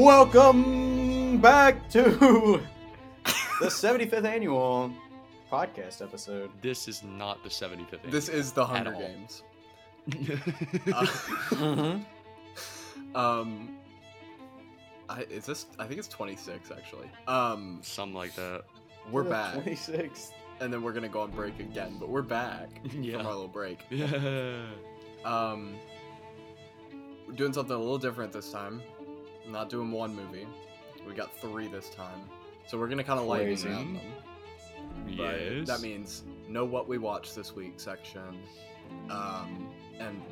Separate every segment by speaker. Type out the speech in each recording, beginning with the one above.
Speaker 1: Welcome back to the 75th annual podcast episode.
Speaker 2: This is not the 75th.
Speaker 3: This is the Hunger
Speaker 2: all.
Speaker 3: Games.
Speaker 2: anniversary.
Speaker 3: Uh,
Speaker 2: Uh-huh.
Speaker 1: Mm-hmm.
Speaker 3: um, I, is this? I think it's 26 actually. Um,
Speaker 2: Something like that.
Speaker 3: we're back,
Speaker 1: 26.
Speaker 3: and then we're gonna go on break again, but we're back from our
Speaker 2: Yeah.
Speaker 3: little break.
Speaker 2: Yeah.
Speaker 3: Um, we're doing something a little different this time. Not doing one movie. We got three this time, so we're gonna kind of lighten
Speaker 1: Crazy.
Speaker 3: around them. But
Speaker 2: Yes.
Speaker 3: That means know what we watched this week section, um, and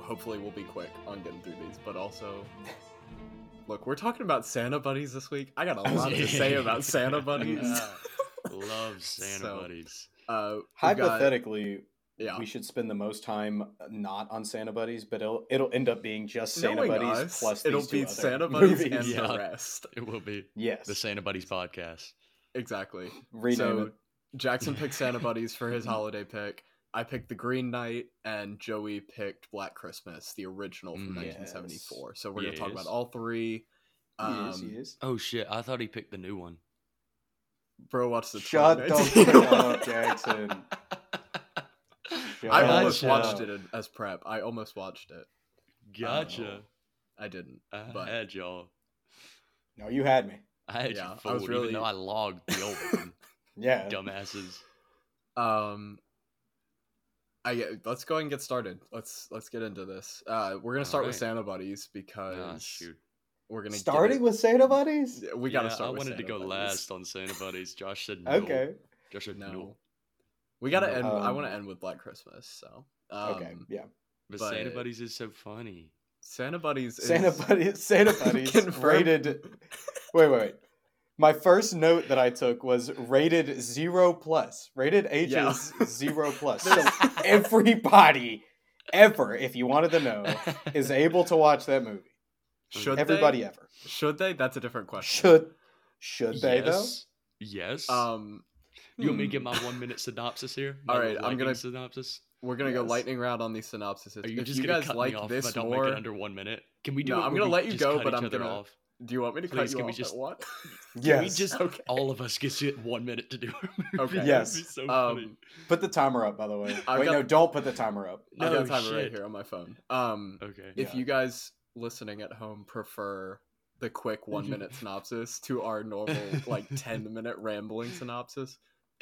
Speaker 3: hopefully we'll be quick on getting through these. But also, look, we're talking about Santa buddies this week. I got a lot to say about Santa buddies.
Speaker 2: Yeah. Love Santa
Speaker 3: So,
Speaker 2: buddies.
Speaker 3: Uh, we've got-
Speaker 1: Hypothetically,
Speaker 3: yeah,
Speaker 1: we should spend the most time not on Santa Buddies, but it'll it'll end up being just Santa
Speaker 3: Knowing
Speaker 1: Buddies
Speaker 3: us,
Speaker 1: plus these
Speaker 3: it'll
Speaker 1: two
Speaker 3: be
Speaker 1: other
Speaker 3: Santa buddies
Speaker 1: movies.
Speaker 3: and
Speaker 2: Yeah.
Speaker 3: the rest.
Speaker 2: It will be
Speaker 1: Yes,
Speaker 2: the Santa buddies podcast.
Speaker 3: Exactly.
Speaker 1: rename
Speaker 3: so
Speaker 1: it.
Speaker 3: Jackson picked Santa buddies for his holiday pick. I picked The Green Knight, and Joey picked Black Christmas, the original from
Speaker 2: Mm.
Speaker 3: 1974. So we're gonna talk
Speaker 2: Yes.
Speaker 3: about all three. Um,
Speaker 1: yes, yes.
Speaker 2: Oh shit! I thought he picked the new one.
Speaker 3: Bro, watch the
Speaker 1: Shut the
Speaker 3: Twilight.
Speaker 1: fuck up, Jackson.
Speaker 3: I
Speaker 1: Shut
Speaker 3: almost
Speaker 1: up.
Speaker 3: watched it in- as prep. I almost watched it.
Speaker 2: Gotcha.
Speaker 3: I didn't.
Speaker 2: I
Speaker 3: but-
Speaker 2: had y'all.
Speaker 1: No, you had me.
Speaker 2: I had
Speaker 3: Yeah, I
Speaker 2: you
Speaker 3: was
Speaker 2: fooled,
Speaker 3: really-
Speaker 2: even though I logged the old one.
Speaker 1: Yeah,
Speaker 2: Dumbasses.
Speaker 3: Um, I get- let's go ahead and get started. Let's let's get into this. Uh, we're gonna start with
Speaker 2: Alright.
Speaker 3: Santa buddies because
Speaker 2: Ah, shoot.
Speaker 3: we're gonna get
Speaker 1: starting
Speaker 3: it-
Speaker 1: with Santa Buddies.
Speaker 3: Yeah, we gotta
Speaker 2: Yeah,
Speaker 3: start.
Speaker 2: I
Speaker 3: with
Speaker 2: wanted to
Speaker 3: Santa
Speaker 2: go
Speaker 3: Buddies.
Speaker 2: last on Santa buddies. Josh said no.
Speaker 1: Okay.
Speaker 2: Josh said no.
Speaker 3: No, we gotta
Speaker 2: No.
Speaker 3: end. I
Speaker 1: Um,
Speaker 3: want to end with Black Christmas. So um,
Speaker 1: Okay. Yeah.
Speaker 2: But, Santa
Speaker 3: But-
Speaker 2: buddies is so funny.
Speaker 3: Santa buddies. Is,
Speaker 1: Santa Buddies. Santa Buddies
Speaker 3: Confirmed.
Speaker 1: rated. Wait, wait, wait. My first note that I took was rated zero plus. Rated H
Speaker 3: Yeah.
Speaker 1: is zero plus. So everybody ever, if you wanted to know, is able to watch that movie.
Speaker 3: should
Speaker 1: Everybody
Speaker 3: They,
Speaker 1: ever
Speaker 3: should they? That's a different question.
Speaker 1: should should they though?
Speaker 2: yes. Yes.
Speaker 3: Um,
Speaker 2: you want me
Speaker 3: hmm.
Speaker 2: to get my one minute synopsis here?
Speaker 3: All
Speaker 2: My
Speaker 3: right, I'm
Speaker 2: lightning
Speaker 3: gonna-
Speaker 2: synopsis.
Speaker 3: We're gonna go
Speaker 1: Yes.
Speaker 3: lightning round on these synopses.
Speaker 2: Are you
Speaker 3: if
Speaker 2: just
Speaker 3: you
Speaker 2: gonna
Speaker 3: guys
Speaker 2: cut
Speaker 3: like
Speaker 2: me off
Speaker 3: this
Speaker 2: if I don't
Speaker 3: more,
Speaker 2: make it under one minute? Can we do?
Speaker 3: No,
Speaker 2: it
Speaker 3: I'm
Speaker 2: where
Speaker 3: gonna
Speaker 2: we
Speaker 3: let you
Speaker 2: just
Speaker 3: go,
Speaker 2: cut
Speaker 3: but
Speaker 2: each
Speaker 3: I'm
Speaker 2: other
Speaker 3: gonna-
Speaker 2: off?
Speaker 3: do you want me to cut
Speaker 2: Please,
Speaker 3: you
Speaker 2: can
Speaker 3: off
Speaker 2: we just-
Speaker 3: at one?
Speaker 2: Can we
Speaker 1: Yes.
Speaker 2: just
Speaker 3: Okay.
Speaker 2: all of us get you one minute to do our movie?
Speaker 3: Okay.
Speaker 2: That'd
Speaker 1: Yes.
Speaker 2: be so funny.
Speaker 3: Um,
Speaker 1: Put the timer up, by the way.
Speaker 3: I've
Speaker 1: Wait,
Speaker 3: got-
Speaker 1: no, don't put the timer up.
Speaker 3: I
Speaker 2: No
Speaker 3: got a timer right
Speaker 2: shit.
Speaker 3: here on my phone. Um,
Speaker 2: Okay.
Speaker 3: if
Speaker 1: Yeah.
Speaker 3: you guys listening at home prefer the quick one minute synopsis to our normal like ten minute rambling synopsis,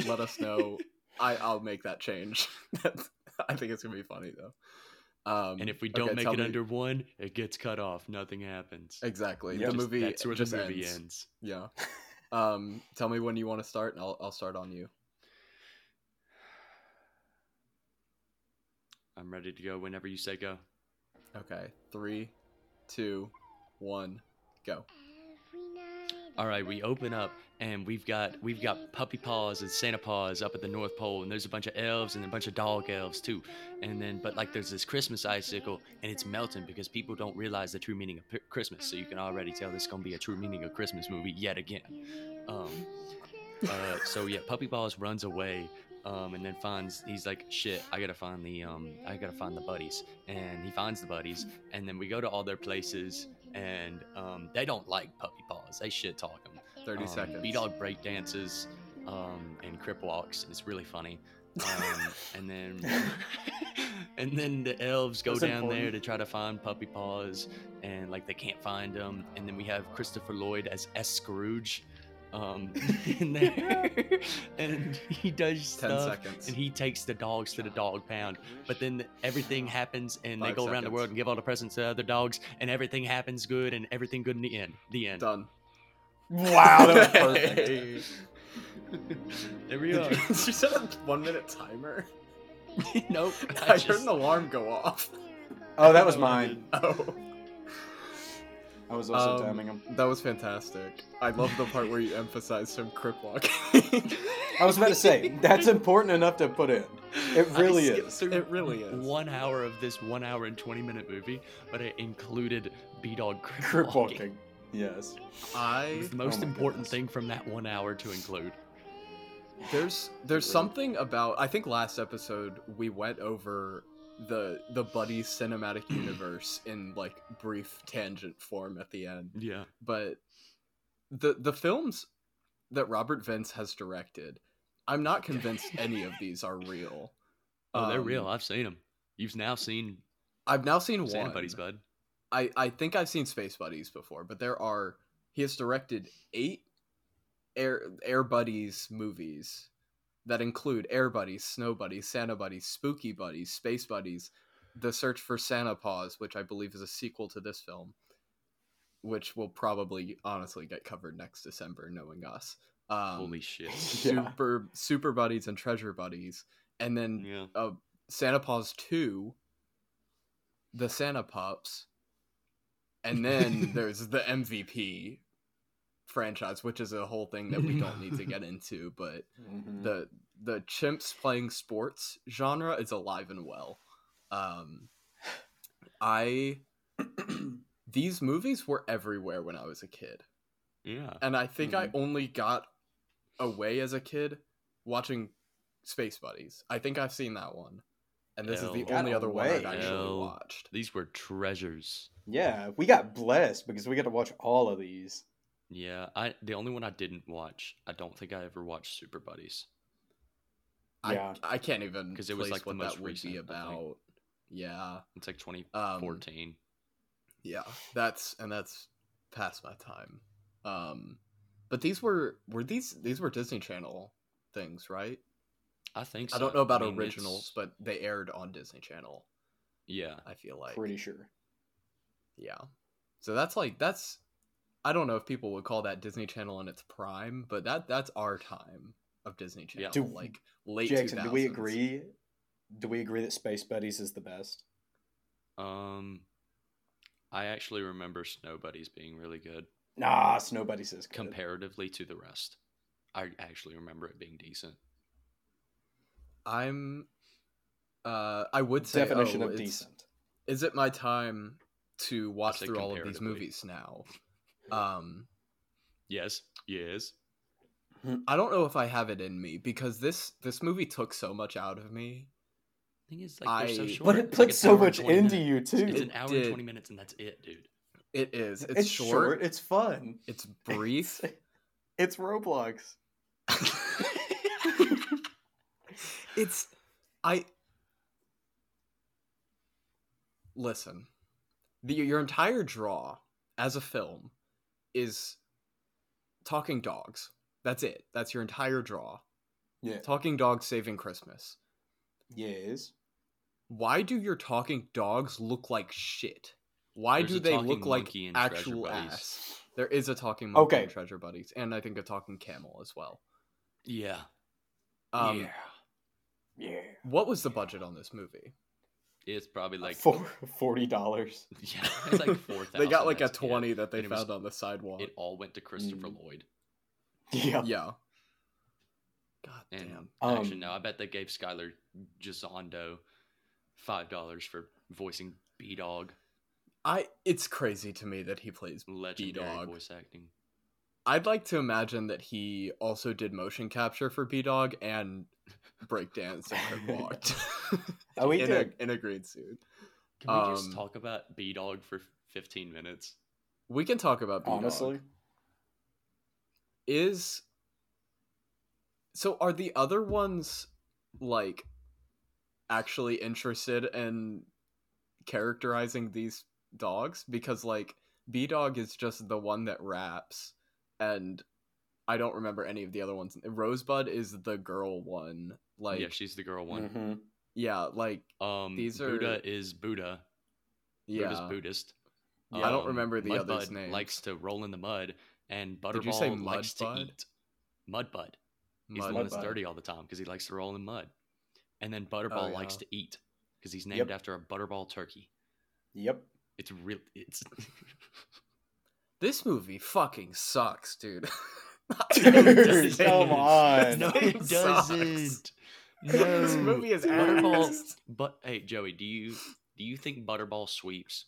Speaker 3: let us know. I I'll make that change. That's- I think it's gonna be funny though. Um,
Speaker 2: And if we
Speaker 3: okay,
Speaker 2: don't make
Speaker 3: tell
Speaker 2: it
Speaker 3: me-
Speaker 2: under one, it gets cut off. Nothing happens.
Speaker 3: exactly
Speaker 1: Yeah.
Speaker 3: the
Speaker 2: Just-
Speaker 3: movie,
Speaker 2: That's where
Speaker 3: just
Speaker 2: the movie
Speaker 3: ends.
Speaker 2: ends.
Speaker 3: Yeah. Um, tell me when you want to start, and I'll I'll start on you.
Speaker 2: I'm ready to go whenever you say go.
Speaker 3: Okay, three, two, one, go.
Speaker 2: All right, we open up and we've got we've got puppy paws and Santa paws up at the North Pole, and there's a bunch of elves and a bunch of dog elves too. And then, but like there's this Christmas icicle, and it's melting because people don't realize the true meaning of P- Christmas. So you can already tell this is gonna be a true meaning of Christmas movie yet again. Um, uh, so yeah, puppy paws runs away. Um, and then finds he's like shit i gotta find the um i gotta find the buddies and he finds the buddies and then we go to all their places and um they don't like puppy paws they shit talk him
Speaker 3: Thirty
Speaker 2: um,
Speaker 3: seconds.
Speaker 2: B-Dog break dances um, and crip walks. and It's really funny. Um, and then and then the elves go
Speaker 1: That's
Speaker 2: down there
Speaker 1: important.
Speaker 2: to try to find Puppy Paws and like they can't find them. And then we have Christopher Lloyd as S. Scrooge um, in there. and he does
Speaker 3: Ten
Speaker 2: stuff.
Speaker 3: seconds.
Speaker 2: And he takes the dogs to the dog pound. But then everything happens and they
Speaker 3: Five
Speaker 2: go around the
Speaker 3: seconds.
Speaker 2: world and give all the presents to other dogs. And everything happens good and everything good in the end. The end.
Speaker 3: Done.
Speaker 1: Wow, that was perfect.
Speaker 3: Hey.
Speaker 2: There
Speaker 3: Did
Speaker 2: we
Speaker 3: you,
Speaker 2: are.
Speaker 3: did you set a one minute timer?
Speaker 2: nope.
Speaker 3: I, heard an alarm go off.
Speaker 1: Oh, that was
Speaker 2: Oh, I
Speaker 1: mine.
Speaker 3: Oh,
Speaker 1: I was also
Speaker 3: Um,
Speaker 1: timing him.
Speaker 3: that was fantastic. I love the part where you emphasized him crip walking.
Speaker 1: I was about to say that's important enough to put in. It really
Speaker 2: I skipped
Speaker 1: is.
Speaker 2: through
Speaker 3: it really is.
Speaker 2: One hour of this one hour and 20 minute movie, but it included B Dog
Speaker 1: Crip
Speaker 2: Crip Walking. Uh,
Speaker 1: walking. Yes.
Speaker 2: It
Speaker 3: I
Speaker 2: was the most
Speaker 1: my
Speaker 2: important
Speaker 1: goodness.
Speaker 2: thing from that one hour to include.
Speaker 3: there's
Speaker 1: Agreed.
Speaker 3: there's something about I think last episode we went over the the buddy cinematic universe in like brief tangent form at the end
Speaker 2: Yeah.
Speaker 3: but the the films that Robert Vince has directed, I'm not convinced any of these are real.
Speaker 2: Oh, they're
Speaker 3: Um,
Speaker 2: real. I've seen them. You've now seen
Speaker 3: I've now seen
Speaker 2: Santa
Speaker 3: one.
Speaker 2: Buddies, bud.
Speaker 3: I I think I've seen Space Buddies before, but there are he has directed eight Air Air Buddies movies that include Air Buddies, Snow Buddies, Santa Buddies, Spooky Buddies, Space Buddies, The Search for Santa Paws, which I believe is a sequel to this film, which will probably honestly get covered next December, knowing us. Um,
Speaker 2: Holy shit.
Speaker 1: Yeah.
Speaker 3: Super Super Buddies and Treasure Buddies, and then
Speaker 2: Yeah.
Speaker 3: uh, Santa Paws 2, the Santa Pups, and then there's the MVP franchise, which is a whole thing that we don't need to get into, but
Speaker 1: Mhm.
Speaker 3: the the chimps playing sports genre is alive and well. Um, I these movies were everywhere when I was a kid,
Speaker 2: Yeah.
Speaker 3: and I think
Speaker 1: Mm-hmm.
Speaker 3: I only got away as a kid watching Space Buddies. I think I've seen that one, and this is
Speaker 2: You
Speaker 3: the
Speaker 1: got
Speaker 3: only other one I've
Speaker 1: away.
Speaker 3: actually
Speaker 2: No.
Speaker 3: watched.
Speaker 2: These were treasures.
Speaker 1: Yeah, we got blessed because we got to watch all of these.
Speaker 2: Yeah. I the only one I didn't watch. I don't think I ever watched Super Buddies.
Speaker 1: Yeah.
Speaker 3: I, I can't even
Speaker 2: 'Cause
Speaker 3: because
Speaker 2: it was, like, the
Speaker 3: what
Speaker 2: most
Speaker 3: that would be
Speaker 2: recent, I think.
Speaker 3: about. Yeah,
Speaker 2: It's like
Speaker 3: um,
Speaker 2: 2014.
Speaker 3: yeah that's and that's past my time um but these were were these these were disney channel things right
Speaker 2: I think.
Speaker 3: i don't
Speaker 2: so.
Speaker 3: know about
Speaker 2: mean,
Speaker 3: originals
Speaker 2: it's-
Speaker 3: but they aired on disney channel
Speaker 2: yeah.
Speaker 3: i feel like
Speaker 1: Pretty sure.
Speaker 3: yeah so that's like that's i don't know if people would call that disney channel in its prime but that that's our time of disney
Speaker 2: Yeah.
Speaker 3: channel
Speaker 1: Do-
Speaker 3: like late
Speaker 1: Jackson, do we
Speaker 3: 2000s.
Speaker 1: agree? Do we agree that Space Buddies is the best?
Speaker 2: Um, I actually remember Snow Buddies being really good
Speaker 1: Nah, Snow Buddies is good.
Speaker 2: comparatively to the rest. I actually remember it being decent.
Speaker 3: i'm uh i would say
Speaker 1: definition
Speaker 3: oh,
Speaker 1: of
Speaker 3: it's-
Speaker 1: decent.
Speaker 3: is it my time to watch
Speaker 2: say
Speaker 3: through all of these
Speaker 2: comparatively.
Speaker 3: movies now? Um,
Speaker 2: Yes. Yes.
Speaker 3: I don't know if I have it in me because this this movie took so much out of me.
Speaker 2: Thing is, like they're so
Speaker 3: I-
Speaker 2: short.
Speaker 1: But it
Speaker 2: It's
Speaker 1: puts
Speaker 2: like an hour
Speaker 1: so much
Speaker 2: and 20
Speaker 1: into
Speaker 2: minutes.
Speaker 1: you too.
Speaker 2: It's
Speaker 1: It's,
Speaker 2: an hour and
Speaker 3: did.
Speaker 2: twenty minutes, and that's it, dude.
Speaker 3: It is. It's,
Speaker 1: short.
Speaker 3: short.
Speaker 1: It's fun.
Speaker 3: It's brief.
Speaker 1: It's Roblox.
Speaker 3: it's I listen. The, your entire draw as a film is talking dogs. That's it. That's your entire draw.
Speaker 1: Yeah.
Speaker 3: Talking dogs saving Christmas.
Speaker 1: Yes.
Speaker 3: why do your talking dogs look like shit? Why
Speaker 2: There's
Speaker 3: do
Speaker 2: a
Speaker 3: they
Speaker 2: talking
Speaker 3: look like
Speaker 2: monkey in Treasure
Speaker 3: actual
Speaker 2: Buddies.
Speaker 3: ass? There is a talking monkey
Speaker 1: Okay.
Speaker 3: in Treasure Buddies, and I think a talking camel as well.
Speaker 2: yeah.
Speaker 3: Um,
Speaker 1: yeah. Yeah.
Speaker 3: What was the budget on this movie?
Speaker 2: It's probably like
Speaker 1: Four, forty dollars.
Speaker 2: yeah, it's like four thousand.
Speaker 3: they got like a twenty that they
Speaker 2: and it was-
Speaker 3: found on the sidewalk.
Speaker 2: It all went to Christopher
Speaker 1: Mm.
Speaker 2: Lloyd.
Speaker 1: Yeah.
Speaker 3: yeah. God
Speaker 2: And
Speaker 3: damn.
Speaker 2: actually,
Speaker 1: Um,
Speaker 2: no, I bet they gave Skylar Gisondo five dollars for voicing B Dog,
Speaker 3: I it's crazy to me that he plays.
Speaker 2: legendary
Speaker 3: B-Dog.
Speaker 2: voice acting.
Speaker 3: I'd like to imagine that he also did motion capture for B Dog and breakdance and walked
Speaker 1: Oh, we
Speaker 3: in a
Speaker 1: did.
Speaker 3: in a green suit.
Speaker 2: Can we just
Speaker 3: Um,
Speaker 2: talk about B Dog for fifteen minutes?
Speaker 3: We can talk about B Dog.
Speaker 1: Honestly,
Speaker 3: is so are the other ones like actually interested in characterizing these dogs because like b dog is just the one that raps and i don't remember any of the other ones rosebud is the girl one like
Speaker 2: yeah, she's the girl one.
Speaker 1: Mhm.
Speaker 3: yeah like
Speaker 2: Um,
Speaker 3: These
Speaker 2: Buddha
Speaker 3: are-
Speaker 2: is Buddha. Buddha's
Speaker 3: yeah
Speaker 2: Buddhist.
Speaker 1: Yeah.
Speaker 3: I don't remember the
Speaker 2: um, Mudbud
Speaker 3: other's names.
Speaker 2: Likes to roll in the mud, and Butterball
Speaker 3: you say
Speaker 2: likes to
Speaker 3: Mudbud?
Speaker 2: eat mudbud. He's the
Speaker 3: Mud-
Speaker 2: one that's
Speaker 1: Mudbud.
Speaker 2: dirty all the time because he likes to roll in mud. And then Butterball
Speaker 3: Oh,
Speaker 2: likes
Speaker 3: yeah.
Speaker 2: to eat because he's named
Speaker 1: Yep.
Speaker 2: after a Butterball turkey.
Speaker 1: Yep.
Speaker 2: It's real. It's
Speaker 3: this movie fucking sucks dude
Speaker 1: Dude, come on.
Speaker 2: no, it
Speaker 3: Sucks.
Speaker 2: doesn't. No,
Speaker 3: this movie is
Speaker 2: Butterball.
Speaker 3: ass.
Speaker 2: But hey, Joey, do you do you think Butterball sweeps?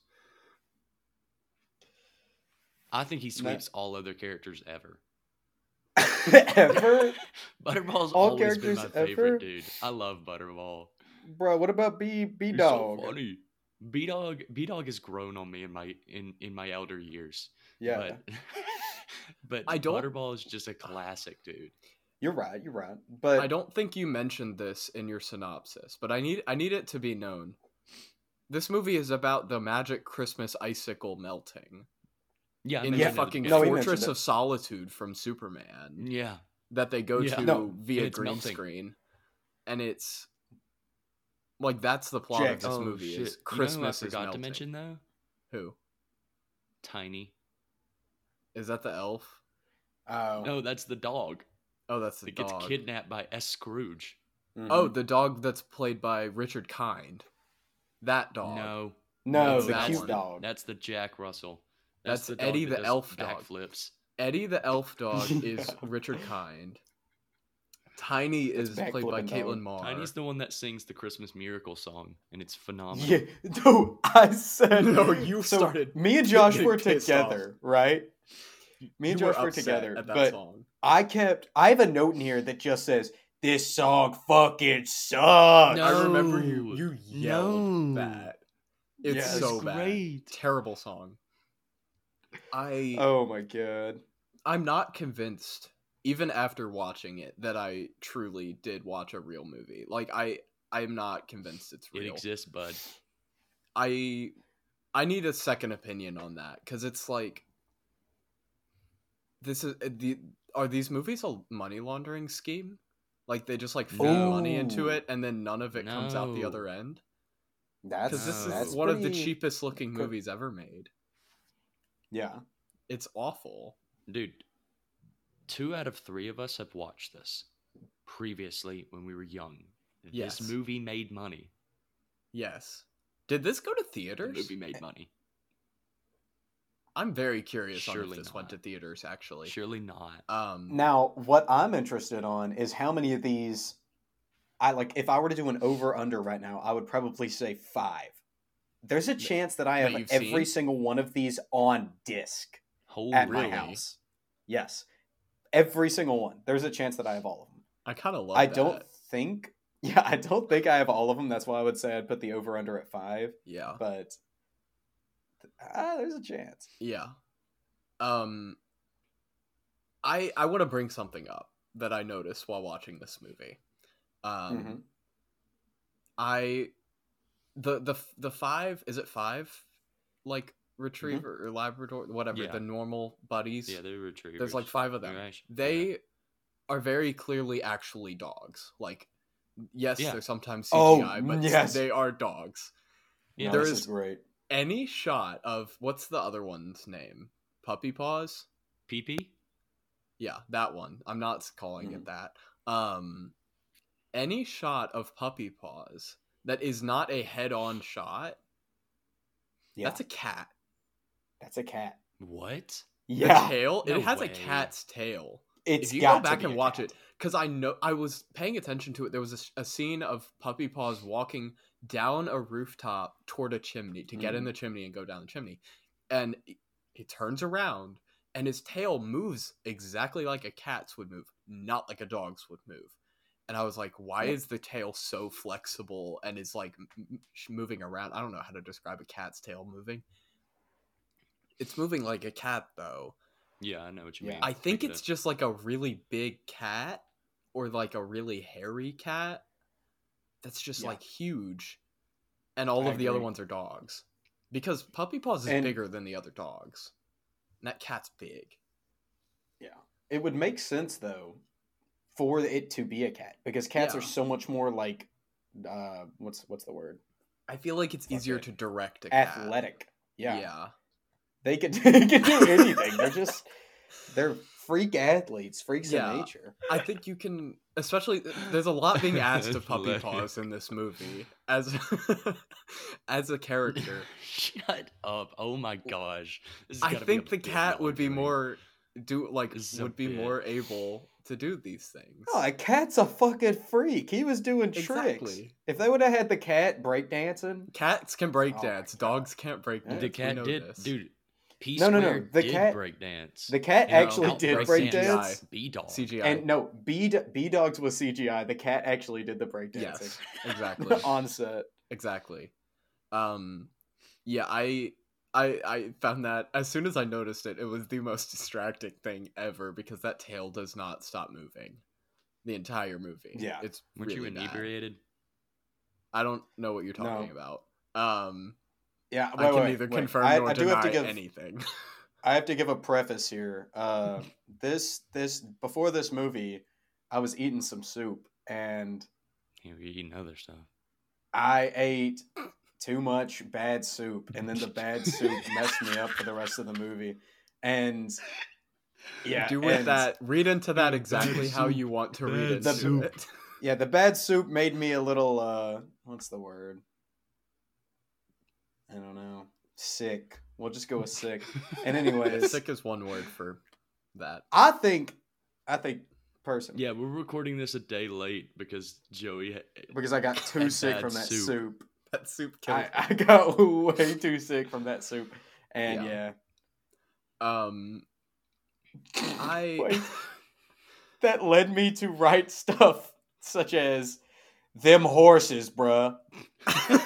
Speaker 2: I think he
Speaker 1: No.
Speaker 2: sweeps all other characters ever.
Speaker 1: Ever.
Speaker 2: Butterball's
Speaker 1: All
Speaker 2: always been my
Speaker 1: characters ever?
Speaker 2: favorite, dude. I love Butterball.
Speaker 1: bro, what about B B
Speaker 2: You're
Speaker 1: Dog?
Speaker 2: So funny. B dog. B dog has grown on me in my in in my elder years.
Speaker 1: yeah,
Speaker 2: But, but
Speaker 3: I don't-
Speaker 2: Butterball is just a classic, dude.
Speaker 1: you're right. You're right. But
Speaker 3: I don't think you mentioned this in your synopsis, but I need I need it to be known. This movie is about the magic Christmas icicle melting
Speaker 2: Yeah. I
Speaker 3: in
Speaker 1: Yeah,
Speaker 3: the
Speaker 2: mentioned it at
Speaker 3: fucking
Speaker 1: No, he
Speaker 2: beginning.
Speaker 1: mentioned
Speaker 3: Fortress
Speaker 1: it.
Speaker 3: of Solitude from Superman
Speaker 2: yeah.
Speaker 3: that they go
Speaker 2: Yeah.
Speaker 3: to
Speaker 1: No,
Speaker 3: via
Speaker 2: and it's
Speaker 3: green
Speaker 2: melting.
Speaker 3: screen, and it's like that's the plot
Speaker 1: Jack.
Speaker 3: of this
Speaker 2: oh,
Speaker 3: movie
Speaker 2: shit. you
Speaker 3: is
Speaker 2: know who I
Speaker 3: Christmas is
Speaker 2: forgot
Speaker 3: melting.
Speaker 2: to mention though.
Speaker 3: Who
Speaker 2: Tiny.
Speaker 3: is that? The elf?
Speaker 1: oh,
Speaker 2: No, that's the dog
Speaker 3: Oh, that's the
Speaker 2: that
Speaker 3: dog.
Speaker 2: gets kidnapped by S. Scrooge.
Speaker 1: mhm.
Speaker 3: Oh, the dog that's played by Richard Kind. That dog.
Speaker 2: No,
Speaker 1: no,
Speaker 3: that's
Speaker 1: the
Speaker 3: that
Speaker 1: cute
Speaker 3: one.
Speaker 1: dog.
Speaker 2: that's the Jack Russell.
Speaker 3: That's Eddie the elf dog.
Speaker 2: backflips.
Speaker 3: Eddie the elf dog is
Speaker 1: Yeah.
Speaker 3: Richard Kind. Tiny is
Speaker 1: back
Speaker 3: played by
Speaker 1: flipping dog.
Speaker 3: Caitlin Marr.
Speaker 2: Tiny's the one that sings the Christmas Miracle song, and it's phenomenal.
Speaker 1: Yeah, no, I said
Speaker 3: No, you
Speaker 1: so
Speaker 3: started
Speaker 1: Me and Josh
Speaker 3: getting
Speaker 1: were
Speaker 3: pissed off.
Speaker 1: together, right? Me and
Speaker 3: You were
Speaker 1: Josh were
Speaker 3: upset
Speaker 1: together,
Speaker 3: at that
Speaker 1: but
Speaker 3: song.
Speaker 1: I kept. I have a note in here that just says this song fucking sucks.
Speaker 3: I remember
Speaker 2: No.
Speaker 3: you. You yelled
Speaker 2: No.
Speaker 3: that. It's
Speaker 1: Yes.
Speaker 2: It's
Speaker 3: so bad.
Speaker 2: great.
Speaker 3: Terrible song. I
Speaker 1: Oh my god.
Speaker 3: I'm not convinced, even after watching it, that I truly did watch a real movie. Like I I'm not convinced it's
Speaker 2: It
Speaker 3: real.
Speaker 2: exists, bud.
Speaker 3: I I need a second opinion on that because it's like this is uh, the are these movies a money laundering scheme? Like they just like funnel money into
Speaker 1: Ooh.
Speaker 3: it and then none of it comes out the
Speaker 2: No.
Speaker 3: other end
Speaker 1: That's
Speaker 3: because this
Speaker 2: that's
Speaker 3: is one of the
Speaker 1: pretty-
Speaker 3: cheapest looking
Speaker 1: good.
Speaker 3: movies ever made.
Speaker 1: Yeah.
Speaker 3: It's awful.
Speaker 2: Dude, two out of three of us have watched this previously when we were young.
Speaker 3: Yes.
Speaker 2: This movie made money.
Speaker 3: Yes. Did this go to
Speaker 2: The
Speaker 3: theaters?
Speaker 2: movie made money.
Speaker 3: I'm very curious on if
Speaker 2: Surely
Speaker 3: this went
Speaker 2: not.
Speaker 3: to theaters actually.
Speaker 2: Surely not.
Speaker 3: Um
Speaker 1: Now, what I'm interested on is how many of these I like if I were to do an over under right now, I would probably say 5. There's a chance that I
Speaker 3: That
Speaker 1: have
Speaker 3: you've
Speaker 1: every
Speaker 3: seen?
Speaker 1: single one of these on disc
Speaker 2: Holy
Speaker 1: at
Speaker 3: really?
Speaker 1: my house. Yes. Every single one. There's a chance that I have all of them.
Speaker 3: I kind of love
Speaker 1: I
Speaker 3: that.
Speaker 1: don't think yeah, I don't think I have all of them. That's why I would say I'd put the over under at 5,
Speaker 3: Yeah.
Speaker 1: but ah, there's a chance.
Speaker 3: Yeah. Um I I want to bring something up that I noticed while watching this movie. Um
Speaker 2: Mm-hmm.
Speaker 1: Mhm.
Speaker 3: I the the f- the five is it five like retriever or labrador whatever
Speaker 2: Mm-hmm. Yeah.
Speaker 3: the normal buddies
Speaker 2: Yeah, they're retrievers.
Speaker 3: there's like five of them.
Speaker 2: You're right.
Speaker 3: They
Speaker 2: Yeah.
Speaker 3: are very clearly actually dogs. Like yes,
Speaker 2: Yeah. mm,
Speaker 3: they're sometimes
Speaker 1: Oh,
Speaker 3: CGI, but
Speaker 1: yes.
Speaker 3: they are dogs.
Speaker 2: Yeah.
Speaker 1: No,
Speaker 3: there
Speaker 1: this
Speaker 3: is-
Speaker 1: is great.
Speaker 3: Any shot of what's the other one's name? Puppy Paws?
Speaker 2: Pee pee?
Speaker 3: Yeah, that one. I'm not s- calling it that. Um, any shot of puppy paws that is not a head-on shot,
Speaker 1: Yeah.
Speaker 3: that's a cat.
Speaker 1: that's a cat.
Speaker 2: What?
Speaker 3: The
Speaker 1: Yeah.
Speaker 3: tail,
Speaker 2: No
Speaker 3: it has
Speaker 2: way.
Speaker 3: a cat's tail.
Speaker 1: It's
Speaker 3: if you go
Speaker 1: got to
Speaker 3: back
Speaker 1: be
Speaker 3: and
Speaker 1: a
Speaker 3: watch
Speaker 1: cat.
Speaker 3: it, because I know I was paying attention to it. There was a s- a, scene of puppy paws walking down a rooftop toward a chimney to get in
Speaker 1: Mhm.
Speaker 3: the chimney and go down the chimney, and he- he turns around and his tail moves exactly like a cat's would move, not like a dog's would move. And I was like, why
Speaker 1: Yep.
Speaker 3: is the tail so flexible and is like m- m- sh- moving around? I don't know how to describe a cat's tail moving. It's moving like a cat though.
Speaker 2: Yeah, I know what you
Speaker 1: Yeah.
Speaker 2: mean.
Speaker 3: I think
Speaker 2: Like
Speaker 3: it's
Speaker 2: the-
Speaker 3: just like a really big cat or like a really hairy cat that's just
Speaker 1: Yeah.
Speaker 3: like huge. And all
Speaker 1: I
Speaker 3: of the other
Speaker 1: agree.
Speaker 3: ones are dogs. Because Puppy Paws is
Speaker 1: And-
Speaker 3: bigger than the other dogs. And that cat's big.
Speaker 1: Yeah. It would make sense though for it to be a cat because cats are
Speaker 3: Yeah.
Speaker 1: so much more like uh what's what's the word?
Speaker 3: I feel like it's easier
Speaker 1: Okay.
Speaker 3: to direct a cat.
Speaker 1: Athletic. Yeah.
Speaker 3: Yeah.
Speaker 1: They could they could do anything. they're just they're freak athletes, freaks
Speaker 3: Yeah.
Speaker 1: of nature.
Speaker 3: I think you can especially there's a lot being asked of
Speaker 2: That's
Speaker 3: Puppy
Speaker 2: hilarious.
Speaker 3: Paws in this movie as as a character.
Speaker 2: Shut up. Oh my gosh. This has
Speaker 3: I
Speaker 2: gotta be
Speaker 3: think
Speaker 2: a
Speaker 3: the
Speaker 2: big
Speaker 3: cat would be
Speaker 2: laundry.
Speaker 3: more do like
Speaker 2: This is a
Speaker 3: would be
Speaker 2: bit.
Speaker 3: more able to do these things.
Speaker 1: Oh, a cat's a fucking freak. He was doing tricks.
Speaker 3: Exactly.
Speaker 1: If they would have had the cat breakdancing,
Speaker 3: Cats can break
Speaker 1: Oh my
Speaker 3: dance.
Speaker 1: God.
Speaker 3: Dogs can't break
Speaker 1: Yeah.
Speaker 3: dance.
Speaker 2: The
Speaker 3: we
Speaker 2: cat
Speaker 3: know
Speaker 2: did,
Speaker 3: this.
Speaker 2: dude. Peace
Speaker 1: No, no, no,
Speaker 2: Square
Speaker 1: the
Speaker 2: did
Speaker 1: cat-
Speaker 2: break dance.
Speaker 1: The cat
Speaker 3: No,
Speaker 1: actually
Speaker 3: don't
Speaker 1: did
Speaker 3: break
Speaker 1: break
Speaker 3: CGI.
Speaker 1: dance.
Speaker 2: B dog.
Speaker 3: CGI.
Speaker 1: And no, B B Dogs was CGI. The cat actually did the breakdancing
Speaker 3: yes, exactly.
Speaker 1: on set.
Speaker 3: exactly um yeah i i i found that as soon as i noticed it it was the most distracting thing ever because that tail does not stop moving the entire movie
Speaker 1: Yeah.
Speaker 3: it's
Speaker 2: Weren't you
Speaker 3: really bad.
Speaker 2: inebriated?
Speaker 3: i don't know what you're talking about um
Speaker 1: Yeah,
Speaker 3: i
Speaker 1: wait,
Speaker 3: can
Speaker 1: wait,
Speaker 3: neither
Speaker 1: wait.
Speaker 3: confirm
Speaker 1: I,
Speaker 3: nor
Speaker 1: I do
Speaker 3: deny
Speaker 1: have to give
Speaker 3: anything
Speaker 1: I have to give a preface here. Uh, this this before this movie, I was eating some soup and
Speaker 2: You were eating other stuff.
Speaker 1: I ate too much bad soup, and then the bad soup messed me up for the rest of the movie. And yeah,
Speaker 3: do with
Speaker 1: and-
Speaker 3: that read into that exactly how
Speaker 2: soup,
Speaker 3: you want to read
Speaker 2: bad
Speaker 3: into
Speaker 1: soup.
Speaker 3: it
Speaker 1: Yeah, the bad soup made me a little uh what's the word? I don't know. Sick. We'll just go with sick. And anyways,
Speaker 3: sick is one word for that
Speaker 1: I think I think person.
Speaker 2: Yeah, we're recording this a day late because Joey. ha- eh,
Speaker 1: Because I got too
Speaker 2: Had
Speaker 1: sick
Speaker 2: bad
Speaker 1: from that soup.
Speaker 2: soup.
Speaker 3: that soup killed
Speaker 1: I, I got way too sick from that soup. And yeah.
Speaker 3: Yeah. um i
Speaker 1: Wait. that led me to write stuff such as them horses, bruh.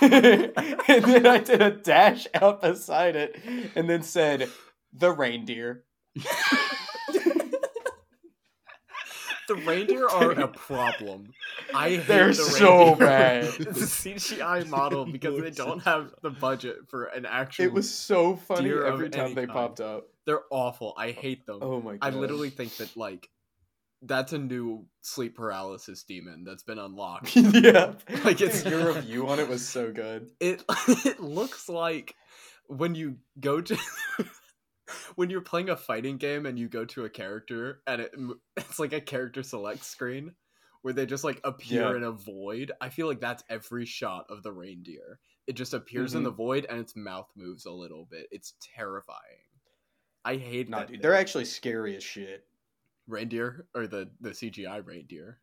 Speaker 1: and then I did a dash out beside it and then said, the reindeer.
Speaker 3: The reindeer are a problem. I hate
Speaker 1: They're
Speaker 3: the
Speaker 1: so
Speaker 3: reindeer.
Speaker 1: bad.
Speaker 3: It's a CGI model because they don't have the budget for an actual.
Speaker 1: It was so funny
Speaker 3: Deer of
Speaker 1: every time
Speaker 3: any
Speaker 1: they
Speaker 3: kind.
Speaker 1: popped up.
Speaker 3: They're awful. I hate them.
Speaker 1: Oh my god.
Speaker 3: I literally think that like that's a new sleep paralysis demon that's been unlocked.
Speaker 1: yeah.
Speaker 3: Like, it's-
Speaker 1: Dude, your review on it was so good.
Speaker 3: it it looks like when you go to when you're playing a fighting game and you go to a character and it m- it's like a character select screen where they just like appear
Speaker 1: Yeah.
Speaker 3: in a void. I feel like that's every shot of the reindeer. It just appears in
Speaker 1: Mhm.
Speaker 3: the void and its mouth moves a little bit. It's terrifying. I hate
Speaker 1: Nah,
Speaker 3: that
Speaker 1: dude,
Speaker 3: thing.
Speaker 1: they're actually scary as shit.
Speaker 3: reindeer or the the CGI reindeer.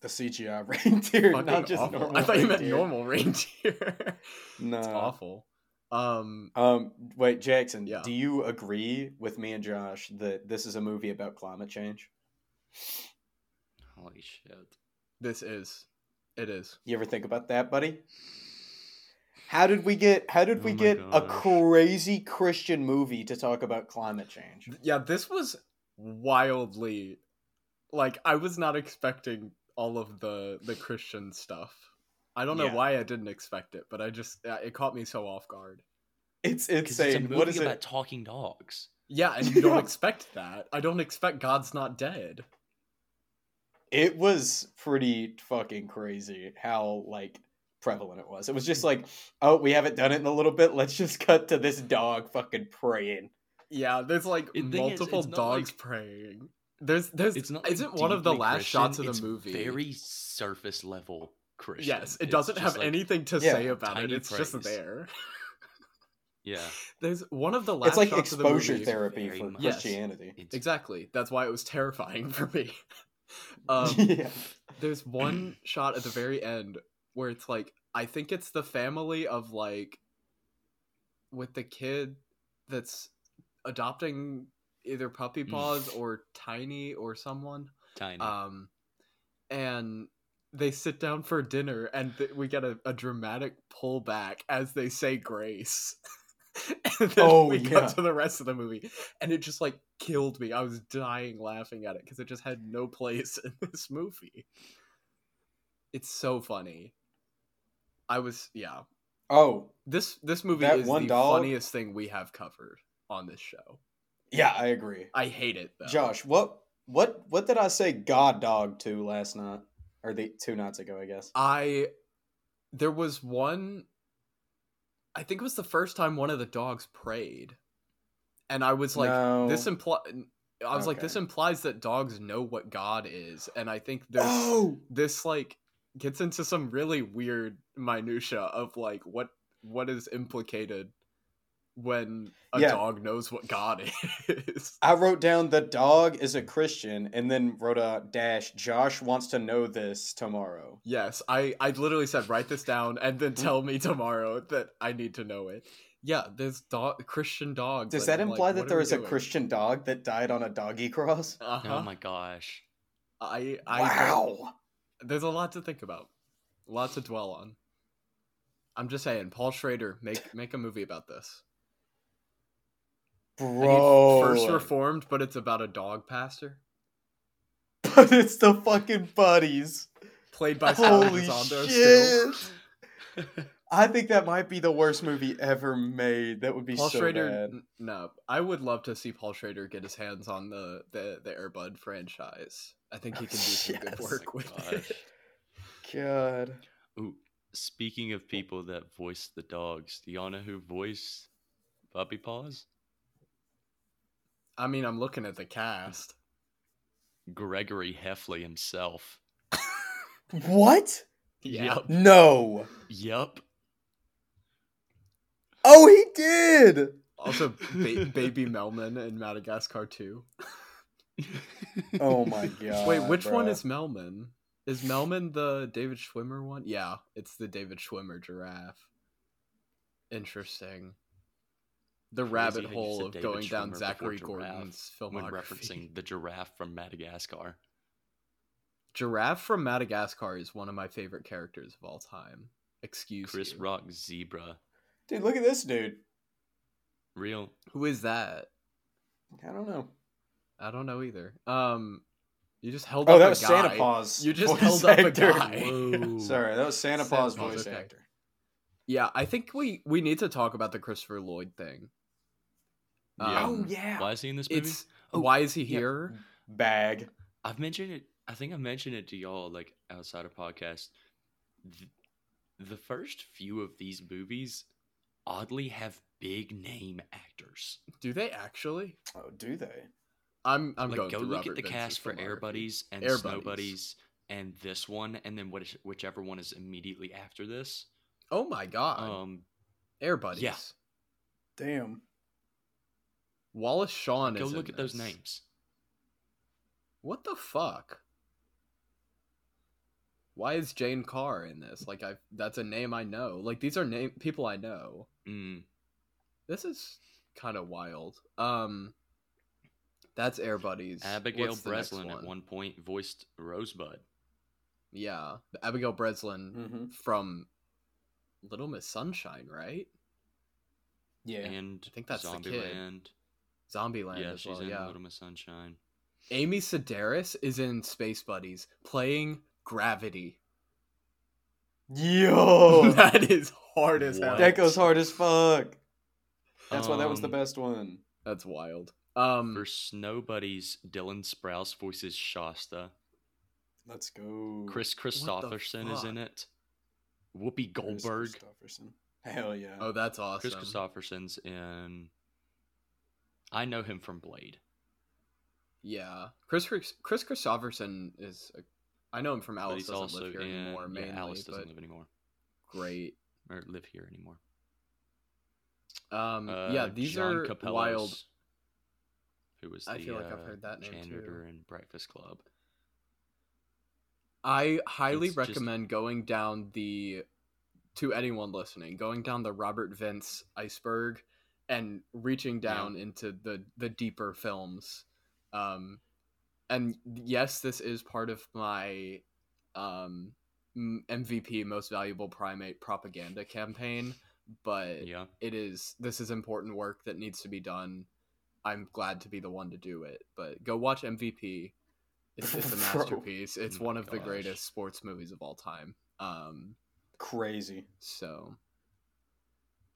Speaker 1: The CGI reindeer,
Speaker 3: Fucking
Speaker 1: not just
Speaker 3: awful.
Speaker 1: normal.
Speaker 3: I thought you meant
Speaker 1: reindeer.
Speaker 3: normal reindeer.
Speaker 1: No.
Speaker 3: it's awful. Um
Speaker 1: Um, wait, Jackson,
Speaker 3: Yeah.
Speaker 1: do you agree with me and Josh that this is a movie about climate change?
Speaker 2: Holy shit.
Speaker 3: This is. It is.
Speaker 1: You ever think about that, buddy? How did we get how did we
Speaker 2: Oh my
Speaker 1: get a
Speaker 2: gosh.
Speaker 1: crazy Christian movie to talk about climate change?
Speaker 3: Yeah, this was wildly like I was not expecting all of the the Christian stuff. I don't know
Speaker 1: Yeah.
Speaker 3: why I didn't expect it, but I just uh, it caught me so off guard.
Speaker 1: It's
Speaker 2: Because it's a
Speaker 1: insane.
Speaker 2: movie
Speaker 1: what is
Speaker 2: about
Speaker 1: it?
Speaker 2: talking dogs.
Speaker 3: Yeah, and you don't
Speaker 1: Yeah.
Speaker 3: expect that. I don't expect God's not dead.
Speaker 1: It was pretty fucking crazy how like prevalent it was. It was just like, oh, we haven't done it in a little bit. Let's just cut to this dog fucking praying.
Speaker 3: Yeah, there's like
Speaker 2: The thing is,
Speaker 3: multiple
Speaker 2: it's not
Speaker 3: dogs
Speaker 2: like-
Speaker 3: praying. There's there's
Speaker 2: It's not.
Speaker 3: isn't
Speaker 2: like,
Speaker 3: one of the
Speaker 2: deeply
Speaker 3: last
Speaker 2: Christian,
Speaker 3: shots of the
Speaker 2: it's
Speaker 3: movie.
Speaker 2: Very surface level Christian.
Speaker 3: yes, it
Speaker 2: It's
Speaker 3: doesn't
Speaker 2: just
Speaker 3: have
Speaker 2: like-
Speaker 3: anything to
Speaker 1: Yeah.
Speaker 3: say about it.
Speaker 2: Tiny
Speaker 3: It's just
Speaker 2: praise.
Speaker 3: there.
Speaker 2: Yeah.
Speaker 3: There's one of the last
Speaker 1: it's like
Speaker 3: shots of the
Speaker 1: exposure
Speaker 3: movie-
Speaker 1: therapy
Speaker 2: very
Speaker 1: for
Speaker 2: much-
Speaker 3: Yes.
Speaker 1: Christianity.
Speaker 2: It's,
Speaker 3: Exactly. That's why it was terrifying for me. um,
Speaker 1: yeah.
Speaker 3: there's one shot at the very end where it's like I think it's the family of like with the kid that's adopting either puppy
Speaker 2: Mm.
Speaker 3: paws or tiny or someone
Speaker 2: Tiny.
Speaker 3: um and they sit down for dinner and th- we get a, a dramatic pullback as they say grace and then
Speaker 1: Oh,
Speaker 3: we
Speaker 1: yeah.
Speaker 3: cut to the rest of the movie and it just like killed me i was dying laughing at it because it just had no place in this movie it's so funny i was yeah
Speaker 1: Oh,
Speaker 3: this this movie
Speaker 1: That
Speaker 3: is
Speaker 1: one
Speaker 3: the
Speaker 1: dog-
Speaker 3: funniest thing we have covered on this show
Speaker 1: yeah, I agree.
Speaker 3: i hate it though
Speaker 1: Josh, what what what did I say god dog to last night or the two nights ago, I guess.
Speaker 3: I there was one I think it was the first time one of the dogs prayed. And I was like
Speaker 1: No.
Speaker 3: this implies I was like
Speaker 1: Okay.
Speaker 3: this implies that dogs know what God is and I think there's
Speaker 1: Oh,
Speaker 3: this like gets into some really weird minutia of like what what is implicated when a
Speaker 1: Yeah.
Speaker 3: dog knows what God is.
Speaker 1: I wrote down the dog is a Christian and then wrote a dash Josh wants to know this tomorrow.
Speaker 3: Yes, I I literally said write this down and then tell me tomorrow that I need to know it. Mm-hmm. yeah, there's dog Christian dogs.
Speaker 1: Does
Speaker 3: like,
Speaker 1: that
Speaker 3: I'm like,
Speaker 1: imply
Speaker 3: "What
Speaker 1: that
Speaker 3: are
Speaker 1: there
Speaker 3: we
Speaker 1: was a
Speaker 3: doing?"
Speaker 1: Christian dog that died on a doggy cross?
Speaker 3: Uh-huh.
Speaker 2: Oh my gosh.
Speaker 3: I, I don't-
Speaker 1: Wow.
Speaker 3: There's a lot to think about, a lot to dwell on. I'm just saying, Paul Schrader, make make a movie about this. I need
Speaker 1: Bro.
Speaker 3: first reformed, but it's about a dog pastor
Speaker 1: but it's the fucking buddies.
Speaker 3: played by Scarlett
Speaker 1: Holy
Speaker 3: Elizondo still.
Speaker 1: shit. I think that might be the worst movie ever made. That would be
Speaker 3: Paul
Speaker 1: so
Speaker 3: Schrader,
Speaker 1: bad.
Speaker 3: n- no, I would love to see Paul Schrader get his hands on the the, the Airbud franchise. I think he can do some
Speaker 1: Yes.
Speaker 2: Oh
Speaker 3: good work
Speaker 2: my
Speaker 3: with
Speaker 2: gosh.
Speaker 3: it.
Speaker 1: God.
Speaker 2: Ooh, speaking of people that voiced the dogs, do y'all know who voiced Puppy Paws?
Speaker 3: I mean, I'm looking at the cast.
Speaker 2: Gregory Heffley himself.
Speaker 1: What?
Speaker 3: Yeah.
Speaker 2: Yep.
Speaker 1: No.
Speaker 2: Yep.
Speaker 1: Oh, he did.
Speaker 3: Also, ba- Baby Melman in Madagascar 2.
Speaker 1: Oh my god.
Speaker 3: Wait, which one
Speaker 1: bruh.
Speaker 3: is Melman? Is Melman the David Schwimmer one? Yeah, it's the David Schwimmer giraffe. Interesting. The rabbit
Speaker 2: how you said
Speaker 3: hole of
Speaker 2: David
Speaker 3: going
Speaker 2: Schwimmer
Speaker 3: down
Speaker 2: before
Speaker 3: Zachary
Speaker 2: giraffe
Speaker 3: Gordon's
Speaker 2: when
Speaker 3: filmography.
Speaker 2: referencing the giraffe from Madagascar.
Speaker 3: Giraffe from Madagascar is one of my favorite characters of all time. Excuse
Speaker 2: Chris
Speaker 3: you.
Speaker 2: Rock Zebra.
Speaker 1: Dude, look at this dude.
Speaker 2: Real.
Speaker 3: Who is that?
Speaker 1: I don't know.
Speaker 3: I don't know either. Um, you just held
Speaker 1: Oh,
Speaker 3: up
Speaker 1: that
Speaker 3: a
Speaker 1: was
Speaker 3: guy.
Speaker 1: Santa Paws.
Speaker 3: You just
Speaker 1: voice
Speaker 3: held up a
Speaker 1: actor.
Speaker 3: guy.
Speaker 2: Whoa.
Speaker 1: Sorry, that was Santa,
Speaker 3: Santa
Speaker 1: Paws,
Speaker 3: Paws,
Speaker 1: voice
Speaker 3: okay.
Speaker 1: actor.
Speaker 3: Yeah, I think we we need to talk about the Christopher Lloyd thing.
Speaker 2: Yeah.
Speaker 1: oh
Speaker 3: Um,
Speaker 1: yeah.
Speaker 2: Why is he in this movie?
Speaker 3: It's
Speaker 2: Oh,
Speaker 3: why is he
Speaker 2: yeah.
Speaker 3: here?
Speaker 1: Bag.
Speaker 2: I've mentioned it. I think I mentioned it to y'all like outside of podcast. Th- The first few of these movies oddly have big name actors.
Speaker 3: Do they actually?
Speaker 1: Oh, do they?
Speaker 3: I'm I'm
Speaker 2: like
Speaker 3: going
Speaker 2: go
Speaker 3: through
Speaker 2: look
Speaker 3: Robert
Speaker 2: at the
Speaker 3: Vince's
Speaker 2: cast for Air
Speaker 3: filmography.
Speaker 2: Buddies and
Speaker 3: Air
Speaker 2: Snow
Speaker 3: Buddies.
Speaker 2: Buddies and this one, and then what is, whichever one is immediately after this.
Speaker 3: Oh my god,
Speaker 2: Um,
Speaker 3: Air Buddies.
Speaker 2: yeah.
Speaker 1: Damn.
Speaker 3: Wallace Shawn
Speaker 2: go
Speaker 3: is.
Speaker 2: look
Speaker 3: in
Speaker 2: at those
Speaker 3: this.
Speaker 2: names.
Speaker 3: What the fuck? Why is Jane Carr in this? Like I that's a name I know. Like these are name people I know.
Speaker 2: Mm,
Speaker 3: This is kind of wild. Um that's Air Buddies.
Speaker 2: Abigail
Speaker 3: What's the next
Speaker 2: Breslin at one point voiced Rosebud.
Speaker 3: Yeah. Abigail Breslin
Speaker 2: Hmm.
Speaker 1: Mm-hmm.
Speaker 3: from Little Miss Sunshine, right?
Speaker 1: Yeah.
Speaker 2: and
Speaker 3: I think that's the kid.
Speaker 2: Zombieland.
Speaker 3: Zombieland
Speaker 2: Yeah,
Speaker 3: as
Speaker 2: she's
Speaker 3: well.
Speaker 2: in
Speaker 3: Yeah.
Speaker 2: Little Miss Sunshine.
Speaker 3: Amy Sedaris is in Space Buddies playing Gravity.
Speaker 1: Yo.
Speaker 3: that is hard as hell.
Speaker 2: What?
Speaker 1: that goes hard as fuck. That's why that was the
Speaker 2: Um,
Speaker 1: best one.
Speaker 3: That's wild. Um
Speaker 2: For Snow Buddies, Dylan Sprouse voices Shasta.
Speaker 1: Let's go.
Speaker 2: Chris Christopherson is in
Speaker 3: fuck?
Speaker 2: it.
Speaker 1: Chris
Speaker 2: Whoopi Goldberg.
Speaker 1: Christopherson. Hell yeah.
Speaker 3: Oh, that's awesome.
Speaker 2: Chris Christopherson's in. I know him from Blade.
Speaker 3: Yeah, Chris Chris Chris Christopherson is. A, I know him from
Speaker 2: but
Speaker 3: Alice
Speaker 2: he's
Speaker 3: doesn't
Speaker 2: also
Speaker 3: live here
Speaker 2: in.
Speaker 3: anymore.
Speaker 2: yeah,
Speaker 3: Mainly,
Speaker 2: Alice doesn't
Speaker 3: but
Speaker 2: live anymore.
Speaker 3: great.
Speaker 2: Or live here anymore.
Speaker 3: Um,
Speaker 2: Uh,
Speaker 3: yeah, these
Speaker 2: John
Speaker 3: are
Speaker 2: Capello's,
Speaker 3: wild.
Speaker 2: Who was the
Speaker 3: I feel like I've
Speaker 2: uh,
Speaker 3: heard that name too.
Speaker 2: janitor in Breakfast Club.
Speaker 3: I highly
Speaker 2: It's just-
Speaker 3: recommend going down the to anyone listening, going down the Robert Vince iceberg and reaching
Speaker 2: Yeah.
Speaker 3: down into the the deeper films. Um and yes, this is part of my um m- MVP most valuable primate propaganda campaign, but
Speaker 2: Yeah.
Speaker 3: it is this is important work that needs to be done. I'm glad to be the one to do it, but go watch MVP. It's, it's a
Speaker 1: Bro.
Speaker 3: masterpiece. It's
Speaker 2: Oh my
Speaker 3: one of the
Speaker 2: gosh.
Speaker 3: greatest sports movies of all time. Um,
Speaker 1: Crazy.
Speaker 3: so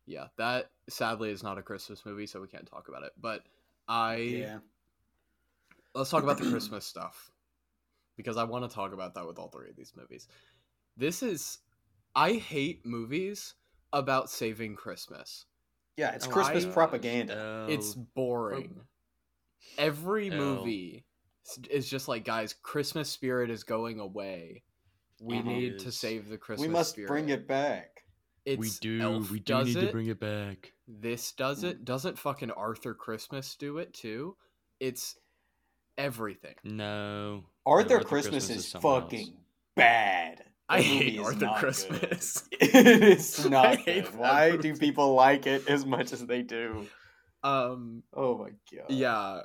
Speaker 3: yeah, that sadly is not a Christmas movie, so we can't talk about it. But I
Speaker 1: Yeah.
Speaker 3: let's talk about the Christmas stuff because I want to talk about that with all three of these movies. This is I hate movies about saving Christmas.
Speaker 1: Yeah, it's
Speaker 2: Oh,
Speaker 1: Christmas
Speaker 2: I-
Speaker 3: uh,
Speaker 1: propaganda.
Speaker 3: it's
Speaker 2: Oh,
Speaker 3: boring. Every
Speaker 2: Oh.
Speaker 3: movie s- is just like, guys, Christmas spirit is going away. We
Speaker 2: It
Speaker 3: need to
Speaker 2: is.
Speaker 3: save the Christmas.
Speaker 1: we must
Speaker 3: spirit.
Speaker 1: bring it back.
Speaker 3: It's
Speaker 2: we do.
Speaker 3: Elf
Speaker 2: we do
Speaker 3: does
Speaker 2: need
Speaker 3: it.
Speaker 2: to bring Hmm. it back.
Speaker 3: This does it. Doesn't fucking Arthur Christmas do it too? It's everything.
Speaker 2: No.
Speaker 1: Arthur
Speaker 2: Arthur
Speaker 1: Christmas,
Speaker 2: Christmas
Speaker 1: is,
Speaker 2: is something else.
Speaker 1: fucking bad.
Speaker 3: I
Speaker 1: That movie
Speaker 3: hate
Speaker 1: is
Speaker 3: Arthur
Speaker 1: not
Speaker 3: Christmas.
Speaker 1: it's
Speaker 3: I
Speaker 1: not.
Speaker 3: hate
Speaker 1: good. Why
Speaker 3: Robert.
Speaker 1: do people like it as much as they do?
Speaker 3: Um,
Speaker 1: Oh my god.
Speaker 3: yeah.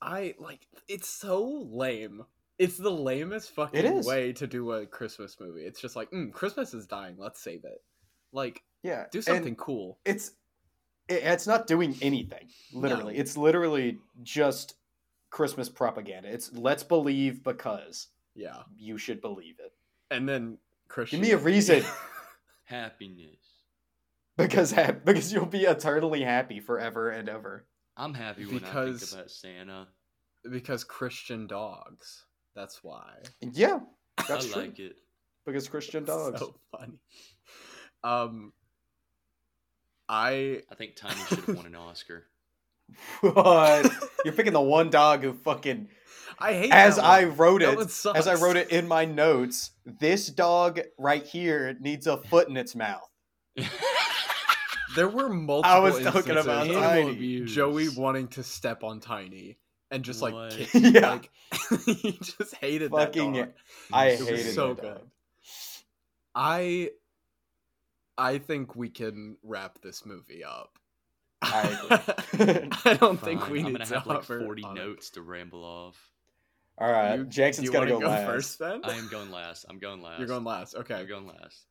Speaker 3: I like it's so lame. It's the lamest fucking
Speaker 1: is.
Speaker 3: way to do a Christmas movie. It's just like, mm, Christmas is dying. Let's save it. Like,
Speaker 1: Yeah.
Speaker 3: do
Speaker 1: and
Speaker 3: something cool.
Speaker 1: it's it, it's not doing anything. Literally, it's literally just Christmas propaganda. It's let's believe because
Speaker 3: Yeah,
Speaker 1: you should believe it
Speaker 3: and then Christian.
Speaker 1: a reason.
Speaker 2: Happiness.
Speaker 1: because ha- because you'll be eternally happy forever and ever.
Speaker 2: I'm happy when I
Speaker 3: Because-
Speaker 2: think about Santa.
Speaker 3: because Christian dogs. That's why.
Speaker 1: Yeah, that's
Speaker 2: I
Speaker 1: true.
Speaker 2: like it.
Speaker 1: Because Christian dogs.
Speaker 3: So funny. Um, I
Speaker 2: I think Tiny should have won an Oscar.
Speaker 1: What? You're picking the one dog who fucking
Speaker 3: I hate
Speaker 1: as
Speaker 3: that
Speaker 1: I
Speaker 3: one.
Speaker 1: wrote
Speaker 3: That
Speaker 1: it,
Speaker 3: one sucks.
Speaker 1: as I wrote it in my notes, this dog right here needs a foot in its mouth.
Speaker 3: There were multiple.
Speaker 1: I was talking about
Speaker 3: instances of
Speaker 1: Tiny.
Speaker 3: animal abuse. Joey wanting to step on Tiny and just like
Speaker 2: What?
Speaker 3: kick-
Speaker 1: Yeah.
Speaker 3: like he just hated
Speaker 1: Fucking-
Speaker 3: that dog.
Speaker 1: I
Speaker 3: It was
Speaker 1: hated
Speaker 3: so
Speaker 1: that dog.
Speaker 3: good. I I think we can wrap this movie up.
Speaker 1: I agree.
Speaker 3: I don't think
Speaker 2: Fine,
Speaker 3: we
Speaker 2: I'm
Speaker 3: need
Speaker 2: gonna
Speaker 3: to
Speaker 2: have like
Speaker 3: offer
Speaker 2: 40
Speaker 3: on it.
Speaker 2: notes to ramble off.
Speaker 1: All right,
Speaker 3: You-
Speaker 1: Jackson's
Speaker 3: you
Speaker 1: gotta go,
Speaker 3: wanna
Speaker 1: last.
Speaker 3: first then.
Speaker 2: I am going last. I'm going last.
Speaker 3: You're going last. Okay,
Speaker 2: I'm going last.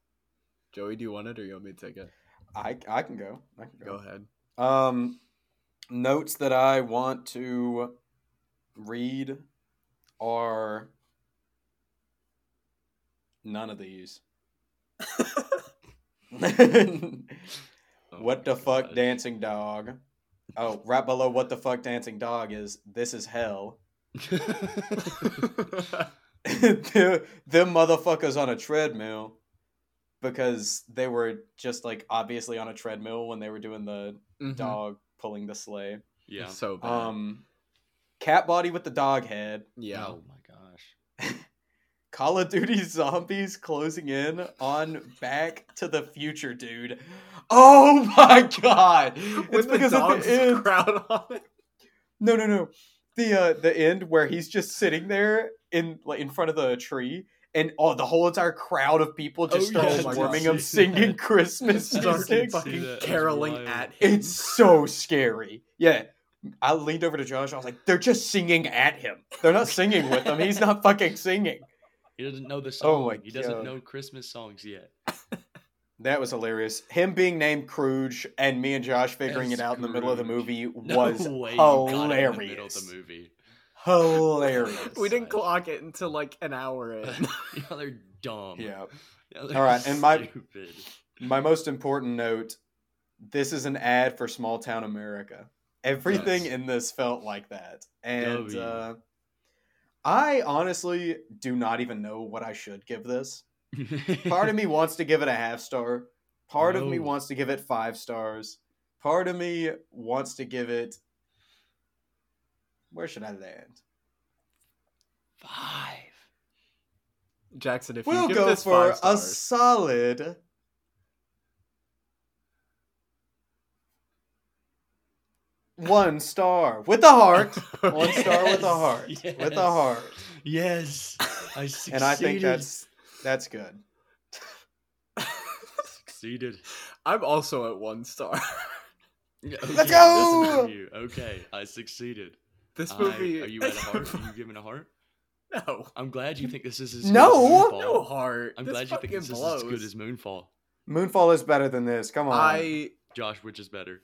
Speaker 3: Joey, do you want it or you want me to take it?
Speaker 1: I I can go. I can
Speaker 3: Go
Speaker 1: go.
Speaker 3: ahead.
Speaker 1: Um, notes that I want to read are none of these.
Speaker 2: Oh
Speaker 1: what
Speaker 2: my
Speaker 1: the fuck,
Speaker 2: God.
Speaker 1: dancing dog? Oh, right below what the fuck, dancing dog is this is hell. them them motherfuckers on a treadmill because they were just like obviously on a treadmill when they were doing the
Speaker 3: Mhm.
Speaker 1: dog pulling the sleigh.
Speaker 2: yeah.
Speaker 3: So bad.
Speaker 1: Um, cat body with the dog head.
Speaker 3: yeah.
Speaker 2: Oh my gosh.
Speaker 1: Call of Duty zombies closing in on Back to the Future, dude. Oh my god! It's
Speaker 3: With the
Speaker 1: because at
Speaker 3: dog's
Speaker 1: the end,
Speaker 3: crown on it.
Speaker 1: no, no, no, the uh, the end where he's just sitting there in like in front of the tree, and oh, the whole entire crowd of people just
Speaker 2: Oh, yeah,
Speaker 1: starts
Speaker 2: I did
Speaker 1: swarming
Speaker 2: see
Speaker 1: him,
Speaker 2: that.
Speaker 1: singing Christmas
Speaker 2: I
Speaker 3: Started
Speaker 2: did
Speaker 1: music.
Speaker 2: see
Speaker 3: fucking
Speaker 2: that. That's
Speaker 3: caroling
Speaker 2: wild.
Speaker 3: at him.
Speaker 1: It's so scary. Yeah. I leaned over to Josh. I was like, they're just singing at him. They're not singing with him. He's not fucking singing.
Speaker 2: He doesn't know the song.
Speaker 1: Oh my
Speaker 2: he doesn't
Speaker 1: God.
Speaker 2: know Christmas songs yet.
Speaker 1: That was hilarious. Him being named Crooge and me and Josh figuring
Speaker 2: As
Speaker 1: it out in the middle of the
Speaker 2: Scrooge.
Speaker 1: movie
Speaker 2: No
Speaker 1: was
Speaker 2: way you got it in the middle of
Speaker 1: hilarious.
Speaker 2: the movie.
Speaker 1: Hilarious.
Speaker 3: we didn't
Speaker 2: Sorry.
Speaker 3: clock it until like an hour in.
Speaker 2: Y'all are dumb.
Speaker 1: yeah.
Speaker 2: Y'all are
Speaker 1: All right, and my-
Speaker 2: stupid.
Speaker 1: My most important note this is an ad for small town America. Everything
Speaker 2: Yes.
Speaker 1: in this felt like that. And
Speaker 2: W.
Speaker 1: uh, I honestly do not even know what I should give this. part of me wants to give it a half star. Part of me
Speaker 2: No.
Speaker 1: wants to give it five stars. Part of me wants to give it. Where should I land?
Speaker 2: five.
Speaker 3: Jackson, if
Speaker 1: We'll
Speaker 3: you give
Speaker 1: go
Speaker 3: this
Speaker 1: for
Speaker 3: five
Speaker 1: a
Speaker 3: stars,
Speaker 1: solid. One star with a heart. One star with a heart.
Speaker 2: Yes,
Speaker 1: With
Speaker 2: yes.
Speaker 1: a heart.
Speaker 2: Yes, I succeeded.
Speaker 1: And I think that's that's good.
Speaker 2: succeeded.
Speaker 3: I'm also at one star.
Speaker 1: Let's
Speaker 2: this is
Speaker 1: go!
Speaker 2: for you. Okay, I succeeded.
Speaker 3: This
Speaker 2: I-
Speaker 3: movie.
Speaker 2: are you at a heart? Are you giving a heart?
Speaker 3: no,
Speaker 2: I'm glad you think this is as
Speaker 1: No!
Speaker 2: good as Moonfall.
Speaker 3: no heart.
Speaker 2: I'm
Speaker 3: This
Speaker 2: glad you think
Speaker 3: fucking
Speaker 2: this
Speaker 3: blows.
Speaker 2: is as good as Moonfall.
Speaker 1: Moonfall is better than this. Come on.
Speaker 3: I.
Speaker 2: Josh, which is better?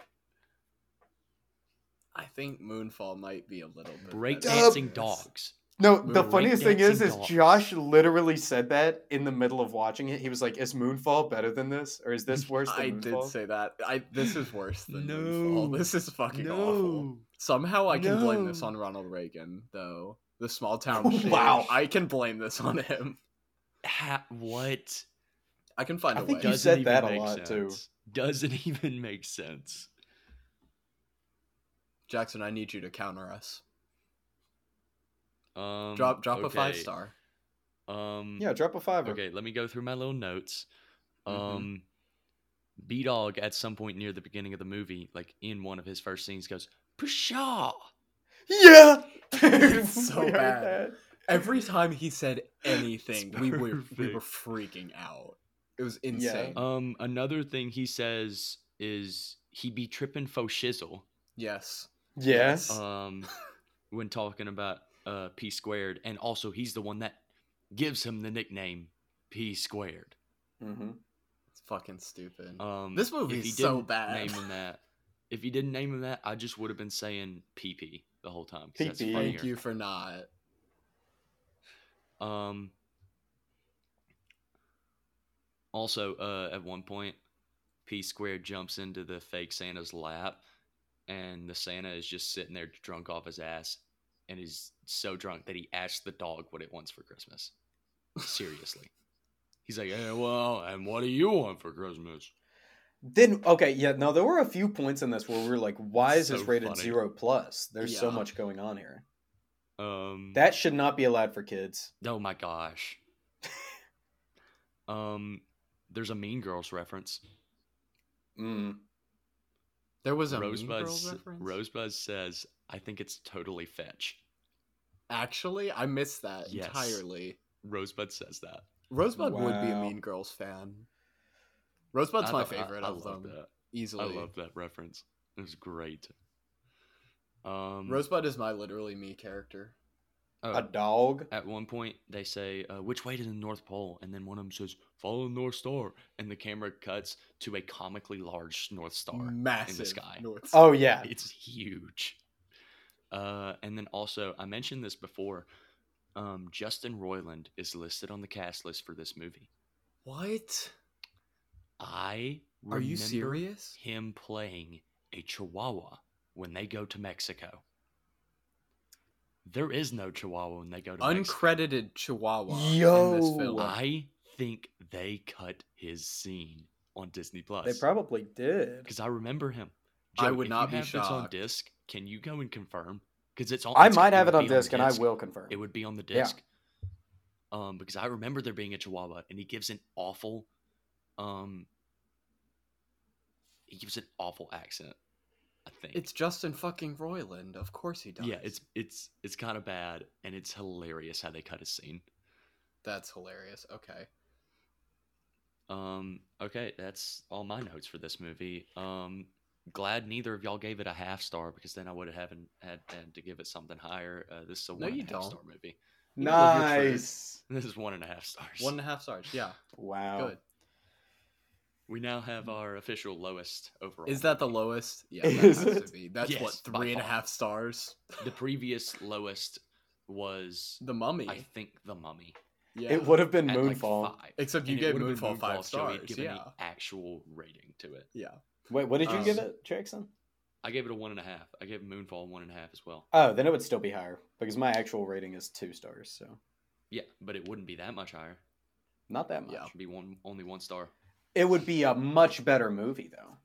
Speaker 3: I think Moonfall might be a little bit
Speaker 2: Break
Speaker 3: better.
Speaker 2: dancing dogs.
Speaker 1: No,
Speaker 2: We
Speaker 1: the
Speaker 2: were
Speaker 1: funniest thing is,
Speaker 2: breakdancing
Speaker 1: is
Speaker 2: dogs.
Speaker 1: Josh literally said that in the middle of watching it. He was like, "Is Moonfall better than this, or is this worse than
Speaker 3: I
Speaker 1: Moonfall?"
Speaker 3: did say that. I this is worse than
Speaker 2: No.
Speaker 3: Moonfall. This is fucking awful. Somehow I can blame this
Speaker 2: No.
Speaker 3: on Ronald Reagan, though. The small town shit.
Speaker 1: Wow.
Speaker 3: I can blame this on him.
Speaker 2: Ha- what?
Speaker 3: I can find
Speaker 1: I
Speaker 3: a
Speaker 1: think
Speaker 3: way.
Speaker 1: you
Speaker 2: Doesn't
Speaker 1: said
Speaker 2: even
Speaker 1: that a
Speaker 2: make
Speaker 1: lot, too.
Speaker 2: sense. Doesn't even make sense.
Speaker 3: Jackson, I need you to counter us.
Speaker 2: Um,
Speaker 3: Drop drop a five
Speaker 2: okay,
Speaker 3: star.
Speaker 2: Um,
Speaker 1: Yeah, drop a fiver.
Speaker 2: Okay, let me go through my little notes.
Speaker 1: Mhm.
Speaker 2: Um,
Speaker 3: Mm-hmm.
Speaker 2: B Dog at some point near the beginning of the movie, like in one of his first scenes, goes pshaw.
Speaker 1: Yeah,
Speaker 3: It's so
Speaker 1: We heard
Speaker 3: bad. Every time he said anything,
Speaker 2: It's
Speaker 3: we were we
Speaker 2: perfect.
Speaker 3: were freaking out. It was insane.
Speaker 2: Um, another thing he says is he be tripping fo shizzle.
Speaker 3: Yes.
Speaker 1: Yes.
Speaker 2: Um, when talking about uh P squared, and also he's the one that gives him the nickname P squared.
Speaker 1: hmm
Speaker 3: It's fucking stupid.
Speaker 2: Um,
Speaker 3: This
Speaker 2: if
Speaker 3: movie
Speaker 2: he
Speaker 3: is so
Speaker 2: didn't
Speaker 3: bad.
Speaker 2: Name him that. If he didn't name him that, I just would have been saying PP the whole time. 'cause that's
Speaker 1: PP.
Speaker 2: funnier.
Speaker 3: Thank you for not.
Speaker 2: Um. Also, uh, at one point, P Square jumps into the fake Santa's lap, and the Santa is just sitting there drunk off his ass, and is so drunk that he asks the dog what it wants for Christmas. Seriously, he's like, "Hey, well, and what do you want for Christmas?"
Speaker 1: Then okay, yeah. Now there were a few points in this where we were like, "Why is this
Speaker 2: So
Speaker 1: rated
Speaker 2: funny.
Speaker 1: zero plus?" There's so
Speaker 3: Yeah.
Speaker 1: much going on here.
Speaker 2: Um,
Speaker 1: That should not be allowed for kids.
Speaker 2: Oh my gosh. um, there's a Mean Girls reference.
Speaker 1: Mm.
Speaker 3: There was a Mean
Speaker 2: Rosebud,
Speaker 3: Girls
Speaker 2: s-
Speaker 3: reference?
Speaker 2: Rosebud says, "I think it's totally fetch."
Speaker 3: Actually, I missed that
Speaker 2: Yes.
Speaker 3: entirely.
Speaker 2: Rosebud says that.
Speaker 3: Rosebud would be a
Speaker 1: Wow.
Speaker 3: Mean Girls fan. Rosebud's
Speaker 2: I
Speaker 3: my
Speaker 2: thought- I-
Speaker 3: favorite
Speaker 2: I,
Speaker 3: of
Speaker 2: love
Speaker 3: them,
Speaker 2: that. I
Speaker 3: easily.
Speaker 2: love that reference. It was great. Um,
Speaker 3: Rosebud is my literally me character.
Speaker 2: oh,
Speaker 1: A dog.
Speaker 2: at one point they say, uh, "Which way to the North Pole?" And then one of them says, "Follow the North Star." And the camera cuts to a comically large North Star.
Speaker 3: Massive
Speaker 2: sky.
Speaker 3: North Star.
Speaker 1: Oh yeah.
Speaker 2: It's huge. Uh, and then also, I mentioned this before. Um, Justin Roiland is listed on the cast list for this movie.
Speaker 3: What?
Speaker 2: I
Speaker 3: Are you
Speaker 2: remember
Speaker 3: serious?
Speaker 2: him playing a chihuahua when they go to Mexico. There is no chihuahua when they go to Mexico.
Speaker 3: Uncredited Chihuahua in this
Speaker 1: Yo.
Speaker 3: film.
Speaker 2: I think they cut his scene on Disney Plus.
Speaker 1: They probably did.
Speaker 2: because I remember him.
Speaker 3: I would
Speaker 2: if
Speaker 3: not
Speaker 2: you
Speaker 3: be
Speaker 2: have This on
Speaker 3: shocked.
Speaker 2: disc. Can you go and confirm? Because it's on.
Speaker 1: I
Speaker 2: it's-
Speaker 1: might have
Speaker 2: would
Speaker 1: it on
Speaker 2: be
Speaker 1: disc, and I will confirm.
Speaker 2: It would be on the
Speaker 1: Yeah.
Speaker 2: disc. Um, because I remember there being a Chihuahua, and he gives an awful, um, he gives an awful accent. I think
Speaker 3: It's Justin fucking Roiland. Of course he does.
Speaker 2: yeah, it's it's it's kind of bad, and it's hilarious how they cut his scene.
Speaker 3: that's hilarious. Okay.
Speaker 2: Um, okay, that's all my notes for this movie. Um, glad neither of y'all gave it a half star because then I would have haven't had, had to give it something higher. Uh, this is a
Speaker 3: No,
Speaker 2: one and a
Speaker 3: you
Speaker 2: half
Speaker 3: don't.
Speaker 2: star movie. Well, you're true.
Speaker 1: nice.
Speaker 2: This is one and a half stars.
Speaker 3: One and a half stars. Yeah.
Speaker 1: Wow.
Speaker 3: Good.
Speaker 2: We now have our official lowest overall.
Speaker 3: Is that the
Speaker 2: movie.
Speaker 3: lowest? Yeah, that
Speaker 1: Is
Speaker 3: has
Speaker 1: it?
Speaker 3: to be. That's what
Speaker 2: Yes, by
Speaker 3: three and a
Speaker 2: far.
Speaker 3: half stars.
Speaker 2: The previous lowest was
Speaker 3: The Mummy.
Speaker 2: I think the Mummy.
Speaker 3: yeah.
Speaker 1: It would have been
Speaker 2: at
Speaker 1: Moonfall.
Speaker 2: Like five.
Speaker 3: Except you
Speaker 2: And it
Speaker 3: gave
Speaker 2: would've been
Speaker 3: Moonfall five
Speaker 2: so we had
Speaker 3: stars.
Speaker 2: given
Speaker 3: Yeah.
Speaker 2: the actual rating to it.
Speaker 3: Yeah.
Speaker 1: Wait, what did you
Speaker 3: Um,
Speaker 1: give it, Jackson?
Speaker 2: I gave it a one and a half. I gave Moonfall one and a half as well.
Speaker 1: Oh, then it would still be higher because my actual rating is two stars, so
Speaker 2: Yeah, but it wouldn't be that much higher.
Speaker 1: not that much.
Speaker 3: Yeah.
Speaker 2: It should be one only one star.
Speaker 1: It would be a much better movie, though.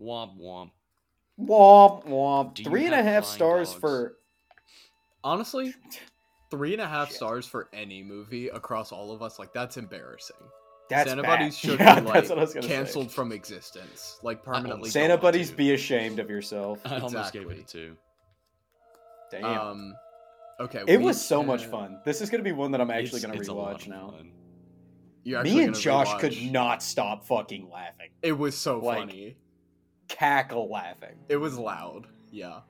Speaker 2: Womp womp.
Speaker 1: Womp womp.
Speaker 2: Do you
Speaker 1: Three and a
Speaker 2: have
Speaker 1: half
Speaker 2: flying
Speaker 1: stars
Speaker 2: dogs?
Speaker 1: for
Speaker 3: Honestly, three and a half
Speaker 1: Shit.
Speaker 3: stars for any movie across all of us, like that's embarrassing.
Speaker 1: that's
Speaker 3: Santa
Speaker 1: bad.
Speaker 3: Buddies should
Speaker 1: Yeah,
Speaker 3: be
Speaker 1: that's what I was gonna
Speaker 3: like
Speaker 1: say.
Speaker 3: canceled from existence, like permanently.
Speaker 1: Santa
Speaker 3: gone,
Speaker 1: Buddies,
Speaker 3: dude.
Speaker 1: be ashamed of yourself.
Speaker 2: I almost gave it a
Speaker 3: Exactly.
Speaker 2: two.
Speaker 1: Damn.
Speaker 3: Um, okay,
Speaker 1: it
Speaker 3: we
Speaker 1: was so much
Speaker 3: can-
Speaker 1: fun. This is gonna be one that I'm actually
Speaker 2: uh, It's-
Speaker 1: gonna
Speaker 2: it's a lot
Speaker 1: rewatch
Speaker 2: of
Speaker 1: now.
Speaker 2: fun.
Speaker 3: You're
Speaker 1: Me
Speaker 3: actually
Speaker 1: and
Speaker 3: gonna
Speaker 1: Josh could
Speaker 3: rewatch.
Speaker 1: not stop fucking laughing,
Speaker 3: It was so
Speaker 1: like-
Speaker 3: funny.
Speaker 1: cackle laughing.
Speaker 3: It was loud. Yeah,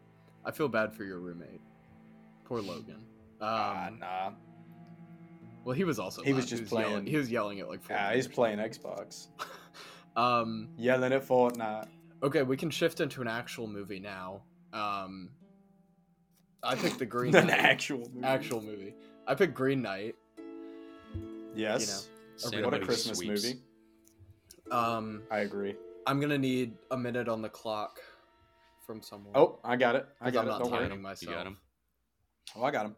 Speaker 3: I feel bad for your roommate. Poor Logan. Um,
Speaker 1: Ah, nah.
Speaker 3: well, he was also
Speaker 1: he was
Speaker 3: loud.
Speaker 1: just
Speaker 3: yelling-
Speaker 1: playing-
Speaker 3: he was yelling at like. four
Speaker 1: Ah, he's
Speaker 3: years.
Speaker 1: playing Xbox,
Speaker 3: Um.
Speaker 1: yelling at Fortnite.
Speaker 3: Okay, we can shift into an actual movie now. Um, I picked the Green
Speaker 1: An
Speaker 3: Knight.
Speaker 1: actual movie.
Speaker 3: actual movie. I picked Green Knight.
Speaker 1: Yes.
Speaker 2: Santa
Speaker 1: What a
Speaker 2: Buddies
Speaker 1: Christmas
Speaker 2: sweeps.
Speaker 1: movie.
Speaker 3: Um,
Speaker 1: I agree.
Speaker 3: I'm gonna need a minute on the clock from someone.
Speaker 1: Oh, I got it. I got
Speaker 3: am
Speaker 1: it.
Speaker 3: not
Speaker 1: Don't worry.
Speaker 3: timing
Speaker 2: You
Speaker 3: myself.
Speaker 2: got 'em?
Speaker 1: Oh, I got him.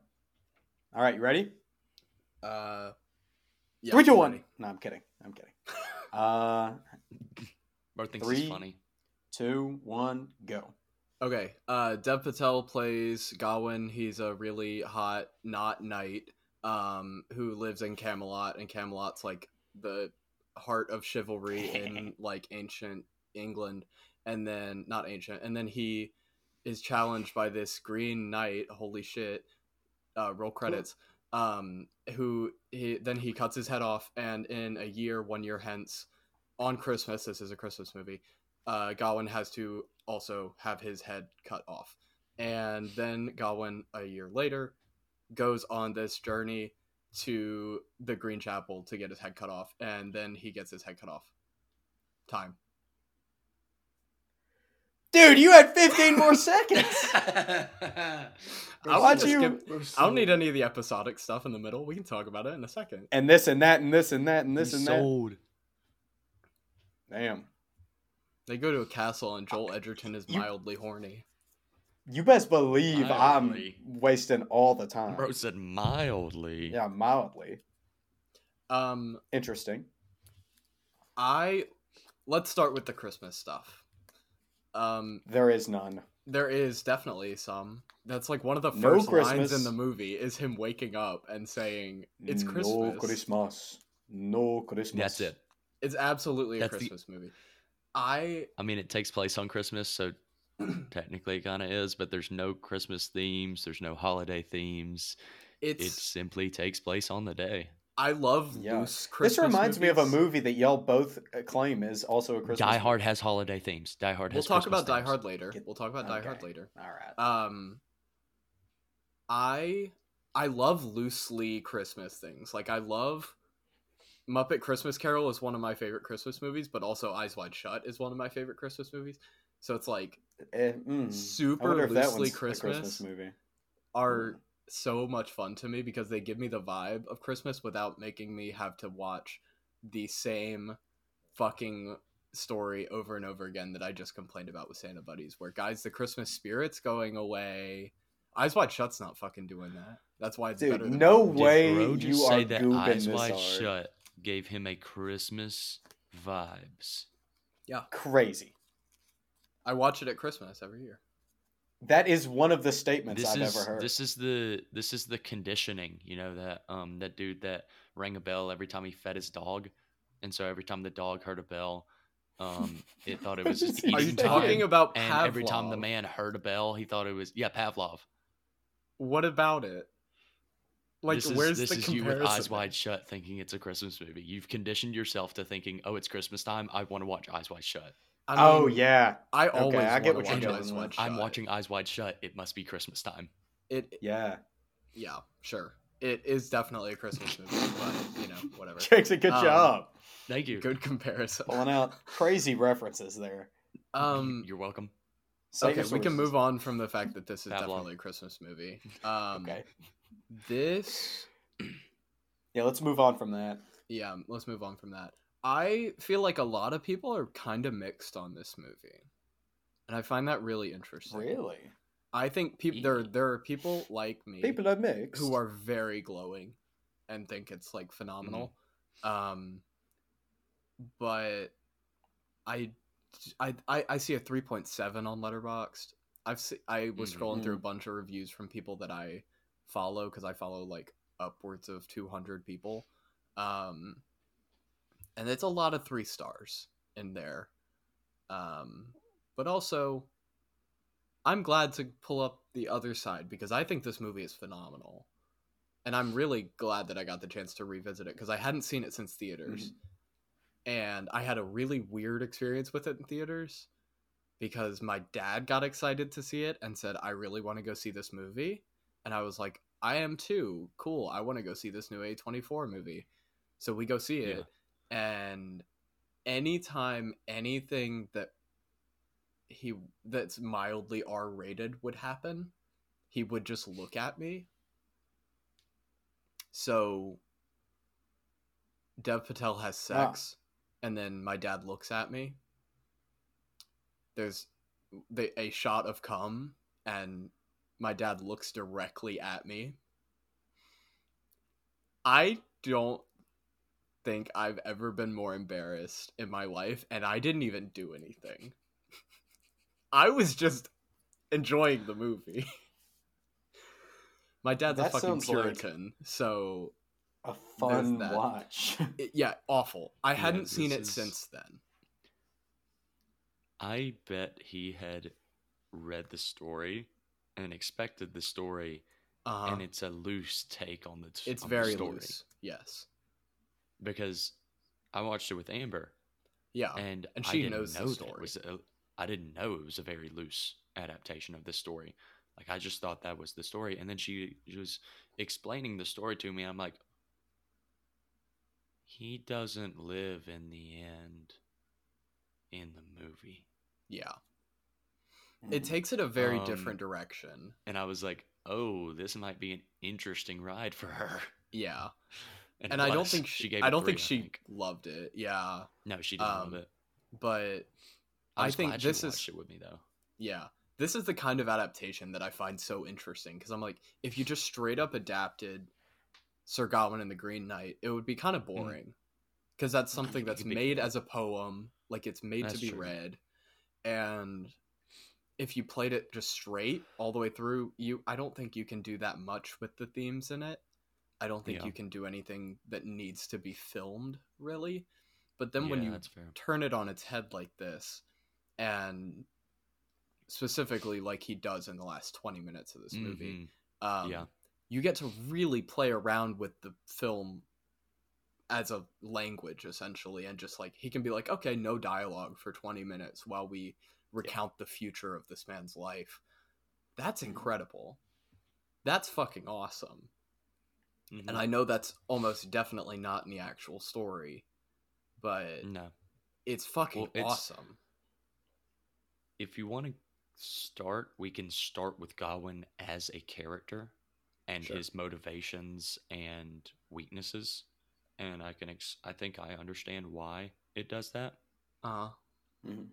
Speaker 1: All right, you ready?
Speaker 3: Uh, yeah,
Speaker 1: Three, two,
Speaker 3: I'm
Speaker 1: one.
Speaker 3: ready.
Speaker 1: No, I'm kidding. I'm kidding. Uh,
Speaker 2: Bart thinks
Speaker 1: Three.
Speaker 2: it's funny.
Speaker 1: two, one, go.
Speaker 3: Okay. Uh, Dev Patel plays Gawain. He's a really hot, not knight, um, who lives in Camelot, and Camelot's like the heart of chivalry in like ancient England, and then not ancient, and then he is challenged by this Green Knight. Holy shit! uh, roll credits. Um, who he then he cuts his head off, and in a year, one year hence, on Christmas, this is a Christmas movie. Uh, Gawain has to also have his head cut off, and then Gawain a year later goes on this journey to the Green Chapel to get his head cut off, and then he gets his head cut off. Time.
Speaker 1: Dude, you had 15 more seconds.
Speaker 3: I
Speaker 1: Why'd
Speaker 3: want
Speaker 1: you-
Speaker 3: I don't need any of the episodic stuff in the middle. We can talk about it in a second.
Speaker 1: And this and that and this and that and this and that.
Speaker 2: sold.
Speaker 1: Damn.
Speaker 3: They go to a castle, and Joel Edgerton is mildly horny.
Speaker 1: You best believe
Speaker 2: Mildly.
Speaker 1: I'm wasting all the time.
Speaker 2: Bro said mildly.
Speaker 1: Yeah, mildly.
Speaker 3: Um,
Speaker 1: Interesting.
Speaker 3: I let's start with the Christmas stuff. Um,
Speaker 1: There is none.
Speaker 3: there is definitely some. That's like one of the
Speaker 1: No
Speaker 3: first lines in
Speaker 1: Christmas.
Speaker 3: the movie is him waking up and saying, "It's
Speaker 1: No
Speaker 3: Christmas."
Speaker 1: Christmas. No Christmas.
Speaker 2: That's it.
Speaker 3: It's absolutely a
Speaker 2: That's the-
Speaker 3: Christmas movie. I
Speaker 2: I mean, it takes place on Christmas, so technically it kind of is, but there's no Christmas themes, there's no holiday themes.
Speaker 3: it's,
Speaker 2: it simply takes place on the day.
Speaker 3: I love
Speaker 1: Yeah.
Speaker 3: loose Christmas.
Speaker 1: this reminds me of a
Speaker 3: movies.
Speaker 1: movie that y'all both claim is also a Christmas.
Speaker 2: Die Hard
Speaker 1: movie.
Speaker 2: has holiday themes. Die Hard
Speaker 3: We'll
Speaker 2: has.
Speaker 3: talk
Speaker 2: Christmas
Speaker 3: about Die
Speaker 2: themes.
Speaker 3: Hard later.
Speaker 1: Get-
Speaker 3: We'll talk about Die Hard
Speaker 1: Okay.
Speaker 3: later.
Speaker 1: All right.
Speaker 3: um i i love loosely christmas things like i love muppet christmas carol is one of my favorite christmas movies but also eyes wide shut is one of my favorite christmas movies so it's like
Speaker 1: Eh, mm. I
Speaker 3: super
Speaker 1: wonder if that
Speaker 3: loosely
Speaker 1: one's
Speaker 3: christmas,
Speaker 1: a Christmas movie. Mm-hmm.
Speaker 3: are so much fun to me because they give me the vibe of christmas without making me have to watch the same fucking story over and over again that I just complained about with Santa Buddies, where guys, the Christmas spirit's going away. Eyes Wide Shut's not fucking doing that. That's why it's better.
Speaker 1: Dude,
Speaker 3: Than
Speaker 1: no
Speaker 3: Bones.
Speaker 2: Did
Speaker 1: way
Speaker 2: Bro just
Speaker 1: you
Speaker 2: say
Speaker 1: are
Speaker 2: that
Speaker 1: gooping
Speaker 2: Eyes
Speaker 1: this
Speaker 2: Wide
Speaker 1: hard.
Speaker 2: Shut gave him a Christmas vibes.
Speaker 1: Crazy.
Speaker 3: I watch it at Christmas every year.
Speaker 1: That is one of the statements
Speaker 2: this
Speaker 1: I've
Speaker 2: is
Speaker 1: ever heard.
Speaker 2: this is the this is the conditioning, you know that um that dude that rang a bell every time he fed his dog, and so every time the dog heard a bell, um it thought it was just
Speaker 1: Are
Speaker 2: eating
Speaker 3: Are you
Speaker 1: Each
Speaker 3: talking
Speaker 2: time,
Speaker 3: about
Speaker 2: and
Speaker 3: Pavlov?
Speaker 2: every time the man heard a bell, he thought it was yeah Pavlov.
Speaker 3: What about it? Like,
Speaker 2: this is,
Speaker 3: where's
Speaker 2: this
Speaker 3: the
Speaker 2: is you
Speaker 3: comparison?
Speaker 2: with eyes wide shut thinking it's a Christmas movie. You've conditioned yourself to thinking, oh, it's Christmas time. I want to watch Eyes Wide Shut.
Speaker 3: I
Speaker 1: oh
Speaker 3: mean,
Speaker 1: yeah,
Speaker 3: I
Speaker 1: Okay,
Speaker 3: always
Speaker 1: I get what
Speaker 3: wanna
Speaker 2: you're
Speaker 3: watch
Speaker 2: doing.
Speaker 3: Eyes Wide
Speaker 2: I'm
Speaker 3: Shut.
Speaker 2: watching Eyes Wide Shut. It must be Christmas time.
Speaker 3: it.
Speaker 1: yeah.
Speaker 3: Yeah, sure. It is definitely a Christmas movie, but you know, whatever.
Speaker 1: Jackson, good
Speaker 3: Um,
Speaker 1: job
Speaker 2: Thank you.
Speaker 3: Good comparison.
Speaker 1: pulling out crazy references there.
Speaker 3: Um,
Speaker 2: You're welcome.
Speaker 1: Cite your
Speaker 3: okay, we can
Speaker 1: sources.
Speaker 3: move on from the fact that this is
Speaker 2: Pavlov.
Speaker 3: definitely a Christmas movie. Um,
Speaker 1: Okay,
Speaker 3: This,
Speaker 1: yeah, let's move on from that.
Speaker 3: yeah, let's move on from that. I feel like a lot of people are kind of mixed on this movie, and I find that really interesting.
Speaker 1: Really,
Speaker 3: I think people there there are people like me
Speaker 1: people are mixed.
Speaker 3: who are very glowing and think it's like phenomenal. Um, but I, I, I I see a three point seven on Letterboxd. I've se- I was
Speaker 2: Mhm.
Speaker 3: scrolling through a bunch of reviews from people that I follow because I follow like upwards of two hundred people, um, and it's a lot of three stars in there. Um, but also, I'm glad to pull up the other side because I think this movie is phenomenal. And I'm really glad that I got the chance to revisit it because I hadn't seen it since theaters. And I had a really weird experience with it in theaters because my dad got excited to see it and said, I really want to go see this movie. And I was like, I am too. Cool. I want to go see this new A24 movie. So we go see it. And anytime anything that he that's mildly R rated would happen, he would just look at me. So Dev Patel has
Speaker 1: Ah.
Speaker 3: sex and then my dad looks at me. There's the, a shot of cum and my dad looks directly at me. I don't think I've ever been more embarrassed in my life, and I didn't even do anything. I was just enjoying the movie. My dad's
Speaker 1: That
Speaker 3: a fucking
Speaker 1: sounds like-
Speaker 3: Puritan, so
Speaker 1: a fun
Speaker 3: that.
Speaker 1: watch.
Speaker 3: it- yeah, awful. I
Speaker 2: Yeah,
Speaker 3: hadn't seen it
Speaker 2: this is-
Speaker 3: since then.
Speaker 2: I bet he had read the story and expected the story
Speaker 3: Uh-huh.
Speaker 2: and it's a loose take on the s-
Speaker 3: it's
Speaker 2: on the
Speaker 3: very
Speaker 2: story.
Speaker 3: loose. Yes.
Speaker 2: because I watched it with Amber
Speaker 3: Yeah.
Speaker 2: and,
Speaker 3: Uh, and
Speaker 2: I
Speaker 3: she
Speaker 2: didn't
Speaker 3: knows the
Speaker 2: know that it
Speaker 3: story.
Speaker 2: was a, I didn't know it was a very loose adaptation of this story. Like I just thought that was the story, and then she, she was explaining the story to me. I'm like, he doesn't live in the end in the movie,
Speaker 3: yeah. It takes it a very
Speaker 2: mm, Um,
Speaker 3: different direction.
Speaker 2: and I was like, oh, this might be an interesting ride for her.
Speaker 3: Yeah.
Speaker 2: And,
Speaker 3: And,
Speaker 2: it
Speaker 3: I don't
Speaker 2: was.
Speaker 3: think she,
Speaker 2: gave
Speaker 3: I
Speaker 2: it
Speaker 3: don't
Speaker 2: three,
Speaker 3: think she
Speaker 2: think.
Speaker 3: loved it. Yeah.
Speaker 2: No, she didn't
Speaker 3: um,
Speaker 2: love it.
Speaker 3: But I
Speaker 2: I, was
Speaker 3: think
Speaker 2: glad she
Speaker 3: this is-
Speaker 2: watched it with me though.
Speaker 3: Yeah. This is the kind of adaptation that I find so interesting because I'm like, if you just straight up adapted Sir Gawain and the Green Knight, it would be kind
Speaker 2: Mm.
Speaker 3: of boring because that's something
Speaker 2: It
Speaker 3: that's
Speaker 2: could be-
Speaker 3: made as a poem, like it's made to
Speaker 2: That's
Speaker 3: be
Speaker 2: true.
Speaker 3: read. And if you played it just straight all the way through, you I don't think you can do that much with the themes in it. I don't think
Speaker 2: Yeah.
Speaker 3: you can do anything that needs to be filmed, really. But then when
Speaker 2: Yeah,
Speaker 3: you
Speaker 2: that's fair.
Speaker 3: turn it on its head like this and specifically like he does in the last 20 minutes of this movie
Speaker 2: Mhm.
Speaker 3: um,
Speaker 2: yeah.
Speaker 3: you get to really play around with the film as a language essentially and just like he can be like okay no dialogue for 20 minutes while we recount the future of this man's life that's
Speaker 2: Mm-hmm.
Speaker 3: incredible that's fucking awesome
Speaker 2: Mm-hmm.
Speaker 3: and i know that's almost definitely not in the actual story but
Speaker 2: no.
Speaker 3: it's
Speaker 2: Mm.
Speaker 3: fucking
Speaker 2: Well, it's-
Speaker 3: awesome.
Speaker 2: if you want to start, we can start with Gawain as a character and
Speaker 3: Sure.
Speaker 2: his motivations and weaknesses, and I can ex- I think I understand why it does that.
Speaker 3: Uh
Speaker 1: Mhm.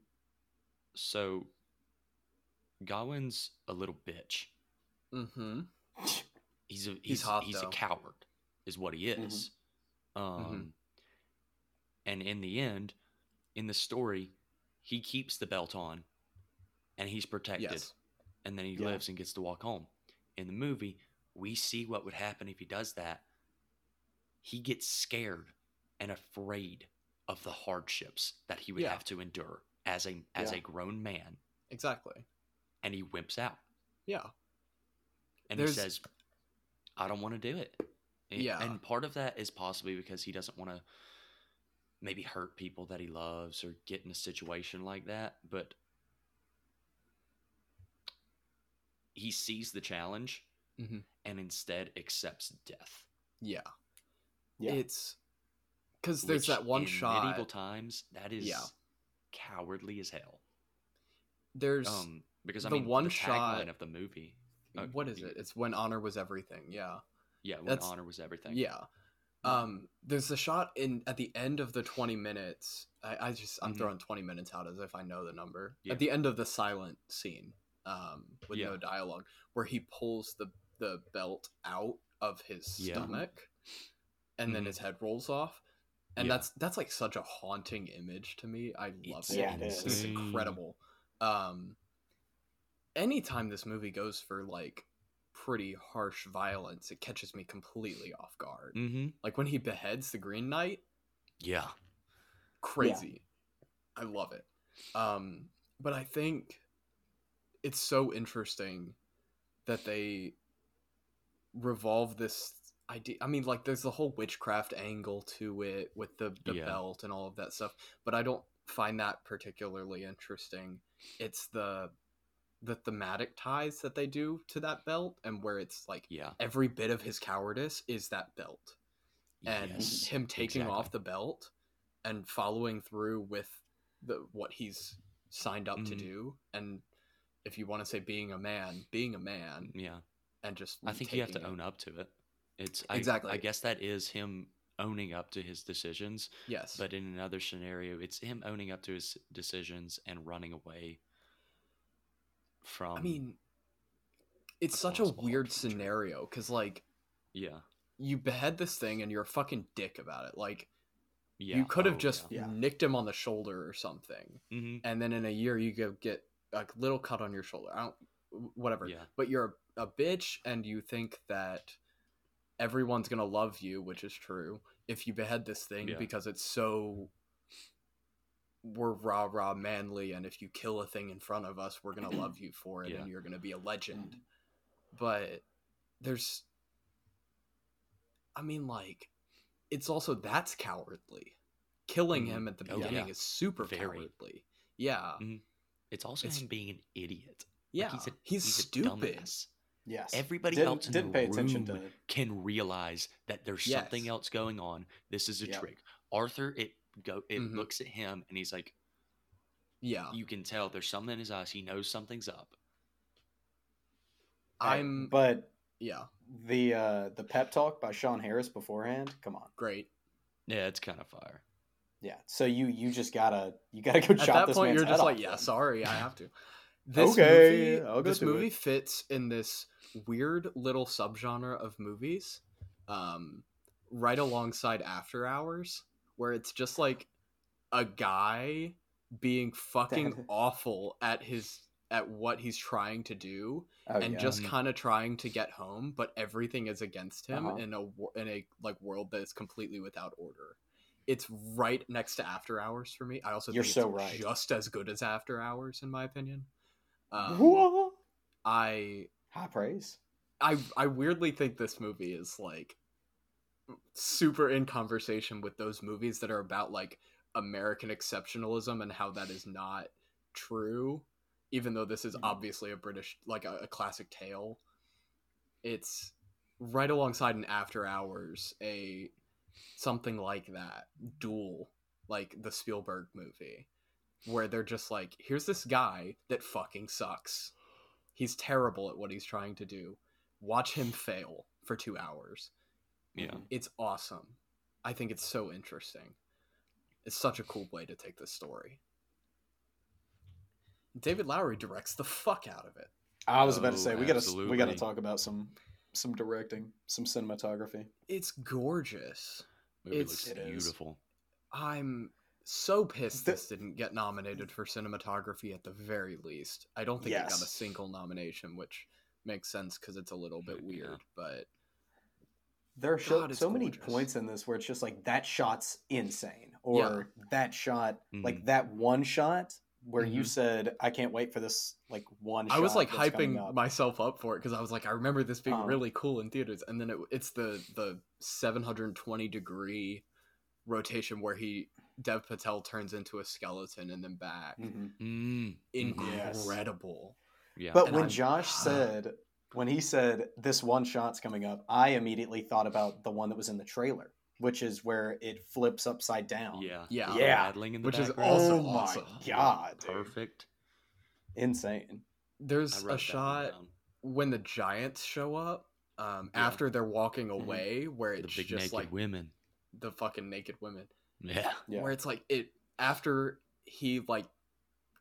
Speaker 2: So Gawain's a little bitch.
Speaker 3: mm-hmm.
Speaker 2: He's a he's
Speaker 3: He's
Speaker 2: he's,
Speaker 3: hot,
Speaker 2: a
Speaker 3: though. Mm-hmm.
Speaker 2: coward is what he
Speaker 1: Mhm.
Speaker 2: is. Um and in the end in the story he keeps the belt on and he's protected.
Speaker 3: Yes.
Speaker 2: and then he
Speaker 1: Yeah.
Speaker 2: lives and gets to walk home. In the movie, we see what would happen if he does that. He gets scared and afraid of the hardships that he would
Speaker 3: Yeah.
Speaker 2: have to endure as a as
Speaker 1: Yeah.
Speaker 2: a grown man,
Speaker 3: Exactly.
Speaker 2: and he wimps out
Speaker 3: Yeah.
Speaker 2: and
Speaker 3: There's-
Speaker 2: he says, "I don't want to do it." And-
Speaker 3: Yeah.
Speaker 2: and part of that is possibly because he doesn't want to maybe hurt people that he loves or get in a situation like that, but he sees the challenge
Speaker 3: Mhm.
Speaker 2: and instead accepts death.
Speaker 3: Yeah.
Speaker 1: Yeah.
Speaker 3: It's because there's
Speaker 2: which
Speaker 3: that one
Speaker 2: in
Speaker 3: shot.
Speaker 2: Medieval times, that is
Speaker 3: Yeah.
Speaker 2: cowardly as hell.
Speaker 3: there's
Speaker 2: Um, because I
Speaker 3: the
Speaker 2: mean,
Speaker 3: one
Speaker 2: the
Speaker 3: shot-
Speaker 2: tagline of the movie, uh,
Speaker 3: what is
Speaker 2: you-
Speaker 3: it? It's when honor was everything. Yeah.
Speaker 2: yeah, when
Speaker 3: That's-
Speaker 2: honor was everything.
Speaker 3: Yeah. Um, there's a shot in at the end of the 20 minutes. I, I just I'm
Speaker 2: Mhm.
Speaker 3: throwing 20 minutes out as if I know the number.
Speaker 2: Yeah.
Speaker 3: At the end of the silent scene, um, with no
Speaker 2: Yeah.
Speaker 3: dialogue, where he pulls the the belt out of his
Speaker 2: Yeah.
Speaker 3: stomach, and then
Speaker 2: Mhm.
Speaker 3: his head rolls off, and
Speaker 2: Yeah.
Speaker 3: that's that's like such a haunting image to me. I love
Speaker 2: It's
Speaker 3: it.
Speaker 1: Yeah, it
Speaker 3: it's
Speaker 1: is.
Speaker 3: incredible. Um, anytime this movie goes for like pretty harsh violence, it catches me completely off guard
Speaker 2: Mm-hmm.
Speaker 3: like when he beheads the green knight
Speaker 2: Yeah.
Speaker 3: crazy i love it um but i think it's so interesting that they revolve this idea i mean like there's the whole witchcraft angle to it with the, the
Speaker 2: Yeah.
Speaker 3: belt and all of that stuff but i don't find that particularly interesting it's the the thematic ties that they do to that belt and where it's like
Speaker 2: Yeah.
Speaker 3: every bit of his cowardice is that belt and
Speaker 2: Yes.
Speaker 3: him taking off
Speaker 2: exactly.
Speaker 3: the belt and following through with the what he's signed up to
Speaker 2: Mhm.
Speaker 3: do and if you want to say being a man being a man
Speaker 2: Yeah.
Speaker 3: and just
Speaker 2: Mm-hmm. I think you have to
Speaker 3: taking it.
Speaker 2: own up to it. It's I, exactly.
Speaker 3: Exactly.
Speaker 2: I guess that is him owning up to his decisions,
Speaker 3: yes
Speaker 2: but in another scenario, it's him owning up to his decisions and running away from.
Speaker 3: i mean it's
Speaker 2: a
Speaker 3: such a
Speaker 2: plausible
Speaker 3: weird
Speaker 2: alternative.
Speaker 3: scenario because like
Speaker 2: yeah,
Speaker 3: you behead this thing and you're a fucking dick about it like
Speaker 2: yeah.
Speaker 3: you could have
Speaker 2: oh,
Speaker 3: just
Speaker 1: yeah. Yeah.
Speaker 3: nicked him on the shoulder or something
Speaker 2: Yeah. hmm
Speaker 3: and then in a year you go get a little cut on your shoulder i don't whatever
Speaker 2: yeah.
Speaker 3: but you're a bitch and you think that everyone's gonna love you, which is true, if you behead this thing
Speaker 2: Yeah.
Speaker 3: because it's so we're rah rah manly, and if you kill a thing in front of us, we're gonna love you for it,
Speaker 2: Yeah.
Speaker 3: and you're gonna be a legend. But there's I mean like it's also that's cowardly. Killing
Speaker 2: Mhm.
Speaker 3: him at the
Speaker 2: Oh, yeah.
Speaker 3: beginning is super
Speaker 2: Very.
Speaker 3: cowardly. Yeah.
Speaker 2: It's also
Speaker 3: It's-
Speaker 2: him being an idiot.
Speaker 3: Yeah.
Speaker 2: Like, he's a,
Speaker 3: he's,
Speaker 2: he's a
Speaker 3: stupid.
Speaker 2: dumbass.
Speaker 1: Yes.
Speaker 2: Everybody
Speaker 1: didn't,
Speaker 2: else in
Speaker 1: didn't
Speaker 2: the
Speaker 1: pay attention to
Speaker 2: room
Speaker 1: it.
Speaker 2: can realize that there's
Speaker 3: Yes.
Speaker 2: something else going on. This is a
Speaker 1: Yep.
Speaker 2: trick. Arthur, it go it
Speaker 3: Mhm.
Speaker 2: looks at him and he's like,
Speaker 3: yeah.
Speaker 2: you can tell there's something in his eyes. He knows something's up.
Speaker 1: Right,
Speaker 3: I'm
Speaker 1: but
Speaker 3: yeah,
Speaker 1: the uh the pep talk by Sean Harris beforehand, come on.
Speaker 3: great.
Speaker 2: Yeah, it's kind of fire.
Speaker 1: Yeah. So you you just gotta you gotta go
Speaker 3: At
Speaker 1: chop
Speaker 3: that
Speaker 1: this
Speaker 3: point
Speaker 1: man's
Speaker 3: you're
Speaker 1: head
Speaker 3: just like,
Speaker 1: off
Speaker 3: yeah,
Speaker 1: then.
Speaker 3: sorry, I have to. This
Speaker 1: Okay,
Speaker 3: movie,
Speaker 1: I'll go
Speaker 3: this
Speaker 1: do it.
Speaker 3: movie fits in this weird little subgenre of movies, um, right alongside After Hours, where it's just like a guy being fucking
Speaker 1: Dad.
Speaker 3: awful at his at what he's trying to do
Speaker 1: Oh,
Speaker 3: and
Speaker 1: yeah.
Speaker 3: just
Speaker 2: Mhm.
Speaker 3: kind of trying to get home, but everything is against him
Speaker 1: Uh-huh.
Speaker 3: in a wor- in a like world that is completely without order. It's right next to After Hours for me. I also
Speaker 1: You're
Speaker 3: think
Speaker 1: so
Speaker 3: it's
Speaker 1: right.
Speaker 3: just as good as After Hours in my opinion.
Speaker 1: uh,
Speaker 3: Um,
Speaker 1: Whoa.
Speaker 3: I
Speaker 1: high praise.
Speaker 3: I I weirdly think this movie is like super in conversation with those movies that are about like American exceptionalism and how that is not true, even though this is
Speaker 1: Mhm.
Speaker 3: obviously a British like a, a classic tale. It's right alongside an After Hours, a something like that duel, like the Spielberg movie, where they're just like, here's this guy that fucking sucks. He's terrible at what he's trying to do. Watch him fail for two hours
Speaker 1: Mm-hmm.
Speaker 2: Yeah.
Speaker 3: it's awesome. I think it's so interesting. It's such a cool way to take this story. David Lowery directs the fuck out of it.
Speaker 1: I was about to
Speaker 2: Oh,
Speaker 1: say we gotta we gotta
Speaker 2: absolutely.
Speaker 1: talk about some some directing, some cinematography.
Speaker 3: It's gorgeous.
Speaker 2: Movie looks
Speaker 3: It's-
Speaker 1: It is.
Speaker 2: beautiful.
Speaker 3: I'm so pissed
Speaker 1: The-
Speaker 3: this didn't get nominated for cinematography at the very least. I don't think it got a
Speaker 1: Yes.
Speaker 3: single nomination, which makes sense because it's a little bit
Speaker 2: Yeah.
Speaker 3: weird. But
Speaker 1: There are so,
Speaker 3: God, it's
Speaker 1: so many
Speaker 3: gorgeous.
Speaker 1: points in this where it's just like that shot's insane, or that shot,
Speaker 2: Mhm.
Speaker 1: like that one shot where you
Speaker 3: Mhm.
Speaker 1: said, "I can't wait for this Mm-hmm. like one."
Speaker 3: I was
Speaker 1: shot
Speaker 3: like
Speaker 1: that's coming
Speaker 3: hyping
Speaker 1: up."
Speaker 3: myself up for it because I was like, I remember this being
Speaker 1: Uh-huh.
Speaker 2: Um,
Speaker 3: really cool in theaters, and then it, it's the the 720 degree rotation where he Dev Patel turns into a skeleton and then back.
Speaker 1: Mhm.
Speaker 2: Mm.
Speaker 1: Yes.
Speaker 3: Incredible.
Speaker 2: Yeah.
Speaker 1: But
Speaker 3: And
Speaker 1: when
Speaker 3: I'm-
Speaker 1: Josh said, when he said this one shot's coming up, I immediately thought about the one that was in the trailer, which is where it flips upside down.
Speaker 2: yeah.
Speaker 3: Yeah.
Speaker 2: The
Speaker 1: Yeah.
Speaker 2: rattling in the
Speaker 3: Which is
Speaker 2: background.
Speaker 3: also
Speaker 1: Oh my
Speaker 3: awesome.
Speaker 1: god, dude.
Speaker 2: Perfect.
Speaker 1: insane.
Speaker 2: I
Speaker 3: There's
Speaker 2: wrote
Speaker 3: a
Speaker 2: that
Speaker 3: shot
Speaker 2: down.
Speaker 3: when the giants show up um,
Speaker 2: Yeah. Mm-hmm.
Speaker 3: after they're walking
Speaker 1: Mhm.
Speaker 3: away, where
Speaker 2: The
Speaker 3: it's
Speaker 2: big
Speaker 3: just
Speaker 2: naked
Speaker 3: like
Speaker 2: women.
Speaker 3: the fucking naked women.
Speaker 2: Yeah.
Speaker 1: Yeah.
Speaker 3: where it's like it after he like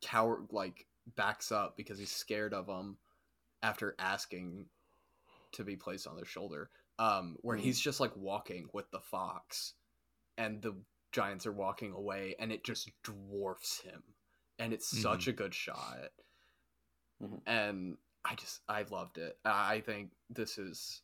Speaker 3: cower like backs up because he's scared of him after asking to be placed on their shoulder um where
Speaker 1: Mhm.
Speaker 3: he's just like walking with the fox and the giants are walking away and it just dwarfs him and it's such a good shot
Speaker 1: Mhm.
Speaker 3: and i just i loved it i I think this is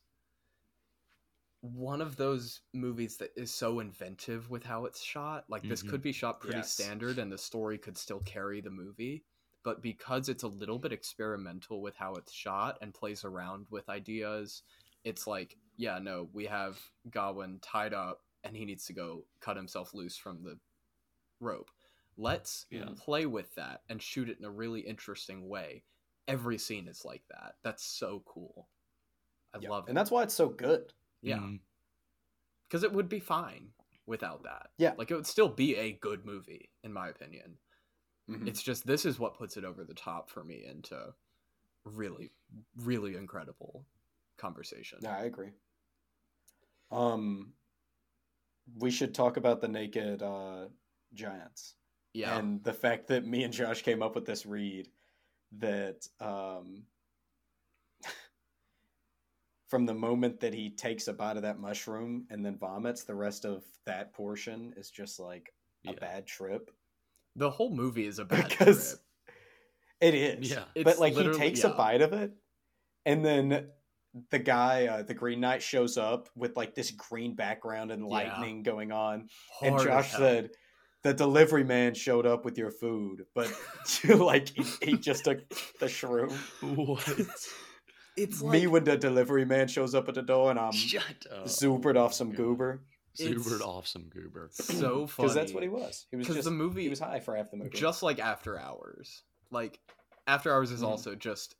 Speaker 3: one of those movies that is so inventive with how it's shot like this
Speaker 2: Mhm.
Speaker 3: could be shot pretty
Speaker 1: Yes.
Speaker 3: standard and the story could still carry the movie but because it's a little bit experimental with how it's shot and plays around with ideas it's like yeah no we have godwin tied up and he needs to go cut himself loose from the rope let's
Speaker 2: Yeah.
Speaker 3: play with that and shoot it in a really interesting way every scene is like that that's so cool i
Speaker 1: Yeah.
Speaker 3: love it
Speaker 1: and that's why it's so good.
Speaker 3: Yeah.
Speaker 2: Mhm.
Speaker 3: because it would be fine without that
Speaker 1: Yeah.
Speaker 3: like it would still be a good movie in my opinion
Speaker 1: Mhm.
Speaker 3: it's just this is what puts it over the top for me into really really incredible conversation
Speaker 1: Yeah, I agree. Um, we should talk about the naked uh, giants
Speaker 3: yeah
Speaker 1: and the fact that me and Josh came up with this read that um, from the moment that he takes a bite of that mushroom and then vomits, the rest of that portion is just like a
Speaker 2: Yeah.
Speaker 1: bad trip
Speaker 3: the whole movie is a bad
Speaker 1: Because-
Speaker 3: trip
Speaker 1: It is.
Speaker 2: Yeah.
Speaker 3: It's
Speaker 1: but like he
Speaker 3: literally-
Speaker 1: takes a
Speaker 3: yeah.
Speaker 1: bite of it, and then the guy, uh, the Green Knight, shows up with like this green background and lightning going on. and
Speaker 3: Hard as
Speaker 1: Josh
Speaker 3: hell.
Speaker 1: said, "The delivery man showed up with your food, but like he, he just took the shroom."
Speaker 2: What?
Speaker 3: It's like
Speaker 1: Me when the delivery man shows up at the door and I'm
Speaker 2: Shut up.
Speaker 1: zoopered off some
Speaker 2: God.
Speaker 1: goober.
Speaker 2: Zoopered
Speaker 3: Um, It's-
Speaker 2: off some goober.
Speaker 3: so funny.
Speaker 1: Because that's what he was. He was
Speaker 3: 'Cause
Speaker 1: just
Speaker 3: the movie
Speaker 1: he was high for half the movie.
Speaker 3: just like After Hours. Like After Hours is
Speaker 1: Mhm.
Speaker 3: also just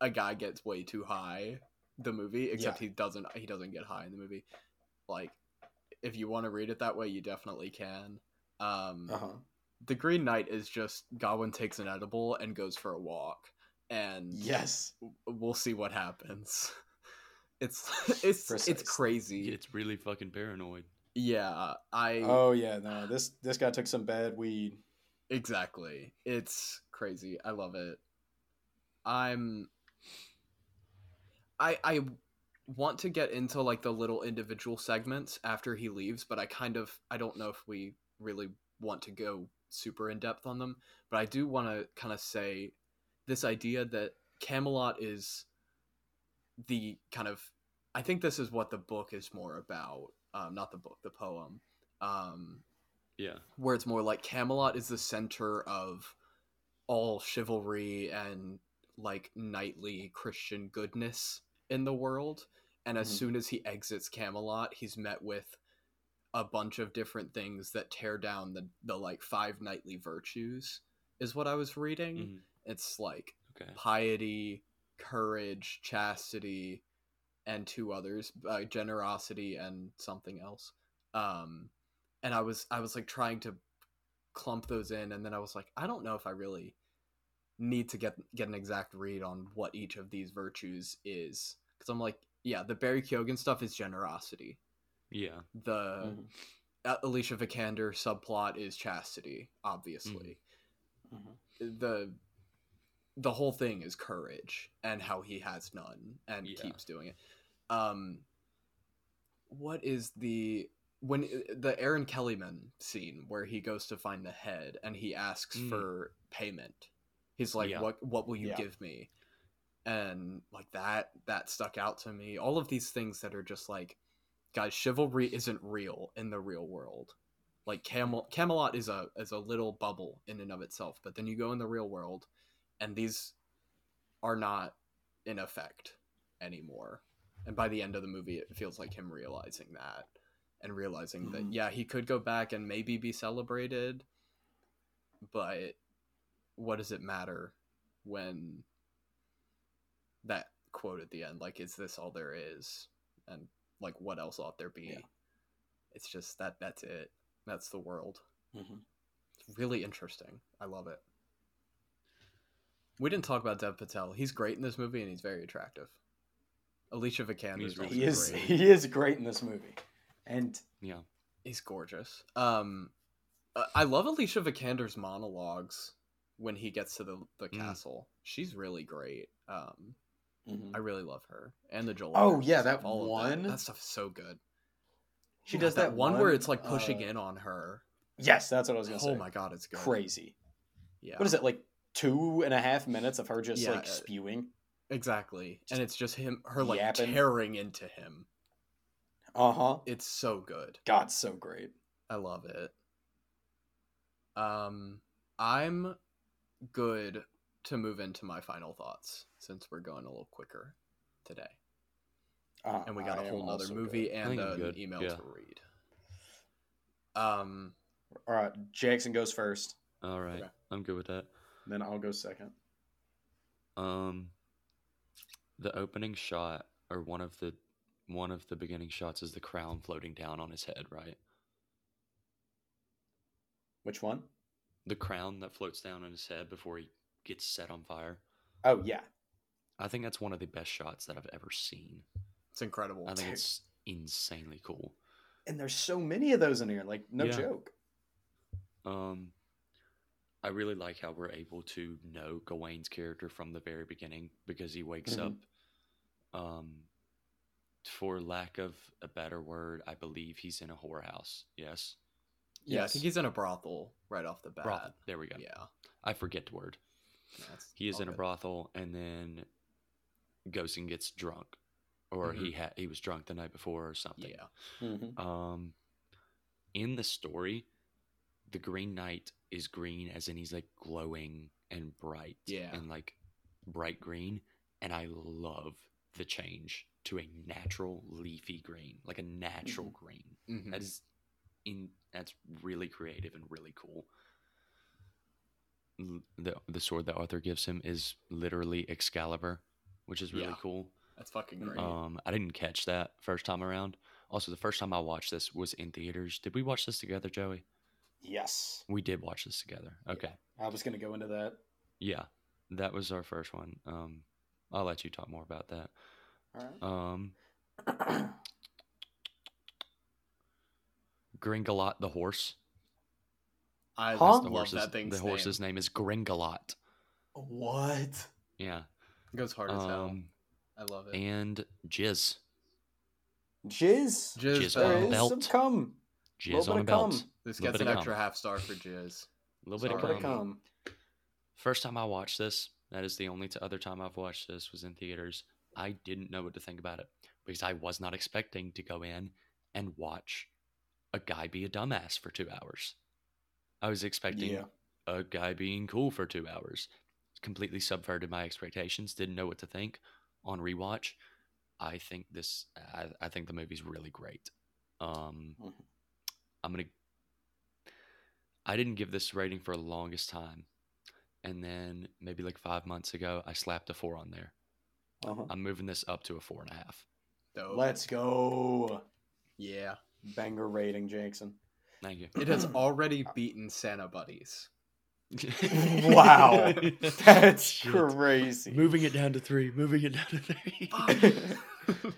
Speaker 3: a guy gets way too high. The movie, except he doesn't. He doesn't get high in the movie. Like, if you want to read it that way, you definitely can. Um,
Speaker 1: uh-huh.
Speaker 3: The Green Knight is just Godwin takes an edible and goes for a walk, and
Speaker 1: Yes.
Speaker 3: we'll see what happens. It's it's
Speaker 1: Precisely.
Speaker 3: it's crazy.
Speaker 2: It's really fucking paranoid.
Speaker 3: yeah, I
Speaker 1: Oh yeah, no. This this guy took some bad weed.
Speaker 3: Exactly. It's crazy. I love it. I'm I I want to get into like the little individual segments after he leaves, but I kind of I don't know if we really want to go super in depth on them, but I do want to kind of say this idea that Camelot is the kind of I think this is what the book is more about. Um, not the book, the poem. Um,
Speaker 2: Yeah.
Speaker 3: where it's more like Camelot is the center of all chivalry and like knightly Christian goodness in the world. And as
Speaker 1: Mhm.
Speaker 3: soon as he exits Camelot, he's met with a bunch of different things that tear down the, the like five knightly virtues, is what I was reading.
Speaker 2: Mhm.
Speaker 3: It's like
Speaker 2: Mm-hmm. Okay.
Speaker 3: piety, courage, chastity, and two others, uh, generosity and something else. Um, and I was I was like trying to clump those in, and then I was like, I don't know if I really need to get get an exact read on what each of these virtues is, because I'm like, yeah, the Barry Keoghan stuff is generosity.
Speaker 2: Yeah.
Speaker 3: The
Speaker 1: Mhm.
Speaker 3: A- Alicia Vikander subplot is chastity, obviously
Speaker 1: Mhm.
Speaker 3: the the whole thing is courage and how he has none and
Speaker 2: Yeah.
Speaker 3: keeps doing it. Um what is the when the Aaron Kellyman scene where he goes to find the head and he asks
Speaker 2: Mm.
Speaker 3: for payment. He's like
Speaker 2: Yeah.
Speaker 3: what what will you
Speaker 1: Yeah.
Speaker 3: give me? And like that that stuck out to me. All of these things that are just like guys chivalry isn't real in the real world like Camel- camelot is a is a little bubble in and of itself but then you go in the real world and these are not in effect anymore and by the end of the movie it feels like him realizing that and realizing that
Speaker 1: Mhm.
Speaker 3: yeah he could go back and maybe be celebrated but what does it matter when that quote at the end like is this all there is and like what else ought there be
Speaker 1: Yeah.
Speaker 3: it's just that that's it that's the world
Speaker 1: Mhm.
Speaker 3: it's really interesting i love it we didn't talk about dev patel he's great in this movie and he's very attractive alicia vikander
Speaker 2: He's
Speaker 3: is
Speaker 2: really
Speaker 1: He is
Speaker 3: great.
Speaker 1: he is great in this movie. And
Speaker 2: Yeah.
Speaker 3: he's gorgeous um uh, i love alicia vikander's monologues when he gets to the, the
Speaker 2: Mm.
Speaker 3: castle she's really great um
Speaker 1: mhm.
Speaker 3: i really love her and the joel
Speaker 1: Oh,
Speaker 3: Edgerton
Speaker 1: yeah,
Speaker 3: stuff,
Speaker 1: that
Speaker 3: all of
Speaker 1: one.
Speaker 3: that, that stuff is so good
Speaker 1: she
Speaker 3: Yeah,
Speaker 1: does that,
Speaker 3: one, where it's like
Speaker 1: uh,
Speaker 3: pushing in on her.
Speaker 1: Yes, that's what I was gonna
Speaker 3: Oh
Speaker 1: say.
Speaker 3: my god, it's good.
Speaker 1: Crazy.
Speaker 3: Yeah,
Speaker 1: What is it, like two and a half minutes of her just
Speaker 3: Yeah,
Speaker 1: like
Speaker 3: uh,
Speaker 1: spewing?
Speaker 3: exactly? And it's just him, her like
Speaker 1: Yapping.
Speaker 3: tearing into him.
Speaker 1: Uh-huh.
Speaker 3: It's so good.
Speaker 1: God, so great.
Speaker 3: I love it. Um, I'm good to move into my final thoughts since we're going a little quicker today,
Speaker 1: Uh,
Speaker 3: and we got
Speaker 1: a
Speaker 3: a whole nother movie and
Speaker 2: think I'm
Speaker 3: an
Speaker 2: good,
Speaker 3: email
Speaker 2: yeah.
Speaker 3: to read. Um,
Speaker 1: All right, Jackson goes first,
Speaker 2: All right.
Speaker 3: Okay.
Speaker 2: I'm good with that.
Speaker 1: then I'll go second.
Speaker 2: Um, the opening shot or one of the one of the beginning shots is the crown floating down on his head, right?
Speaker 1: Which one?
Speaker 2: The crown that floats down on his head before he gets set on fire.
Speaker 1: Oh yeah.
Speaker 2: I think that's one of the best shots that I've ever seen.
Speaker 3: it's incredible.
Speaker 2: I think
Speaker 1: Dude.
Speaker 2: it's insanely cool.
Speaker 1: And there's so many of those in here, like no
Speaker 2: Yeah.
Speaker 1: joke.
Speaker 2: Um, I really like how we're able to know Gawain's character from the very beginning because he wakes
Speaker 1: Mhm.
Speaker 2: up. Um, for lack of a better word, I believe he's in a whorehouse. Yes,
Speaker 3: yeah, I
Speaker 1: Yes.
Speaker 3: think he's in a brothel right off the bat.
Speaker 2: brothel. There we go.
Speaker 3: Yeah,
Speaker 2: I forget the word.
Speaker 3: that's
Speaker 2: He is
Speaker 3: all
Speaker 2: in a
Speaker 3: good.
Speaker 2: brothel, and then goes and gets drunk, or he had he was drunk the night before or something.
Speaker 3: Mm-hmm. Yeah.
Speaker 1: Mhm.
Speaker 2: Um, in the story, the Green Knight is green, as in he's like glowing and bright,
Speaker 3: Yeah.
Speaker 2: and like bright green. And I love the change to a natural leafy green, like a natural green.
Speaker 3: Mhm.
Speaker 2: That is in that's really creative and really cool. L- The the sword that Arthur gives him is literally Excalibur, which is really
Speaker 3: Yeah.
Speaker 2: cool.
Speaker 3: That's fucking
Speaker 1: Mm,
Speaker 3: great.
Speaker 2: Um, I didn't catch that first time around. Also, the first time I watched this was in theaters. Did we watch this together, Joey?
Speaker 1: Yes.
Speaker 2: We did watch this together. Okay.
Speaker 1: I was going to go into that.
Speaker 2: Yeah. That was our first one. Um, I'll let you talk more about that.
Speaker 1: All
Speaker 2: Um,
Speaker 1: right.
Speaker 2: Gringalot the horse.
Speaker 3: I
Speaker 1: Huh?
Speaker 3: just
Speaker 2: The
Speaker 3: love
Speaker 2: horse's,
Speaker 3: that thing's
Speaker 2: the horse's name is Gringalot.
Speaker 1: what?
Speaker 2: Yeah.
Speaker 3: name. goes hard as hell.
Speaker 2: Um,
Speaker 3: I love it.
Speaker 2: and Jizz.
Speaker 1: Jizz.
Speaker 3: Jizz
Speaker 2: Jizz
Speaker 1: There
Speaker 2: on a
Speaker 1: is
Speaker 3: belt.
Speaker 2: belt.
Speaker 1: some cum.
Speaker 2: Jizz
Speaker 1: Little
Speaker 2: on a
Speaker 1: bit of
Speaker 2: belt.
Speaker 1: cum.
Speaker 3: This
Speaker 2: Little
Speaker 3: gets
Speaker 2: bit
Speaker 3: an
Speaker 2: of
Speaker 3: extra
Speaker 2: cum.
Speaker 3: half star for jizz.
Speaker 2: A little bit
Speaker 1: Little
Speaker 3: Sorry.
Speaker 2: of
Speaker 1: bit of
Speaker 2: cum.
Speaker 1: cum.
Speaker 2: First time I watched this, that is the only t- other time I've watched this was in theaters. I didn't know what to think about it because I was not expecting to go in and watch a guy be a dumbass for two hours. I was expecting
Speaker 1: Yeah.
Speaker 2: a guy being cool for two hours. Completely subverted my expectations. Didn't know what to think on rewatch. I think this. I, I think the movie's really great. Um,
Speaker 1: Mhm.
Speaker 2: I'm gonna. I didn't give this rating for the longest time, and then maybe like five months ago, I slapped a four on there.
Speaker 1: Uh-huh.
Speaker 2: I'm moving this up to a four and a half. Uh-huh.
Speaker 3: Dope.
Speaker 1: Let's go.
Speaker 3: yeah.
Speaker 1: Banger rating, Jackson.
Speaker 2: Thank you.
Speaker 3: It has already beaten Santa Buddies.
Speaker 1: Wow. That's
Speaker 2: Shit.
Speaker 1: crazy.
Speaker 2: Moving it down to three. Moving it down to three. Mm.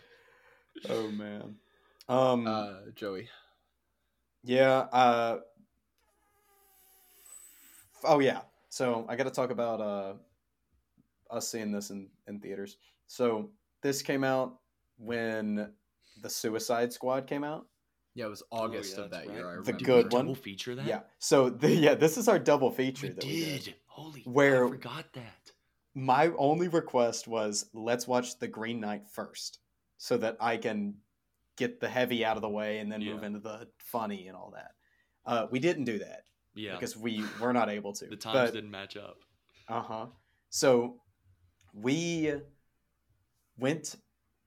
Speaker 1: Oh man. Um
Speaker 3: uh, Joey.
Speaker 1: yeah, uh Oh yeah. So I got to talk about uh us seeing this in in theaters. So this came out when the Suicide Squad came out.
Speaker 3: Oh, Yeah, it was August
Speaker 2: Oh, yeah,
Speaker 3: of that
Speaker 2: that's
Speaker 3: year. I
Speaker 2: right.
Speaker 3: remember.
Speaker 1: The good
Speaker 2: we
Speaker 1: one.
Speaker 2: Double feature that.
Speaker 1: Yeah. So the, yeah, this is our double feature
Speaker 2: We
Speaker 1: that
Speaker 2: did.
Speaker 1: we did.
Speaker 2: Holy.
Speaker 1: Where-
Speaker 2: I forgot that.
Speaker 1: My only request was let's watch The Green Knight first so that I can get the heavy out of the way and then move
Speaker 2: Yeah.
Speaker 1: into the funny and all that. Uh, we didn't do that
Speaker 2: Yeah.
Speaker 1: because we were not able to.
Speaker 2: the times
Speaker 1: but-
Speaker 2: didn't match up.
Speaker 1: Uh huh. So we went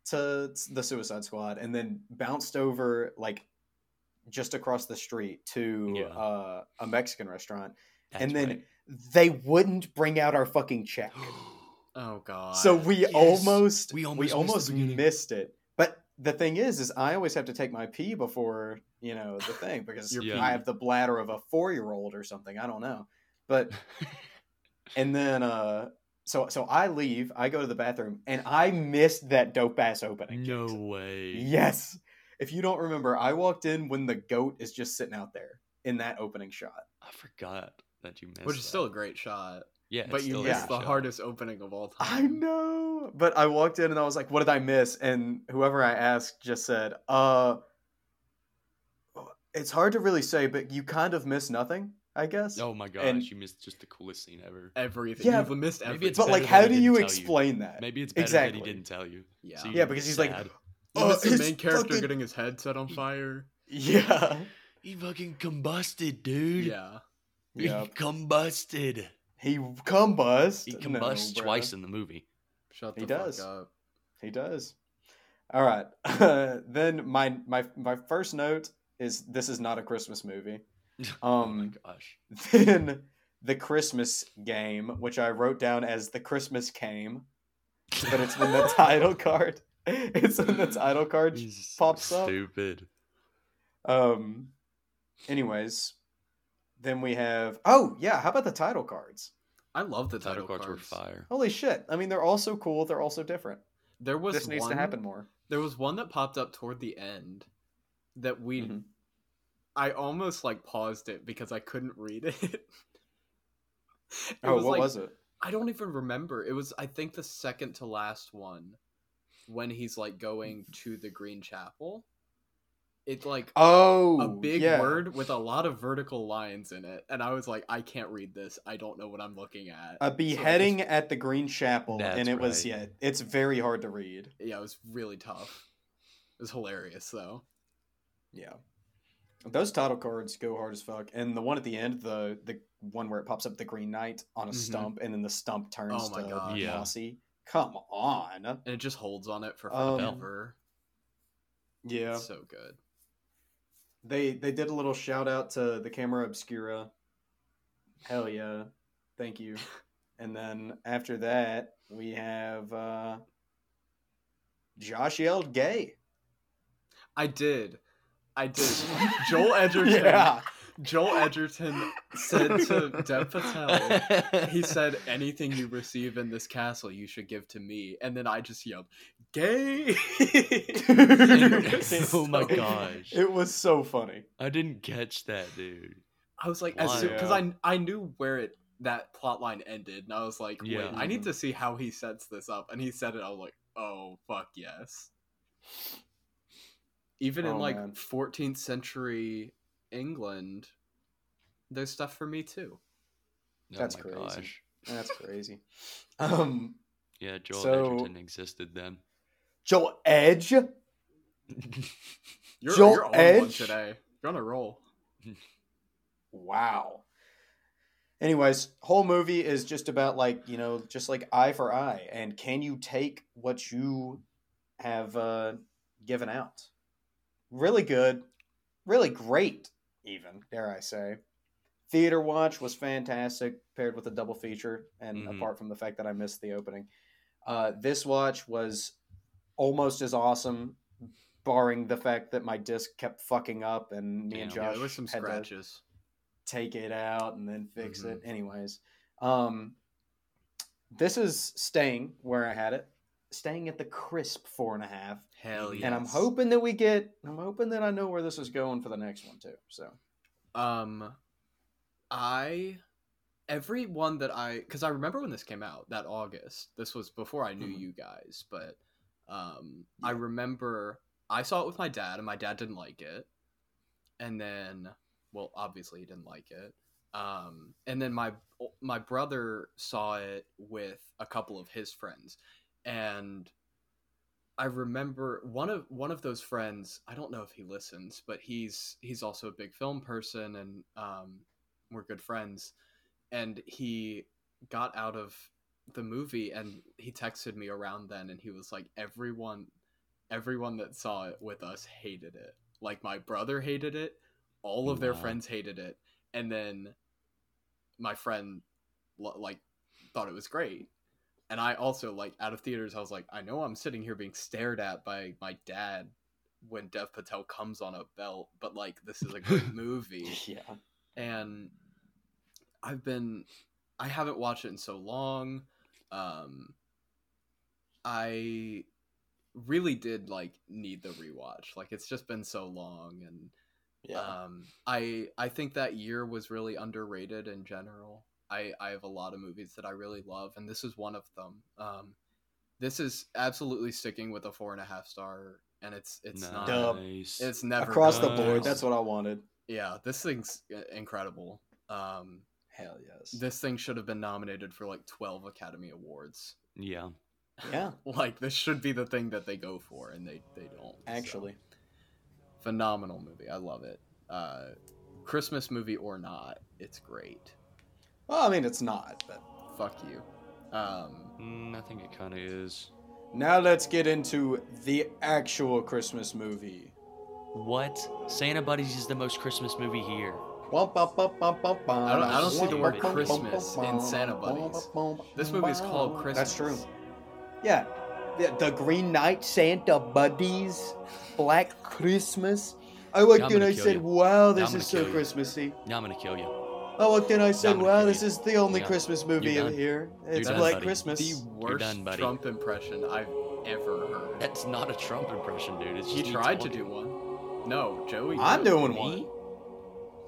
Speaker 1: to the Suicide Squad and then bounced over like just across the street to
Speaker 2: Yeah.
Speaker 1: uh, a Mexican restaurant.
Speaker 2: That's
Speaker 1: and then
Speaker 2: right.
Speaker 1: they wouldn't bring out our fucking check.
Speaker 3: Oh god.
Speaker 1: so we
Speaker 2: yes.
Speaker 1: almost
Speaker 2: We
Speaker 1: we almost,
Speaker 2: almost missed the beginning.
Speaker 1: missed it. But the thing is, is I always have to take my pee before you know the thing because
Speaker 3: Your
Speaker 2: Yeah.
Speaker 1: I have the bladder of a four year old or something. I don't know, but and then uh, so so I leave. I go to the bathroom and I missed that dope ass opening.
Speaker 2: no
Speaker 1: Jackson.
Speaker 2: way.
Speaker 1: Yes. If you don't remember, I walked in when the goat is just sitting out there in that opening shot.
Speaker 2: I forgot that you missed.
Speaker 3: which is
Speaker 2: that.
Speaker 3: still a great shot,
Speaker 2: yeah,
Speaker 3: but you
Speaker 2: still
Speaker 3: missed
Speaker 1: is.
Speaker 3: the
Speaker 2: shot.
Speaker 3: hardest opening of all time.
Speaker 1: I know, but I walked in and I was like, "What did I miss?" And whoever I asked just said, "Uh, it's hard to really say, but you kind of miss nothing, I guess."
Speaker 2: Oh my gosh,
Speaker 1: And-
Speaker 2: you missed just the coolest scene ever.
Speaker 3: Everything.
Speaker 1: Yeah,
Speaker 3: You've missed everything.
Speaker 2: maybe it's
Speaker 1: but
Speaker 2: better
Speaker 1: like,
Speaker 2: that
Speaker 1: how
Speaker 2: he
Speaker 1: do
Speaker 2: didn't
Speaker 1: you
Speaker 2: tell you.
Speaker 1: explain that?
Speaker 2: Maybe it's better
Speaker 1: Exactly.
Speaker 2: that he didn't tell you.
Speaker 3: yeah.
Speaker 2: So
Speaker 3: You
Speaker 2: you're
Speaker 1: Yeah, because he's like,
Speaker 2: sad.
Speaker 1: "Uh,
Speaker 3: missed the
Speaker 1: his
Speaker 3: main character
Speaker 1: fucking-"
Speaker 3: getting his head set on fire.
Speaker 1: Yeah,
Speaker 2: he fucking combusted, dude.
Speaker 3: Yeah.
Speaker 2: he
Speaker 1: yeah.
Speaker 2: combusted.
Speaker 1: He combusts.
Speaker 2: He
Speaker 1: No,
Speaker 2: combusts
Speaker 1: bruh.
Speaker 2: twice in the movie.
Speaker 3: Shut the
Speaker 1: He
Speaker 3: fuck
Speaker 1: does.
Speaker 3: up.
Speaker 1: He does. All right. then my my my first note is this is not a Christmas movie.
Speaker 2: oh my
Speaker 1: Um,
Speaker 2: gosh.
Speaker 1: then the Christmas game, which I wrote down as the Christmas came, but it's when the title card. It's when the title card
Speaker 2: He's so
Speaker 1: pops up.
Speaker 2: Stupid.
Speaker 1: Um. Anyways, then we have. Oh yeah, how about the title cards?
Speaker 3: I love the
Speaker 2: The title cards were
Speaker 3: fun.
Speaker 2: fire.
Speaker 1: Holy shit! I mean, they're all so cool. They're all so different.
Speaker 3: There was
Speaker 1: This needs
Speaker 3: one,
Speaker 1: to happen more.
Speaker 3: There was one that popped up toward the end that we
Speaker 1: Mhm.
Speaker 3: I almost like paused it because I couldn't read it. it
Speaker 1: Oh, what
Speaker 3: like,
Speaker 1: was it?
Speaker 3: I don't even remember. It was I think the second to last one when he's like going to the Green Chapel. It's like
Speaker 1: Oh,
Speaker 3: a big
Speaker 1: yeah.
Speaker 3: word with a lot of vertical lines in it, and I was like, I can't read this. I don't know what I'm looking at.
Speaker 1: A beheading Uh, at the Green Chapel, and
Speaker 2: That's
Speaker 1: it was
Speaker 2: right.
Speaker 1: yeah. It's very hard to read.
Speaker 3: yeah, it was really tough. It was hilarious though.
Speaker 1: Yeah. Those title cards go hard as fuck. And the one at the end, the the one where it pops up the Green Knight on a
Speaker 3: Mhm.
Speaker 1: stump and then the stump turns
Speaker 3: Oh my
Speaker 1: to
Speaker 3: God.
Speaker 2: Yeah.
Speaker 1: mossy. Come on.
Speaker 3: and it just holds on it for
Speaker 1: Um,
Speaker 3: forever.
Speaker 1: Yeah.
Speaker 3: It's so good.
Speaker 1: They they did a little shout out to the camera obscura. Hell yeah. Thank you. And then after that, we have uh Josh yelled gay.
Speaker 3: I did. I did. Joel Edgerton. Joel Edgerton said to Dev Patel, he said, "Anything you receive in this castle, you should give to me." And then I just yelled, "Gay!"
Speaker 2: oh my
Speaker 1: So-
Speaker 2: gosh.
Speaker 1: It was so funny.
Speaker 2: I didn't catch that, dude.
Speaker 3: I was like, as soon because
Speaker 1: Wow.
Speaker 3: I I knew where it that plot line ended, and I was like, "Wait,
Speaker 2: Yeah.
Speaker 3: I need
Speaker 1: Mhm.
Speaker 3: to see how he sets this up." And he said it. I was like, "Oh fuck yes!" Even in
Speaker 1: Oh,
Speaker 3: like
Speaker 1: man.
Speaker 3: 14th century England, there's stuff for me too.
Speaker 2: Oh
Speaker 1: That's
Speaker 2: my
Speaker 1: crazy.
Speaker 2: gosh.
Speaker 1: That's crazy. Um
Speaker 2: Yeah, Joel
Speaker 1: So-
Speaker 2: Edgerton existed then.
Speaker 1: Joel Edge?
Speaker 3: You're,
Speaker 1: Joel
Speaker 3: you're on one
Speaker 1: Edge?
Speaker 3: today. You're on a roll.
Speaker 1: Wow. Anyways, whole movie is just about like, you know, just like eye for eye and can you take what you have uh given out? Really good. Really great even, dare I say. Theater watch was fantastic paired with a double feature and
Speaker 3: Mm-hmm.
Speaker 2: Mhm.
Speaker 1: apart from the fact that I missed the opening. Uh this watch was almost as awesome barring the fact that my disc kept fucking up and me and
Speaker 2: Damn.
Speaker 1: Josh
Speaker 3: Yeah, there were some
Speaker 1: had to-
Speaker 3: scratches.
Speaker 1: take it out and then fix
Speaker 2: Mhm.
Speaker 1: it.
Speaker 3: Mm-hmm.
Speaker 1: Anyways, um, this is staying where I had it, staying at the crisp four and a half.
Speaker 3: Hell
Speaker 2: And
Speaker 1: And I'm
Speaker 3: yes.
Speaker 1: hoping that we get. I'm hoping that I know where this is going for the next one too. So
Speaker 3: Um, I every one that I because I remember when this came out that August. This was before I knew
Speaker 1: Mhm.
Speaker 3: you guys, but um, I remember I saw it with my dad, and my dad didn't like it. And then, well, obviously he didn't like it. Um, and then my my brother saw it with a couple of his friends, and I remember one of one of those friends. I don't know if he listens, but he's he's also a big film person, and um, we're good friends. And he got out of the movie, and he texted me around then, and he was like, "Everyone, everyone that saw it with us hated it. Like my brother hated it, all of their
Speaker 2: Wow.
Speaker 3: friends hated it, and then my friend lo- like thought it was great." and I also like out of theaters. I was like, I know I'm sitting here being stared at by my dad when Dev Patel comes on a belt, but like this is a good movie,
Speaker 1: yeah,
Speaker 3: and I've been, I haven't watched it in so long. Um, I really did like need the rewatch. Like it's just been so long, and
Speaker 1: yeah.
Speaker 3: um, I I think that year was really underrated in general. I I have a lot of movies that I really love, and this is one of them. Um, this is absolutely sticking with a four and a half star, and it's it's not
Speaker 1: Dub.
Speaker 2: Nice.
Speaker 3: it's never
Speaker 1: Across the
Speaker 3: going
Speaker 1: board,
Speaker 3: down.
Speaker 1: that's what I wanted.
Speaker 3: yeah. This thing's i- incredible. Um,
Speaker 1: Hell yes.
Speaker 3: this thing should have been nominated for like twelve Academy Awards.
Speaker 2: Yeah.
Speaker 1: yeah,
Speaker 3: Like this should be the thing that they go for, and they they don't. so.
Speaker 1: actually,
Speaker 3: phenomenal movie. I love it. Uh, Christmas movie or not, it's great.
Speaker 1: well, I mean, it's not. But
Speaker 3: fuck you. Um,
Speaker 2: Mm, I think it kind of is.
Speaker 1: now let's get into the actual Christmas movie.
Speaker 2: What? Santa Buddies is the most Christmas movie here.
Speaker 1: I don't,
Speaker 3: I don't- I don't
Speaker 2: see the word Christmas
Speaker 3: in Santa Buddies. This movie's called Christmas.
Speaker 1: That's true. Yeah. The, the Green Knight, Santa Buddies, Black Christmas. I
Speaker 2: I'm
Speaker 1: looked and
Speaker 2: gonna
Speaker 1: I
Speaker 2: kill
Speaker 1: said,
Speaker 2: you.
Speaker 1: wow, this
Speaker 2: I'm
Speaker 1: is
Speaker 2: gonna
Speaker 1: so
Speaker 2: kill you.
Speaker 1: Christmassy.
Speaker 2: Now I'm gonna kill you.
Speaker 1: I looked and I said,
Speaker 2: I'm gonna
Speaker 1: wow,
Speaker 2: kill
Speaker 1: this
Speaker 2: you.
Speaker 1: is the only
Speaker 2: Yeah.
Speaker 1: Christmas movie
Speaker 2: You're
Speaker 1: in
Speaker 2: done.
Speaker 1: here. It's
Speaker 2: done,
Speaker 1: Black
Speaker 2: buddy.
Speaker 1: Christmas.
Speaker 3: The worst
Speaker 2: done, buddy.
Speaker 3: Trump impression I've ever heard.
Speaker 2: That's not a Trump impression, dude. It's
Speaker 3: You
Speaker 2: just me
Speaker 3: tried to
Speaker 2: talking.
Speaker 3: do one. No, Joey.
Speaker 1: I'm
Speaker 3: did.
Speaker 1: doing
Speaker 2: Me?
Speaker 1: one.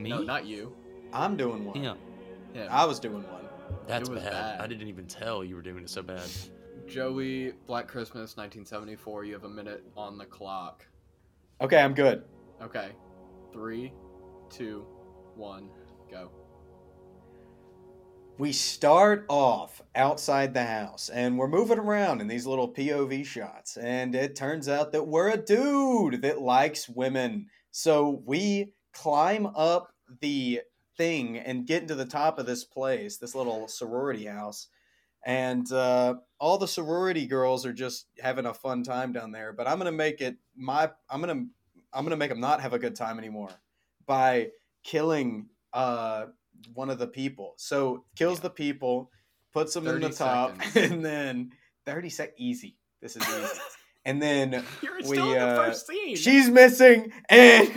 Speaker 2: Me?
Speaker 3: No, not you.
Speaker 1: I'm doing one.
Speaker 2: Yeah,
Speaker 3: Him.
Speaker 1: I was doing one.
Speaker 2: that's
Speaker 3: was
Speaker 2: bad.
Speaker 3: bad.
Speaker 2: I didn't even tell you were doing it so bad.
Speaker 3: Joey, Black Christmas, 1974. You have a minute on the clock.
Speaker 1: Okay, I'm good.
Speaker 3: Okay, three, two, one, go.
Speaker 1: We start off outside the house and we're moving around in these little POV shots. And it turns out that we're a dude that likes women. So we climb up the thing and get into the top of this place, this little sorority house. And uh, all the sorority girls are just having a fun time down there, but I'm gonna make it my I'm gonna I'm gonna make them not have a good time anymore by killing uh one of the people. So kills
Speaker 2: Yeah.
Speaker 1: the people, puts them in the
Speaker 3: 30
Speaker 1: top,
Speaker 3: seconds.
Speaker 1: and then thirty sec easy. This is easy. and then
Speaker 3: You're
Speaker 1: We,
Speaker 3: still in the
Speaker 1: uh,
Speaker 3: first scene.
Speaker 1: she's missing and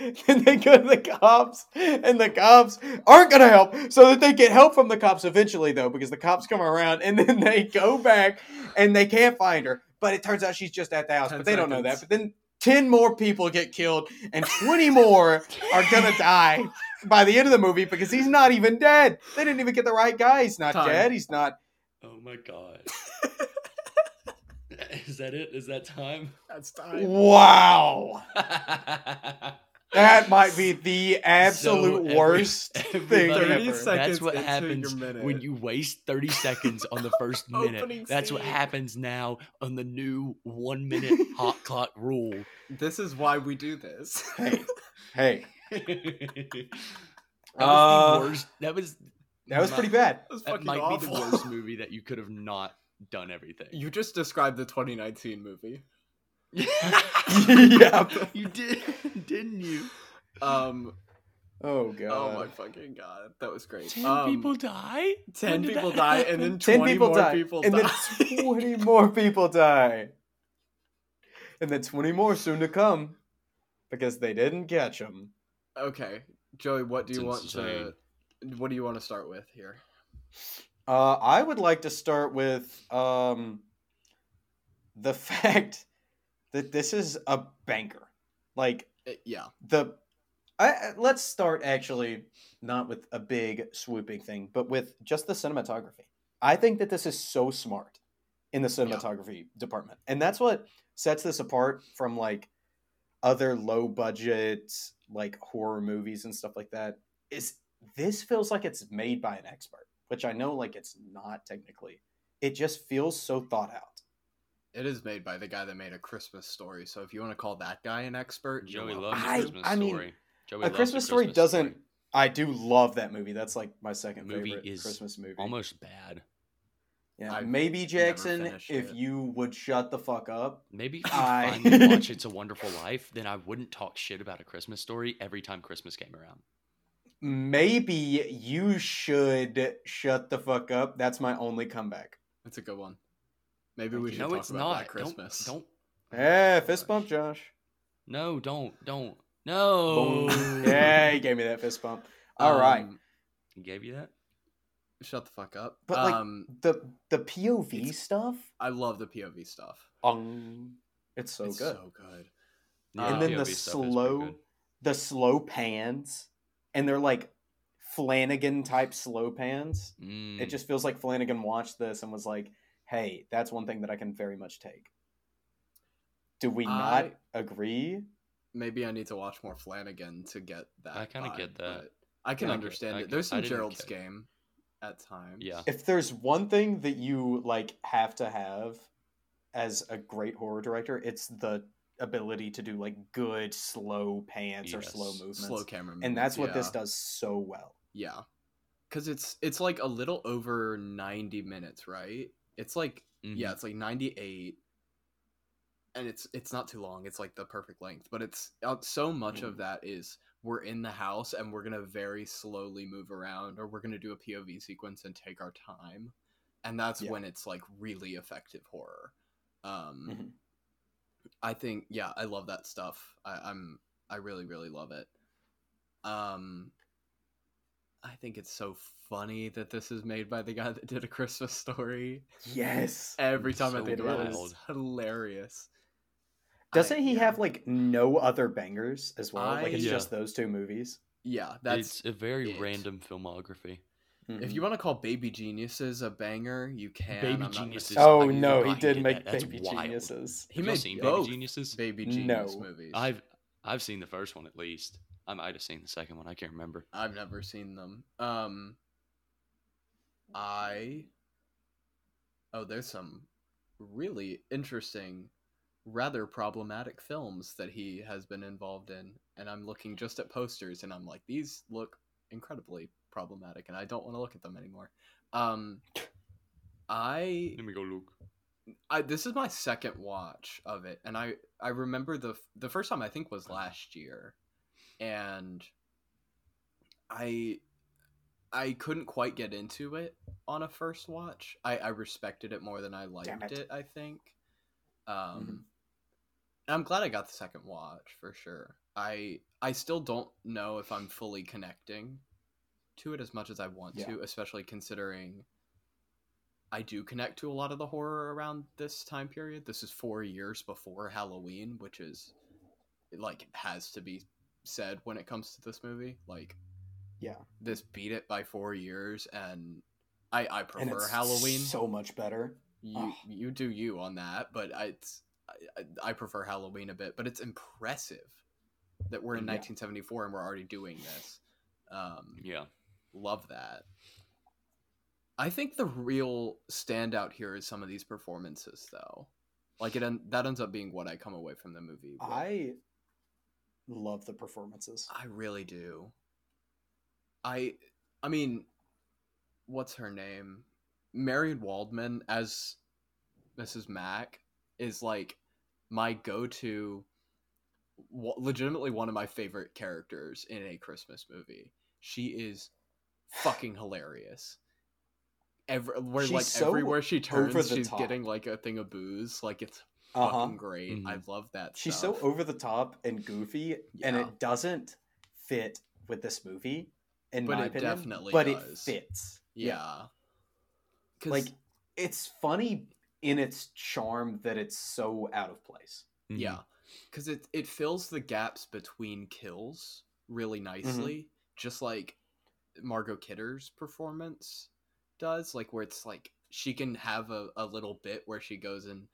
Speaker 1: then they go to the cops and the cops aren't going to help so that they get help from the cops eventually though because the cops come around and then they go back and they can't find her but it turns out she's just at the house
Speaker 3: Ten
Speaker 1: but they don't know that
Speaker 3: seconds.
Speaker 1: but then 10 more people get killed and 20 more are going to die by the end of the movie because he's not even dead they didn't even get the right guy he's not
Speaker 3: Time.
Speaker 1: dead he's not
Speaker 2: Oh my god. Is that it? Is that time?
Speaker 3: That's time.
Speaker 1: wow that might be the absolute
Speaker 2: every-
Speaker 1: worst thing
Speaker 2: everybody-
Speaker 1: ever.
Speaker 3: Thirty seconds.
Speaker 2: That's what
Speaker 3: into
Speaker 2: happens
Speaker 3: your minute.
Speaker 2: when you waste 30 seconds on the first
Speaker 3: Opening
Speaker 2: minute. That's what
Speaker 3: scene.
Speaker 2: happens now on the new one minute hot clock rule.
Speaker 3: This is why we do this.
Speaker 1: Hey, hey,
Speaker 2: that, was
Speaker 1: Uh,
Speaker 2: the worst, that was
Speaker 1: that was
Speaker 2: my-
Speaker 1: pretty bad.
Speaker 3: That's
Speaker 2: That
Speaker 3: fucking
Speaker 2: might
Speaker 3: awful.
Speaker 2: be the worst movie that you could have not done everything.
Speaker 3: You just described the 2019 movie.
Speaker 1: yeah.
Speaker 2: you did, didn't you?
Speaker 3: Um.
Speaker 1: Oh god.
Speaker 3: oh my fucking god, that was great.
Speaker 2: Ten
Speaker 3: Um,
Speaker 2: people die. When
Speaker 3: Ten
Speaker 2: did
Speaker 3: people
Speaker 2: that
Speaker 3: die,
Speaker 2: happen?
Speaker 3: and then
Speaker 1: Ten
Speaker 3: 20
Speaker 1: people
Speaker 3: more
Speaker 1: die,
Speaker 3: people
Speaker 1: and
Speaker 3: die.
Speaker 1: then twenty more people die, and then twenty more soon to come, because they didn't catch him.
Speaker 3: okay, Joey, what do you
Speaker 2: It's
Speaker 3: want to? What do you want to start with here?
Speaker 1: Uh, I would like to start with um, the fact that this is a banker. Like
Speaker 3: Uh, yeah,
Speaker 1: the I, I- let's start actually not with a big swooping thing, but with just the cinematography. I think that this is so smart in the cinematography department, and that's what sets this apart from like other low budget like horror movies and stuff like that. Is this feels like it's made by an expert, which I know like it's not technically. It just feels so thought out.
Speaker 3: it is made by the guy that made a Christmas story. So if you want to call that guy an expert, you're
Speaker 2: Joey
Speaker 3: welcome.
Speaker 2: loves
Speaker 1: I-
Speaker 2: a Christmas
Speaker 1: I mean,
Speaker 2: story. Joey
Speaker 1: a
Speaker 2: loves
Speaker 1: Christmas story
Speaker 2: Christmas
Speaker 1: doesn't. I do love that movie. That's like my second
Speaker 2: Movie
Speaker 1: favorite
Speaker 2: is
Speaker 1: Christmas movie.
Speaker 2: almost bad.
Speaker 1: Yeah,
Speaker 3: I've
Speaker 1: maybe Jackson,
Speaker 3: finished
Speaker 1: if
Speaker 3: it.
Speaker 1: you would shut the fuck up.
Speaker 2: Maybe if you
Speaker 1: I-
Speaker 2: finally watch It's a Wonderful Life, then I wouldn't talk shit about a Christmas story every time Christmas came around.
Speaker 1: Maybe you should shut the fuck up. That's my only comeback.
Speaker 3: That's a good one. Maybe we should
Speaker 2: no,
Speaker 3: talk
Speaker 2: it's
Speaker 3: about
Speaker 2: not.
Speaker 3: that Christmas.
Speaker 2: Don't, don't.
Speaker 3: Oh
Speaker 1: Yeah, fist bump, Josh.
Speaker 2: No, don't, don't. No.
Speaker 1: Boom. Yeah, he gave me that fist bump. All right,
Speaker 3: Um,
Speaker 2: He gave you that?
Speaker 3: shut the fuck up.
Speaker 1: But, like,
Speaker 3: um,
Speaker 1: the the POV
Speaker 3: it's-
Speaker 1: stuff.
Speaker 3: I love the POV stuff.
Speaker 1: Um, it's so
Speaker 3: it's
Speaker 1: good.
Speaker 3: so good.
Speaker 1: And
Speaker 3: Um,
Speaker 1: then the
Speaker 2: POV stuff is pretty
Speaker 1: slow,
Speaker 2: good.
Speaker 1: the slow pans, and they're like Flanagan type slow pans.
Speaker 2: Mm,
Speaker 1: It just feels like Flanagan watched this and was like, "Hey, that's one thing that I can very much take." Do we not
Speaker 3: I-
Speaker 1: agree?
Speaker 3: Maybe I need to watch more Flanagan to get that.
Speaker 2: I kinda
Speaker 3: vibe,
Speaker 2: get that.
Speaker 3: but I can
Speaker 2: I get-
Speaker 3: understand
Speaker 2: I
Speaker 3: it.
Speaker 2: get-
Speaker 3: There's
Speaker 2: I
Speaker 3: some
Speaker 2: didn't
Speaker 3: Gerald's
Speaker 2: get it.
Speaker 3: game at times.
Speaker 2: Yeah.
Speaker 1: If there's one thing that you like have to have as a great horror director, it's the ability to do like good slow pans or slow
Speaker 2: Yes.
Speaker 1: movements.
Speaker 3: Slow camera.
Speaker 1: and
Speaker 3: movements,
Speaker 1: that's what
Speaker 3: yeah.
Speaker 1: this does so well.
Speaker 3: Yeah. Cause it's it's like a little over ninety minutes, right? It's like yeah,
Speaker 2: mhm.
Speaker 3: it's like ninety eight, and it's it's not too long. It's like the perfect length, but it's uh, so much
Speaker 1: Mhm.
Speaker 3: of that is we're in the house and we're gonna very slowly move around, or we're gonna do a POV sequence and take our time, and that's
Speaker 1: Yeah.
Speaker 3: when it's like really effective horror. Um,
Speaker 1: Mhm.
Speaker 3: I think yeah, I love that stuff. I, I'm I really really love it. Um, I think it's so funny that this is made by the guy that did a Christmas story.
Speaker 1: Yes.
Speaker 3: Every time I
Speaker 2: So
Speaker 3: think about it, it's
Speaker 2: wild.
Speaker 3: hilarious. I-
Speaker 1: Doesn't he
Speaker 3: yeah.
Speaker 1: have like no other bangers as well? like it's
Speaker 2: I-
Speaker 1: just those two movies.
Speaker 3: Yeah, that's
Speaker 2: it's a very
Speaker 3: it.
Speaker 2: random filmography.
Speaker 1: Mm-hmm.
Speaker 3: if you want to call Baby Geniuses a banger, you can. I'm
Speaker 2: Baby
Speaker 3: not gonna
Speaker 2: Geniuses.
Speaker 3: say-
Speaker 1: Oh
Speaker 2: I mean,
Speaker 1: no,
Speaker 2: I
Speaker 1: he
Speaker 2: can
Speaker 1: did
Speaker 2: get
Speaker 1: make
Speaker 2: that. That's
Speaker 1: Baby
Speaker 2: wild.
Speaker 1: Geniuses.
Speaker 3: He
Speaker 2: Have y'all
Speaker 3: made
Speaker 2: seen
Speaker 3: both
Speaker 2: Baby Geniuses?
Speaker 3: Baby
Speaker 1: Oh, No.
Speaker 3: Genius movies.
Speaker 2: I've I've seen the first one at least. I might have seen the second one. I can't remember.
Speaker 3: I've never seen them. Um, I. Oh, there's some really interesting, rather problematic films that he has been involved in, and I'm looking just at posters, and I'm like, these look incredibly problematic, and I don't want to look at them anymore. Um, I
Speaker 2: Let me go, Luke.
Speaker 3: I this is my second watch of it, and I I remember the f- the first time I think was last year, and I I couldn't quite get into it on a first watch. I I respected it more than I liked
Speaker 1: it.
Speaker 3: it. I think. Um, and I'm glad I got the second watch for sure. I I still don't know if I'm fully connecting to it as much as I want
Speaker 1: Yeah.
Speaker 3: to, especially considering I do connect to a lot of the horror around this time period. This is four years before Halloween, which is like has to be said when it comes to this movie. Like
Speaker 1: Yeah.
Speaker 3: this beat it by four years, and I I
Speaker 1: and
Speaker 3: prefer
Speaker 1: it's
Speaker 3: Halloween.
Speaker 1: so much better.
Speaker 3: you
Speaker 1: Oh.
Speaker 3: you do you on that, but I, it's I, I- I prefer Halloween a bit. But it's impressive that we're in
Speaker 1: Yeah.
Speaker 3: 1974 and we're already doing this. Um,
Speaker 2: Yeah.
Speaker 3: love that. I think the real standout here is some of these performances, though. Like it, en- that ends up being what I come away from the movie. with.
Speaker 1: I love the performances.
Speaker 3: I really do. I, I mean, what's her name? Marion Waldman as Mrs. Mack is like my go-to, wa- legitimately one of my favorite characters in a Christmas movie. She is fucking hilarious. Every, where
Speaker 1: She's
Speaker 3: like
Speaker 1: so
Speaker 3: everywhere she
Speaker 1: over
Speaker 3: turns,
Speaker 1: the
Speaker 3: she's
Speaker 1: top.
Speaker 3: getting like a thing of booze. Like it's
Speaker 1: Uh huh.
Speaker 3: fucking great. I love that.
Speaker 1: She's
Speaker 3: stuff.
Speaker 1: so over the top and goofy, and
Speaker 3: Yeah.
Speaker 1: it doesn't fit with this movie, in
Speaker 3: But
Speaker 1: my
Speaker 3: it
Speaker 1: opinion.
Speaker 3: definitely
Speaker 1: but
Speaker 3: does.
Speaker 1: it fits.
Speaker 3: yeah. 'Cause-
Speaker 1: like it's funny in its charm that it's so out of place.
Speaker 2: Mhm.
Speaker 3: Yeah, because it it fills the gaps between kills really nicely, just like Margot Kidder's performance does. Like where it's like she can have a, a little bit where she goes and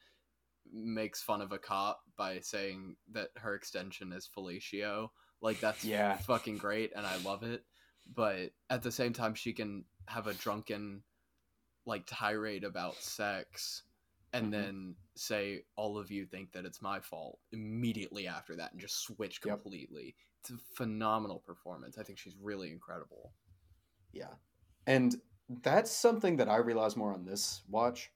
Speaker 3: makes fun of a cop by saying that her extension is fellatio. Like that's
Speaker 1: Yeah.
Speaker 3: fucking great, and I love it. But at the same time, she can have a drunken like tirade about sex and
Speaker 1: Mhm.
Speaker 3: then say all of you think that it's my fault immediately after that and just switch
Speaker 1: Yep.
Speaker 3: completely it's a phenomenal performance i think she's really incredible
Speaker 1: Yeah. And that's something that I realize more on this watch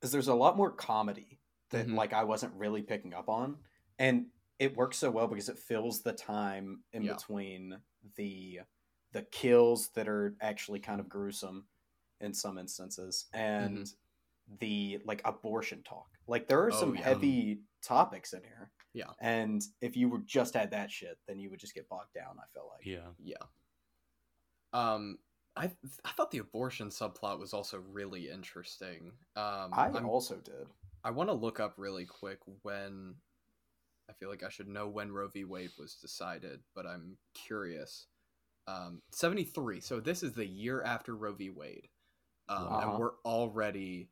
Speaker 1: is there's a lot more comedy that
Speaker 3: Mhm.
Speaker 1: like I wasn't really picking up on and it works so well because it fills the time in
Speaker 3: Yeah.
Speaker 1: between the the kills that are actually kind of gruesome in some instances and the like abortion talk. Like there are
Speaker 3: Mm-hmm. Oh,
Speaker 1: some
Speaker 3: yeah.
Speaker 1: heavy topics in here.
Speaker 3: Yeah.
Speaker 1: And if you were just had that shit, then you would just get bogged down, I feel like.
Speaker 2: Yeah.
Speaker 3: yeah um i i thought the abortion subplot was also really interesting um
Speaker 1: I
Speaker 3: I'm-
Speaker 1: also did.
Speaker 3: I want to look up really quick when I feel like I should know when Roe v. Wade was decided, but I'm curious. Um, 73. So this is the year after Roe v. Wade. Um,
Speaker 1: Uh-huh.
Speaker 3: And we're already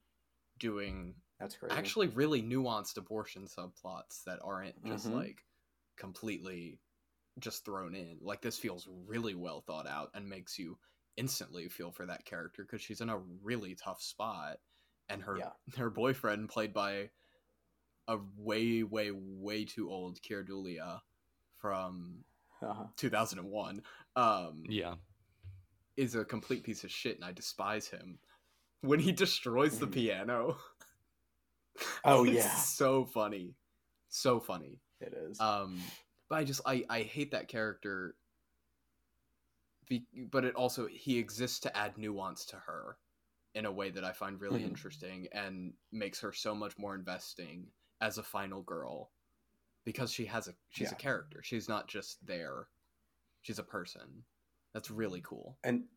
Speaker 3: doing
Speaker 1: That's crazy.
Speaker 3: actually really nuanced abortion subplots that aren't just
Speaker 1: Mhm.
Speaker 3: like completely just thrown in. Like this feels really well thought out and makes you instantly feel for that character because she's in a really tough spot, and her
Speaker 1: Yeah.
Speaker 3: her boyfriend played by a way way way too old Kier Dulia from
Speaker 1: Uh-huh.
Speaker 3: 2001 um
Speaker 2: Yeah.
Speaker 3: is a complete piece of shit and I despise him when he destroys the
Speaker 1: Mhm.
Speaker 3: piano
Speaker 1: Oh
Speaker 3: It's
Speaker 1: yeah,
Speaker 3: so funny, so funny.
Speaker 1: it is.
Speaker 3: Um, but I just I I hate that character. Be, but it also he exists to add nuance to her, in a way that I find really
Speaker 1: Mhm.
Speaker 3: interesting and makes her so much more investing as a final girl, because she has a she's a
Speaker 1: Yeah.
Speaker 3: character. She's not just there. She's a person. That's really cool.
Speaker 1: and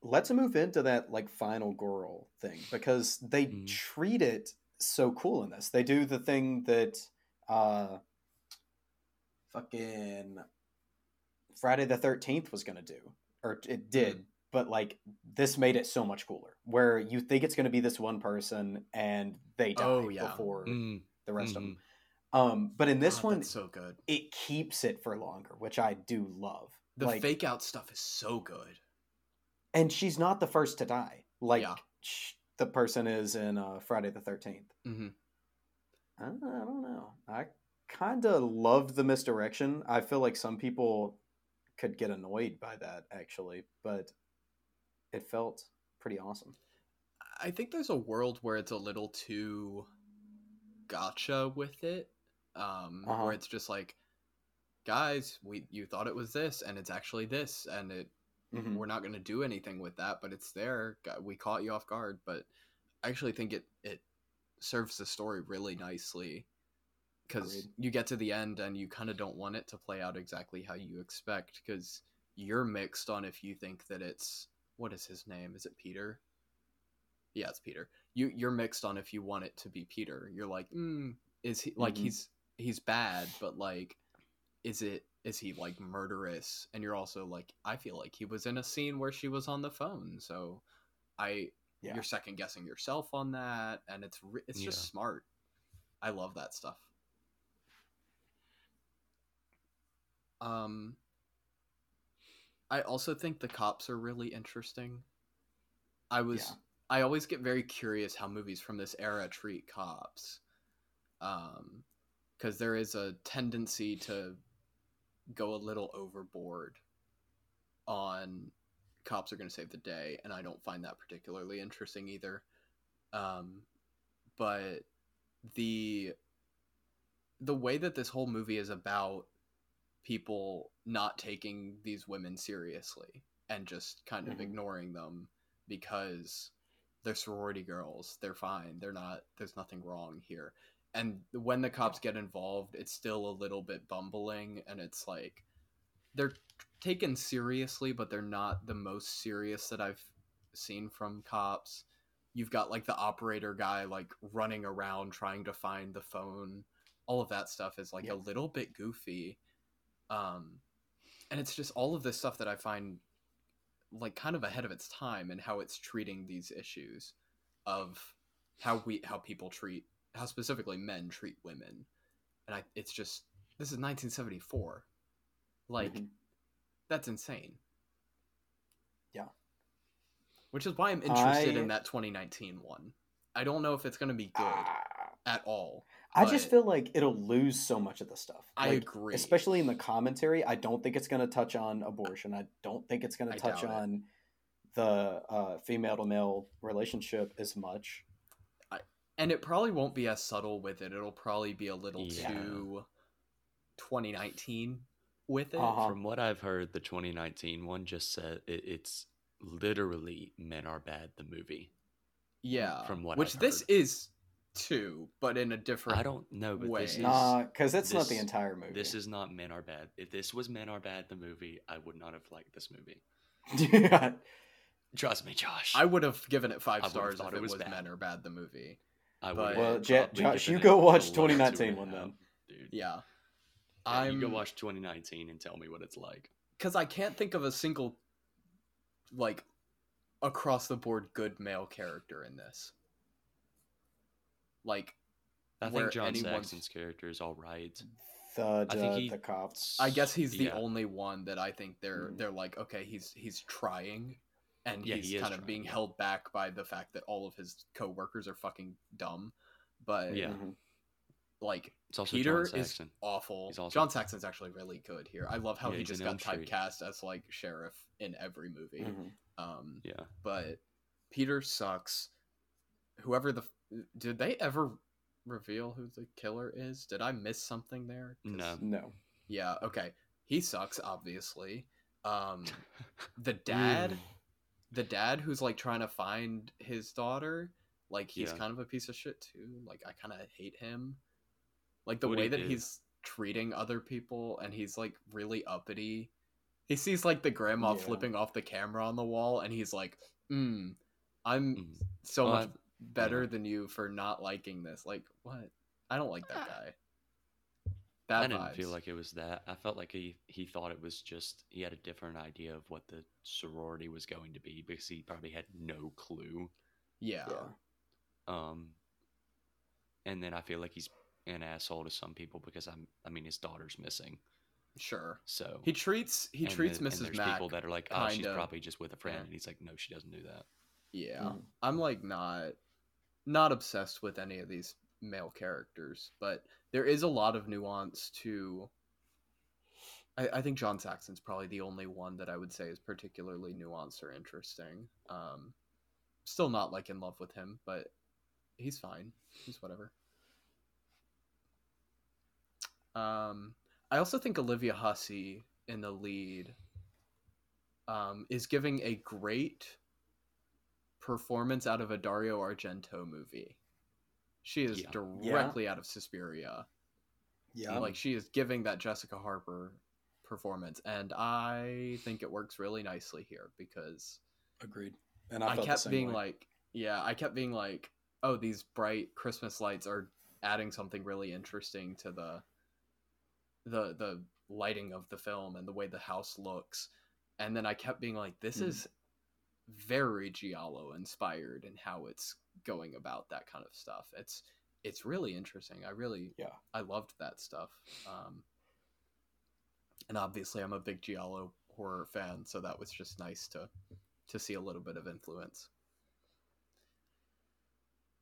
Speaker 1: let's move into that like final girl thing because they
Speaker 3: Mm-hmm.
Speaker 2: Mhm.
Speaker 1: treat it so cool in this. They do the thing that uh fucking Friday the 13th was going to do or it did,
Speaker 3: Mm-hmm.
Speaker 1: but like this made it so much cooler where you think it's going to be this one person and they die
Speaker 3: Oh, yeah. Mm-hmm.
Speaker 1: before
Speaker 2: Mm,
Speaker 1: the rest
Speaker 2: mhm.
Speaker 1: of them. Um but in this
Speaker 3: God,
Speaker 1: one
Speaker 3: that's so good.
Speaker 1: it keeps it for longer, which I do love.
Speaker 3: The
Speaker 1: like,
Speaker 3: fake out stuff is so good.
Speaker 1: and she's not the first to die like
Speaker 3: Yeah.
Speaker 1: sh- the person is in uh, friday the 13th
Speaker 3: Mhm.
Speaker 1: I, don't, I don't know i kind of love the misdirection i feel like some people could get annoyed by that actually but it felt pretty awesome
Speaker 3: I think there's a world where it's a little too gotcha with it, um,
Speaker 1: Uh-huh.
Speaker 3: where it's just like, guys, we you thought it was this, and it's actually this, and it
Speaker 1: Mhm.
Speaker 3: we're not going to do anything with that, but it's there. Got- We caught you off guard, but I actually think it it serves the story really nicely because
Speaker 1: Agreed.
Speaker 3: you get to the end and you kind of don't want it to play out exactly how you expect because you're mixed on if you think that it's what is his name? Is it Peter? Yeah, it's Peter. You you're mixed on if you want it to be Peter. You're like, mm, is he like
Speaker 1: Mhm.
Speaker 3: he's he's bad, but like is it is he like murderous and you're also like i feel like he was in a scene where she was on the phone so i
Speaker 1: Yeah.
Speaker 3: you're second guessing yourself on that and it's re- it's just
Speaker 2: Yeah.
Speaker 3: smart i love that stuff um i also think the cops are really interesting i was
Speaker 1: Yeah.
Speaker 3: i always get very curious how movies from this era treat cops um because there is a tendency to go a little overboard on cops are going to save the day and i don't find that particularly interesting either um, but the the way that this whole movie is about people not taking these women seriously and just kind of
Speaker 1: Mhm.
Speaker 3: ignoring them because they're sorority girls they're fine they're not there's nothing wrong here and when the cops get involved it's still a little bit bumbling and it's like they're taken seriously but they're not the most serious that i've seen from cops you've got like the operator guy like running around trying to find the phone all of that stuff is like
Speaker 1: Yeah.
Speaker 3: a little bit goofy um and it's just all of this stuff that i find like kind of ahead of its time and how it's treating these issues of how we how people treat how specifically men treat women and i it's just this is 1974 like
Speaker 1: Mhm.
Speaker 3: that's insane
Speaker 1: Yeah.
Speaker 3: which is why i'm interested
Speaker 1: I-
Speaker 3: in that 2019 one i don't know if it's going to be good
Speaker 1: Ah,
Speaker 3: at all
Speaker 1: I just
Speaker 3: but-
Speaker 1: feel like it'll lose so much of the stuff.
Speaker 3: i
Speaker 1: Like,
Speaker 3: agree
Speaker 1: especially in the commentary. I don't think it's going to touch on abortion. I don't think it's going
Speaker 3: I
Speaker 1: to touch
Speaker 3: doubt it.
Speaker 1: on the uh, female to male relationship as much.
Speaker 3: and it probably won't be as subtle with it it'll probably be a little
Speaker 2: Yeah.
Speaker 3: too 2019 with it
Speaker 1: Uh-huh.
Speaker 2: From what I've heard, the 2019 one just said it, it's literally "Men Are Bad" the movie.
Speaker 3: yeah
Speaker 2: From what
Speaker 3: which
Speaker 2: I've
Speaker 3: this
Speaker 2: heard.
Speaker 3: is too but in a different
Speaker 2: I don't know, but this
Speaker 3: Wait.
Speaker 2: is
Speaker 1: Nah, because that's not the
Speaker 2: this-
Speaker 1: entire movie.
Speaker 2: this is not "Men Are Bad." If this was "Men Are Bad" the movie, I would not have liked this movie.
Speaker 1: yeah,
Speaker 2: Trust me, Josh.
Speaker 3: i would have given it five
Speaker 2: I would've
Speaker 3: stars
Speaker 2: thought
Speaker 3: if
Speaker 2: it
Speaker 3: it
Speaker 2: was
Speaker 3: was
Speaker 2: bad.
Speaker 3: men or bad the movie
Speaker 2: I
Speaker 3: but-
Speaker 2: would.
Speaker 1: Well,
Speaker 2: have
Speaker 1: Ja-
Speaker 2: probably
Speaker 1: Josh,
Speaker 2: given
Speaker 1: you go
Speaker 2: it
Speaker 1: watch
Speaker 2: below
Speaker 1: 2019
Speaker 2: two
Speaker 1: one
Speaker 2: and a half,
Speaker 1: then.
Speaker 2: dude.
Speaker 3: yeah
Speaker 2: Yeah, you go
Speaker 3: I'm-
Speaker 2: watch 2019 and tell me what it's like.
Speaker 3: because I can't think of a single like across the board good male character in this. Like
Speaker 2: I
Speaker 3: where
Speaker 2: think John
Speaker 3: anyone's-
Speaker 2: Saxon's character is all right.
Speaker 1: the
Speaker 2: I
Speaker 1: the,
Speaker 2: think he-
Speaker 1: the cops.
Speaker 3: I guess he's the
Speaker 2: Yeah. Mm-hmm.
Speaker 3: only one that I think they're
Speaker 1: Mhm.
Speaker 3: they're like okay he's he's trying and
Speaker 2: Yeah,
Speaker 3: he's
Speaker 2: he is
Speaker 3: kind of
Speaker 2: trying,
Speaker 3: being
Speaker 2: yeah.
Speaker 3: held back by the fact that all of his coworkers are fucking dumb. But
Speaker 2: Yeah.
Speaker 1: Mhm.
Speaker 3: like
Speaker 2: It's also
Speaker 3: Peter
Speaker 2: John
Speaker 3: is-
Speaker 2: Saxon.
Speaker 3: awful.
Speaker 2: He's also-
Speaker 3: John Saxon's actually really good here. I love how
Speaker 2: Yeah,
Speaker 3: he
Speaker 2: he's
Speaker 3: just
Speaker 2: in
Speaker 3: got
Speaker 2: Elm Street.
Speaker 3: typecast as like sheriff in every movie.
Speaker 1: Mhm.
Speaker 2: Mm-hmm.
Speaker 3: Um,
Speaker 2: Yeah.
Speaker 3: but Peter sucks. Whoever the f- did they ever reveal who the killer is? Did I miss something there? 'Cause-
Speaker 2: No.
Speaker 1: No.
Speaker 3: Yeah. Okay. He sucks, obviously. Um, the dad,
Speaker 2: Mm.
Speaker 3: the dad who's like trying to find his daughter, like he's
Speaker 2: Yeah.
Speaker 3: kind of a piece of shit too. Like I kind of hate him. Like the
Speaker 2: What
Speaker 3: way
Speaker 2: he
Speaker 3: that
Speaker 2: did.
Speaker 3: he's treating other people, and he's like really uppity. He sees like the grandma
Speaker 1: Yeah.
Speaker 3: flipping off the camera on the wall, and he's like, mm, "I'm
Speaker 2: Mm.
Speaker 3: so
Speaker 2: Well,
Speaker 3: much
Speaker 2: I've-
Speaker 3: better than you for not liking this. Like, what? I don't like
Speaker 1: Ah.
Speaker 3: that guy. Bad
Speaker 2: I didn't
Speaker 3: vibes.
Speaker 2: feel like it was that. I felt like he he thought it was just he had a different idea of what the sorority was going to be because he probably had no clue.
Speaker 3: yeah.
Speaker 1: Yeah.
Speaker 2: Um, and then I feel like he's an asshole to some people because I'm I mean his daughter's missing,
Speaker 3: sure.
Speaker 2: so
Speaker 3: He treats he
Speaker 2: and
Speaker 3: treats
Speaker 2: then- and
Speaker 3: Mrs.
Speaker 2: there's
Speaker 3: Mack.
Speaker 2: people that are like, oh, she's
Speaker 3: kinda-
Speaker 2: probably just with a friend,
Speaker 3: yeah.
Speaker 2: and he's like, no, she doesn't do that.
Speaker 3: yeah,
Speaker 1: Mhm.
Speaker 3: I'm like not not obsessed with any of these male characters, but there is a lot of nuance to. I, I think John Saxon's probably the only one that I would say is particularly nuanced or interesting. Um, still not like in love with him, but he's fine. He's whatever. Um, I also think Olivia Hussey in the lead um, is giving a great performance out of a Dario Argento movie. She is
Speaker 2: Yeah.
Speaker 1: Yeah.
Speaker 3: directly out of Suspiria.
Speaker 1: Yeah.
Speaker 3: Like she is giving that Jessica Harper performance, and I think it works really nicely here because
Speaker 1: agreed. And I,
Speaker 3: I,
Speaker 1: felt the
Speaker 3: kept
Speaker 1: same
Speaker 3: being
Speaker 1: way.
Speaker 3: like, yeah, I kept being like, oh, these bright Christmas lights are adding something really interesting to the the the lighting of the film and the way the house looks. And then I kept being like, this
Speaker 1: Mhm.
Speaker 3: is very Giallo inspired in how it's going about that kind of stuff. It's it's really interesting. I really
Speaker 1: Yeah.
Speaker 3: I loved that stuff. Um, and obviously, I'm a big Giallo horror fan, so that was just nice to to see a little bit of influence.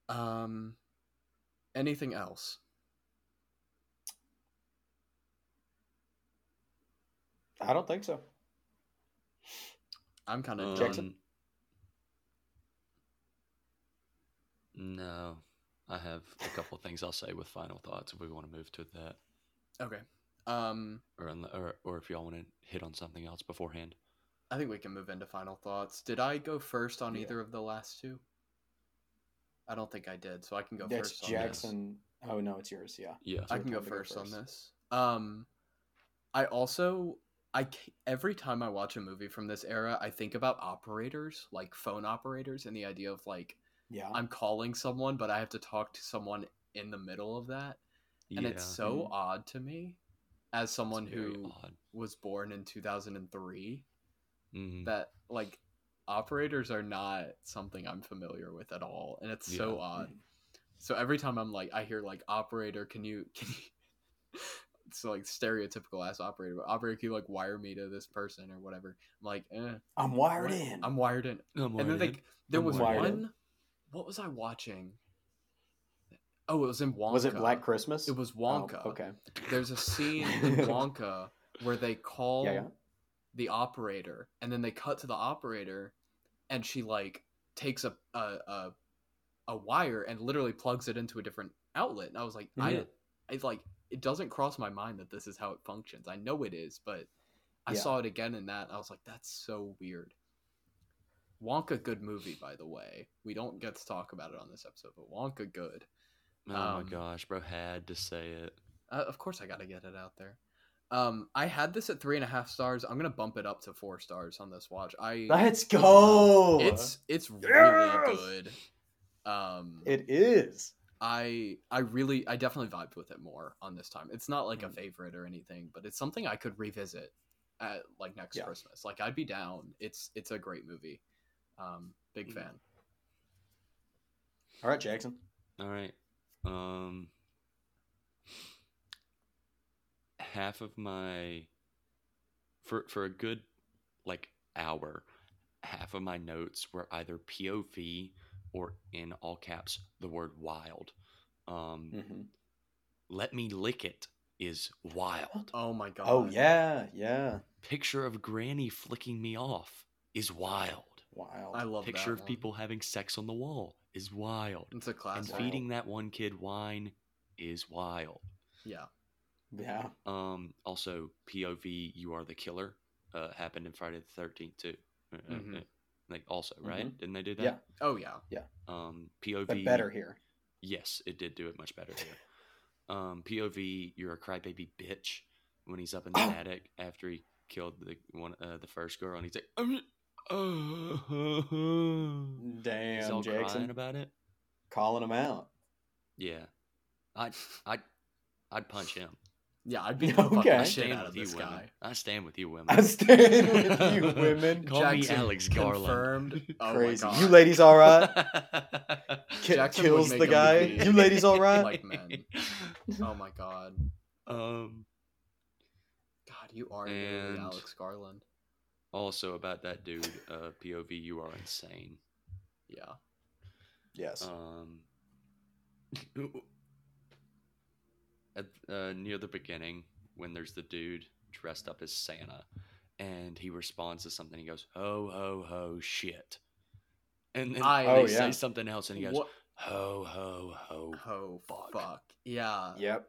Speaker 3: Um, anything else?
Speaker 1: I don't think so.
Speaker 3: I'm kind of
Speaker 1: Jackson?
Speaker 2: Um, Um, no, I have a couple of things I'll say with final thoughts if we want to move to that,
Speaker 3: okay. Um,
Speaker 2: or unle- or, or if y'all want to hit on something else beforehand.
Speaker 3: I think we can move into final thoughts. Did I go first on
Speaker 1: Yeah.
Speaker 3: either of the last two? I don't think I did, so I can go
Speaker 1: That's
Speaker 3: first. on this.
Speaker 1: Jackson. Oh no, it's yours. Yeah.
Speaker 2: Yeah,
Speaker 1: So
Speaker 3: I
Speaker 1: we're
Speaker 3: can go
Speaker 1: trying to go
Speaker 3: first on
Speaker 1: first.
Speaker 3: this. Um, I also, I c- every time I watch a movie from this era, I think about operators, like phone operators, and the idea of like
Speaker 1: Yeah.
Speaker 3: I'm calling someone, but I have to talk to someone in the middle of that, and
Speaker 2: yeah,
Speaker 3: it's so
Speaker 1: Mhm.
Speaker 3: odd to me, as someone
Speaker 2: very
Speaker 3: who
Speaker 2: odd.
Speaker 3: was born in 2003,
Speaker 2: Mhm.
Speaker 3: that like operators are not something I'm familiar with at all, and it's so
Speaker 2: Yeah.
Speaker 3: odd. So every time I'm like, I hear like operator, can you can you? It's like stereotypical ass operator, but operator, can you like wire me to this person or whatever? I'm like, eh,
Speaker 1: I'm wired
Speaker 3: what?
Speaker 1: in.
Speaker 3: I'm wired in.
Speaker 2: I'm
Speaker 3: and then
Speaker 2: worried.
Speaker 3: like there
Speaker 2: I'm
Speaker 3: was
Speaker 1: wired in.
Speaker 3: one. What was I watching? Oh, it was in Wonka.
Speaker 1: was it Black Christmas?
Speaker 3: It was
Speaker 1: Oh,
Speaker 3: Wonka.
Speaker 1: okay.
Speaker 3: There's a scene in Wonka where they call
Speaker 1: Yeah, yeah.
Speaker 3: the operator and then they cut to the operator and she like takes a a, a, a wire and literally plugs it into a different outlet and i was like
Speaker 1: Yeah.
Speaker 3: i it's like it doesn't cross my mind that this is how it functions i know it is but i
Speaker 1: Yeah.
Speaker 3: saw it again in that and i was like that's so weird wonka good movie by the way we don't get to talk about it on this episode but wonka good
Speaker 2: oh
Speaker 3: um,
Speaker 2: my gosh, bro, had to say it.
Speaker 3: uh, of course, I got to get it out there. Um, I had this at three and a half stars. I'm gonna bump it up to four stars on this watch. I
Speaker 1: Let's go.
Speaker 3: it's it's really
Speaker 1: Yes!
Speaker 3: good. Um,
Speaker 1: it is.
Speaker 3: I I really I definitely vibed with it more on this time. It's not like a
Speaker 1: Mm.
Speaker 3: favorite or anything, but it's something I could revisit at like next
Speaker 1: Yeah.
Speaker 3: Christmas. Like I'd be down. It's it's a great movie. Um, big
Speaker 1: Mhm.
Speaker 3: fan.
Speaker 1: All right, Jackson.
Speaker 2: All right. Um half of my for for a good like hour, half of my notes were either POV or in all caps the word wild. Um
Speaker 3: Hmm.
Speaker 1: Mhm.
Speaker 2: let me lick it is wild.
Speaker 3: Oh my god.
Speaker 1: Oh yeah, yeah.
Speaker 2: Picture of granny flicking me off is wild.
Speaker 1: Wow.
Speaker 3: I love
Speaker 2: Picture of
Speaker 3: that one.
Speaker 2: people having sex on the wall is wild.
Speaker 3: It's a
Speaker 2: and
Speaker 3: classic.
Speaker 1: wild.
Speaker 2: feeding that one kid wine is wild.
Speaker 3: Yeah.
Speaker 1: yeah.
Speaker 2: Um, also, POV, you are the killer, uh, happened in Friday the 13th, too. Uh, uh,
Speaker 3: Mhm.
Speaker 2: uh, Like, also, right? Didn't they do that?
Speaker 1: Yeah.
Speaker 3: Oh Mm-hmm. yeah.
Speaker 2: Um, POV.
Speaker 1: But better here.
Speaker 2: Yes, it did do it much better here. um, POV, you're a crybaby bitch when he's up in the
Speaker 1: Oh.
Speaker 2: attic after he killed the one, uh, the first girl, and he's like, "I'm just- uh, he's
Speaker 1: Damn,
Speaker 2: all
Speaker 1: Jackson.
Speaker 2: crying about it.
Speaker 1: Calling him out.
Speaker 2: Yeah. I'd, I'd, I'd punch him.
Speaker 3: Yeah, I'd be the fucking
Speaker 1: Okay.
Speaker 3: shit
Speaker 2: Stand
Speaker 3: out of
Speaker 2: with you,
Speaker 3: this guy.
Speaker 2: women. I stand with you, women.
Speaker 1: I stand with you, women.
Speaker 2: Call me Alex Garland.
Speaker 3: Confirmed. Oh
Speaker 1: Crazy.
Speaker 3: My God.
Speaker 1: You ladies, all right? Ki-
Speaker 3: Jackson would
Speaker 1: kills
Speaker 3: make
Speaker 1: the
Speaker 3: a
Speaker 1: guy.
Speaker 3: movie.
Speaker 1: You ladies, all right?
Speaker 3: Like men. Oh my God.
Speaker 2: um,
Speaker 3: God, you are literally
Speaker 2: And-
Speaker 3: Alex Garland.
Speaker 2: also about that dude, uh, POV, you are insane.
Speaker 3: Yeah.
Speaker 1: yes.
Speaker 2: Um, at, uh, near the beginning, when there's the dude dressed up as Santa, and he responds to something, he goes, "Ho ho ho, shit," and then
Speaker 3: I-
Speaker 2: they
Speaker 1: Oh, yeah.
Speaker 2: say something else, and he goes,
Speaker 3: What?
Speaker 2: "Ho ho ho!"
Speaker 3: Oh fuck.
Speaker 2: fuck.
Speaker 3: Yeah.
Speaker 1: Yep.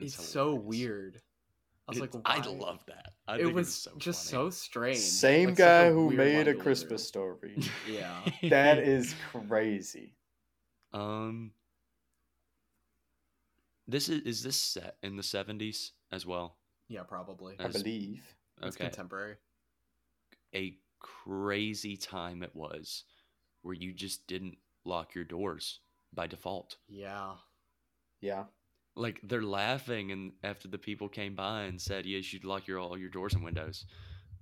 Speaker 3: It's,
Speaker 2: It's
Speaker 3: so
Speaker 2: hilarious.
Speaker 3: weird. I was
Speaker 2: It's-
Speaker 3: like,
Speaker 2: I
Speaker 3: why?
Speaker 2: love that. I
Speaker 3: it
Speaker 2: think it
Speaker 3: was,
Speaker 2: was so
Speaker 3: just
Speaker 2: funny.
Speaker 3: so strange.
Speaker 1: Same
Speaker 3: Like, such
Speaker 1: guy who
Speaker 3: weird line
Speaker 1: made a
Speaker 3: delivery.
Speaker 1: Christmas story.
Speaker 3: Yeah.
Speaker 1: that is crazy.
Speaker 2: Um, this is is this set in the seventies as well?
Speaker 3: Yeah, probably.
Speaker 1: I
Speaker 2: That's-
Speaker 1: believe.
Speaker 3: It's
Speaker 2: Uh, Okay,
Speaker 3: contemporary.
Speaker 2: a crazy time it was, where you just didn't lock your doors by default.
Speaker 3: Yeah.
Speaker 1: Yeah.
Speaker 2: Like they're laughing, and after the people came by and said, "Yes, you'd lock your all your doors and windows,"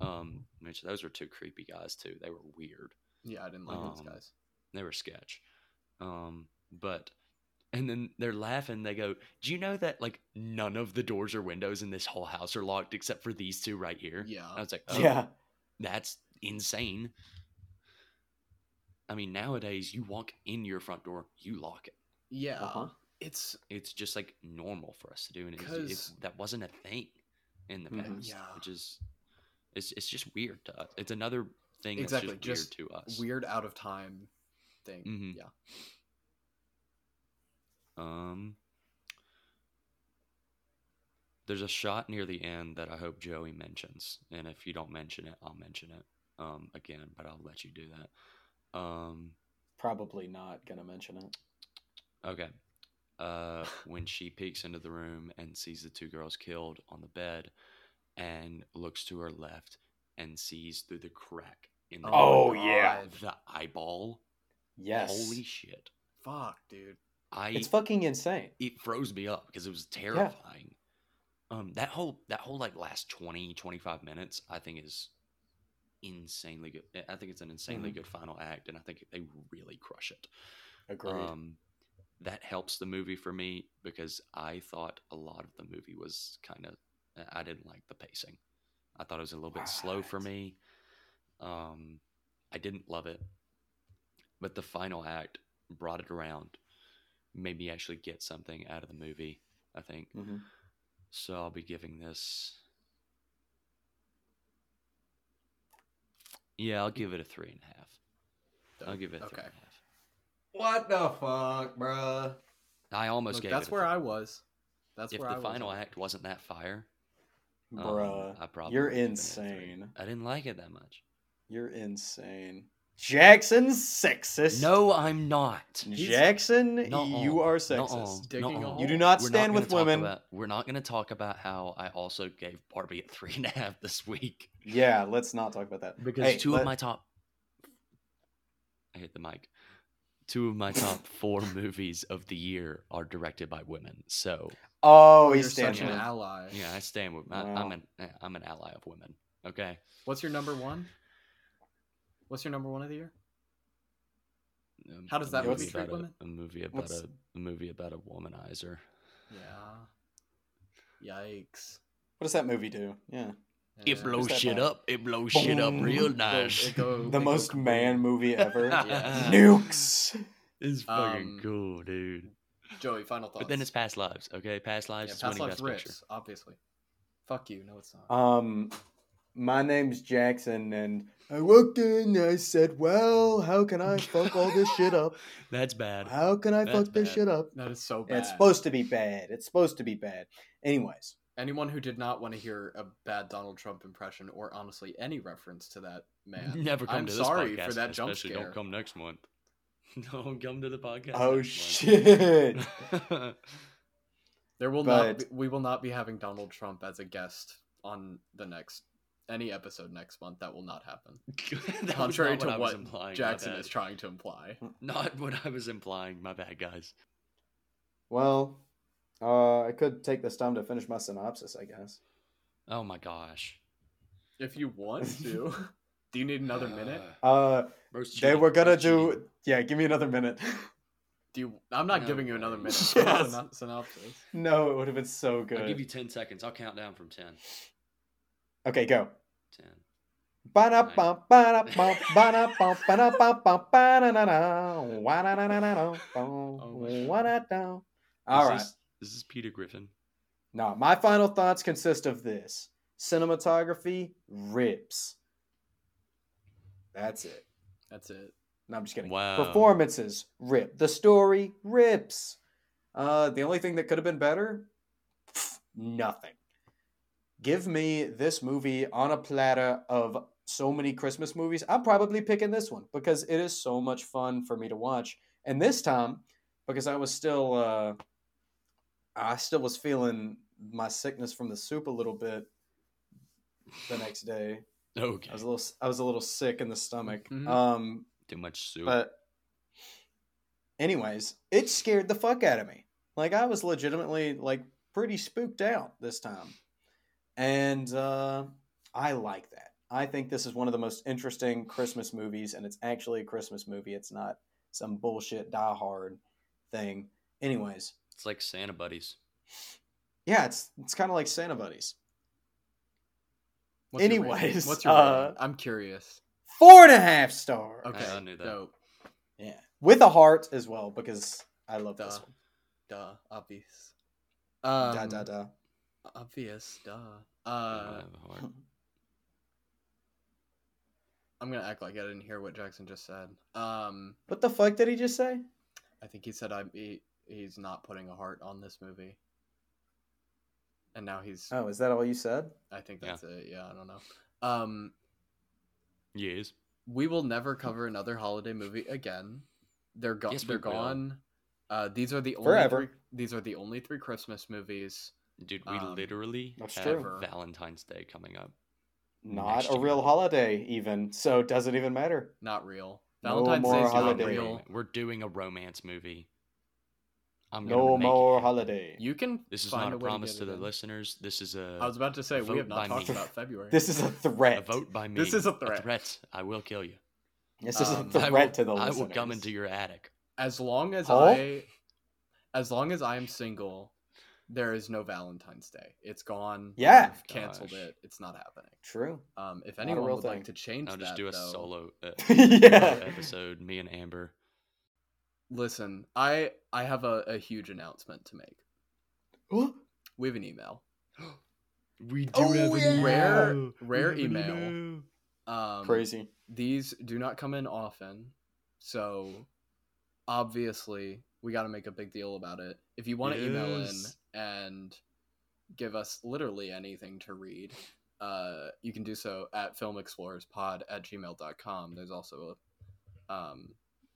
Speaker 2: um, which those were two creepy guys too. They were weird.
Speaker 3: Yeah, I didn't like those
Speaker 2: Um,
Speaker 3: guys.
Speaker 2: they were sketch um but and then they're laughing they go do you know that like none of the doors or windows in this whole house are locked except for these two right here
Speaker 3: Yeah.
Speaker 2: i was like oh,
Speaker 1: Yeah.
Speaker 2: that's insane i mean nowadays you walk in your front door you lock it
Speaker 3: Yeah.
Speaker 1: Uh-huh.
Speaker 3: It's
Speaker 2: it's just like normal for us to do and it's,
Speaker 3: 'Cause- Mm-hmm.
Speaker 2: it's, that wasn't a thing in the
Speaker 1: Mhm.
Speaker 2: past
Speaker 3: Yeah.
Speaker 2: which is it's, it's just weird to us it's another thing
Speaker 3: Exactly,
Speaker 2: that's just,
Speaker 3: just
Speaker 2: weird to us
Speaker 3: weird out of time thing.
Speaker 2: Mhm.
Speaker 3: Yeah.
Speaker 2: Um, there's a shot near the end that I hope Joey mentions, and if you don't mention it, I'll mention it um, again. But I'll let you do that. Um,
Speaker 1: Probably not gonna mention it.
Speaker 2: okay. Uh, when she peeks into the room and sees the two girls killed on the bed, and looks to her left and sees through the crack in the
Speaker 1: Oh,
Speaker 3: my
Speaker 1: yeah.
Speaker 3: God.
Speaker 2: the eyeball.
Speaker 1: Yes.
Speaker 2: Holy shit!
Speaker 3: Fuck, dude.
Speaker 2: I
Speaker 1: it's fucking insane.
Speaker 2: it froze me up because it was terrifying. Um that whole that whole like last 20 25 minutes I think is insanely good. I- I think it's an insanely
Speaker 1: Mhm.
Speaker 2: good final act and I think they really crush it.
Speaker 1: Agreed.
Speaker 2: Um that helps the movie for me because I thought a lot of the movie was kind of I didn't like the pacing. I thought it was a little bit slow for
Speaker 1: Right.
Speaker 2: me. Um I didn't love it. But the final act brought it around. Made me actually get something out of the movie, I think.
Speaker 1: Mhm.
Speaker 2: So I'll be giving this Yeah, I'll give it a three and a half. I'll give it a three
Speaker 3: Okay.
Speaker 2: and a half.
Speaker 3: What the fuck, bruh?
Speaker 2: I almost gave
Speaker 3: that's
Speaker 2: it a
Speaker 3: where
Speaker 2: three.
Speaker 3: I was. That's
Speaker 2: if
Speaker 3: where
Speaker 2: the
Speaker 3: I
Speaker 2: final
Speaker 3: was.
Speaker 2: act wasn't that fire, um,
Speaker 1: Bruh.
Speaker 2: I probably
Speaker 1: You're
Speaker 2: would've given it a three.
Speaker 1: insane.
Speaker 2: I didn't like it that much.
Speaker 1: You're insane. Jackson sexist.
Speaker 2: No, I'm not.
Speaker 1: Jackson,
Speaker 2: Nuh-uh.
Speaker 1: you are
Speaker 2: Nuh-uh.
Speaker 1: sexist.
Speaker 3: Digging a
Speaker 2: Nuh-uh.
Speaker 3: hole.
Speaker 1: You do not
Speaker 2: We're
Speaker 1: stand
Speaker 2: gonna
Speaker 1: with
Speaker 2: talk
Speaker 1: women.
Speaker 2: about- we're not going to talk about how I also gave Barbie a three and a half this week
Speaker 1: Yeah, let's not talk about that.
Speaker 2: because
Speaker 1: Hey,
Speaker 2: two
Speaker 1: let-
Speaker 2: of my top. I hit the mic. Two of my top four movies of the year are directed by women. So
Speaker 1: Oh,
Speaker 3: You're
Speaker 1: he's
Speaker 3: such
Speaker 1: standing.
Speaker 3: an
Speaker 2: with-
Speaker 3: ally.
Speaker 2: yeah, I stand with. I,
Speaker 1: Wow.
Speaker 2: I'm an I'm an ally of women. Okay,
Speaker 3: What's your number one? What's your number one of the year?
Speaker 2: Um,
Speaker 3: How does
Speaker 2: a
Speaker 3: that
Speaker 1: movie
Speaker 2: about
Speaker 3: treat
Speaker 2: a-
Speaker 3: women?
Speaker 2: A movie about
Speaker 1: What's-
Speaker 2: a, a movie about a womanizer.
Speaker 3: Yeah. Yikes.
Speaker 1: What does that movie do? Yeah.
Speaker 2: It
Speaker 3: Yeah.
Speaker 2: blows
Speaker 1: that
Speaker 2: shit
Speaker 1: about?
Speaker 2: up. It blows shit up
Speaker 1: Boom.
Speaker 2: real
Speaker 1: Boom.
Speaker 2: nice.
Speaker 3: It go-
Speaker 1: The
Speaker 3: it go
Speaker 1: most
Speaker 3: kaboom.
Speaker 1: man movie ever.
Speaker 3: Yeah.
Speaker 1: Nukes.
Speaker 2: It's fucking
Speaker 3: Um,
Speaker 2: cool, dude.
Speaker 3: Joey, final thoughts.
Speaker 2: But then it's past lives, okay? Past
Speaker 3: yeah,
Speaker 2: lives is
Speaker 3: past
Speaker 2: winning
Speaker 3: lives
Speaker 2: best
Speaker 3: rips,
Speaker 2: picture.
Speaker 3: obviously. Fuck you. No, it's not.
Speaker 1: Um, my name's Jackson, and I walked in. I said, "Well, how can I fuck all this shit up?
Speaker 2: That's bad.
Speaker 1: How can I
Speaker 2: That's
Speaker 1: fuck this
Speaker 2: bad.
Speaker 1: shit up?"
Speaker 3: that is so bad.
Speaker 1: It's supposed to be bad. It's supposed to be bad. Anyways,
Speaker 3: Anyone who did not want to hear a bad Donald Trump impression, or honestly any reference to that man,
Speaker 2: Never come
Speaker 3: I'm
Speaker 2: to
Speaker 3: sorry
Speaker 2: this podcast,
Speaker 3: for that jump
Speaker 2: especially
Speaker 3: scare.
Speaker 2: Don't come next month. Don't come to the podcast.
Speaker 1: oh
Speaker 2: next
Speaker 1: shit.
Speaker 2: month.
Speaker 3: there will not. Be,
Speaker 1: But-
Speaker 3: we will not be having Donald Trump as a guest on the next any episode next month. That will not happen.
Speaker 2: That was
Speaker 3: Contrary
Speaker 2: not
Speaker 3: to
Speaker 2: I was
Speaker 3: what
Speaker 2: implying, my
Speaker 3: Jackson
Speaker 2: bad.
Speaker 3: is trying to imply.
Speaker 2: Not what I was implying. My bad, guys.
Speaker 1: Well, uh, I could take this time to finish my synopsis, I guess.
Speaker 2: Oh my gosh.
Speaker 3: If you want to, do you need another minute?
Speaker 2: Uh,
Speaker 1: Uh,
Speaker 2: Roast
Speaker 1: they
Speaker 2: cheating,
Speaker 1: were gonna
Speaker 2: roast cheating.
Speaker 1: do. Yeah, give me another minute.
Speaker 3: Do you? I'm not
Speaker 2: No
Speaker 3: giving you another
Speaker 2: way.
Speaker 3: minute.
Speaker 1: Yes.
Speaker 3: Yes. Synopsis.
Speaker 1: no, it would have been so
Speaker 2: I'll give you
Speaker 1: good.
Speaker 2: 10 seconds. I'll count down from 10.
Speaker 1: Okay, go.
Speaker 2: 10.
Speaker 1: Ba-da-bum, ba-da-bum, ba-da-bum, ba-da-bum, ba-da-na-na, wa-na-na-na-na,
Speaker 3: Oh.
Speaker 1: wa-na-na. All right.
Speaker 2: is Oh, This, this is Peter Griffin.
Speaker 1: Now, my final thoughts consist of this cinematography rips. That's it.
Speaker 3: That's it.
Speaker 1: No, I'm just kidding.
Speaker 2: Wow.
Speaker 1: Performances rip. The story rips. Uh, the only thing that could have been better, Pff, nothing. Give me this movie on a platter of so many Christmas movies. I'm probably picking this one because it is so much fun for me to watch. And this time, because I was still, uh, I still was feeling my sickness from the soup a little bit. The next day,
Speaker 2: Okay.
Speaker 1: I was a little, I was a little sick in the stomach.
Speaker 3: Mhm.
Speaker 1: Um,
Speaker 2: Too much soup.
Speaker 1: but anyways, it scared the fuck out of me. Like I was legitimately like pretty spooked out this time. And uh I like that. I think this is one of the most interesting Christmas movies and it's actually a Christmas movie. It's not some bullshit die hard thing. Anyways,
Speaker 2: it's like Santa buddies.
Speaker 1: yeah, it's it's kind of like Santa Buddies.
Speaker 3: What's your rating?
Speaker 1: Anyways,
Speaker 3: what's your
Speaker 1: uh,
Speaker 3: rating? I'm curious.
Speaker 1: Four and a half stars.
Speaker 3: Okay,
Speaker 2: I knew that.
Speaker 3: dope.
Speaker 1: Yeah, with a heart as well because I love
Speaker 3: Duh,
Speaker 1: this one.
Speaker 3: duh, obvious. Um,
Speaker 1: da da da.
Speaker 3: Obvious, duh.
Speaker 2: I
Speaker 3: Uh,
Speaker 2: don't have a heart.
Speaker 3: I'm gonna act like I didn't hear what Jackson just said. Um,
Speaker 1: What the fuck did he just say?
Speaker 3: I think he said I'm, he, he's not putting a heart on this movie, and now he's.
Speaker 1: Oh, is that all you said?
Speaker 3: I think
Speaker 2: Yeah.
Speaker 3: that's it. Yeah, I don't know. Um,
Speaker 2: Yes.
Speaker 3: we will never cover another holiday movie again. They're gone.
Speaker 2: Yes, we
Speaker 3: they're
Speaker 2: will.
Speaker 3: gone. Uh, these are the only
Speaker 1: Forever.
Speaker 3: Three, these are the only three Christmas movies.
Speaker 2: Dude, we
Speaker 3: Um,
Speaker 2: literally
Speaker 1: that's
Speaker 2: have
Speaker 1: true.
Speaker 2: Valentine's Day coming up.
Speaker 1: Not
Speaker 2: Next
Speaker 1: a real
Speaker 2: year.
Speaker 1: holiday, even. So it doesn't even matter.
Speaker 3: Not real.
Speaker 1: No
Speaker 3: Valentine's
Speaker 1: more
Speaker 3: Day's not
Speaker 1: holiday.
Speaker 3: real.
Speaker 2: We're doing a romance movie. I'm gonna
Speaker 1: No
Speaker 2: make it
Speaker 1: more
Speaker 2: happen.
Speaker 1: holiday.
Speaker 3: You can.
Speaker 2: This is
Speaker 3: find
Speaker 2: not a,
Speaker 3: way to
Speaker 2: promise
Speaker 3: get
Speaker 2: to
Speaker 3: it
Speaker 2: the
Speaker 3: in.
Speaker 2: listeners. This is a,
Speaker 3: I was about to say we
Speaker 2: Vote
Speaker 3: have
Speaker 2: by
Speaker 3: not talked
Speaker 1: me.
Speaker 3: about February.
Speaker 1: This is a
Speaker 2: a
Speaker 1: threat.
Speaker 2: vote by me.
Speaker 3: This is a threat.
Speaker 2: I will kill you.
Speaker 1: This is
Speaker 3: Um,
Speaker 1: a
Speaker 2: I
Speaker 1: threat
Speaker 2: will,
Speaker 1: to the
Speaker 2: I
Speaker 1: listeners.
Speaker 2: will come into your attic.
Speaker 3: as long as
Speaker 1: Paul?
Speaker 3: I, as long as I am single, there is no Valentine's Day. It's gone.
Speaker 1: Yeah.
Speaker 3: We've canceled
Speaker 2: Gosh.
Speaker 3: it. It's not happening.
Speaker 1: True.
Speaker 3: Um, if
Speaker 1: Not a
Speaker 3: anyone
Speaker 1: real
Speaker 3: would
Speaker 1: thing.
Speaker 3: like to change
Speaker 2: I'll
Speaker 3: that,
Speaker 2: just do a
Speaker 3: though,
Speaker 2: solo uh,
Speaker 1: yeah.
Speaker 2: episode. Me and Amber.
Speaker 3: Listen, I I have a, a huge announcement to make.
Speaker 2: Um,
Speaker 1: What?
Speaker 3: We have an email.
Speaker 2: We do
Speaker 1: Oh, have an yeah. email.
Speaker 3: Rare
Speaker 1: We
Speaker 3: rare email. Um,
Speaker 1: Crazy.
Speaker 3: These do not come in often, so obviously we got to make a big deal about it. If you want to email in
Speaker 2: Yes.
Speaker 3: and give us literally anything to read, uh, you can do so at filmexplorerspod at gmail.com. There's also a, um,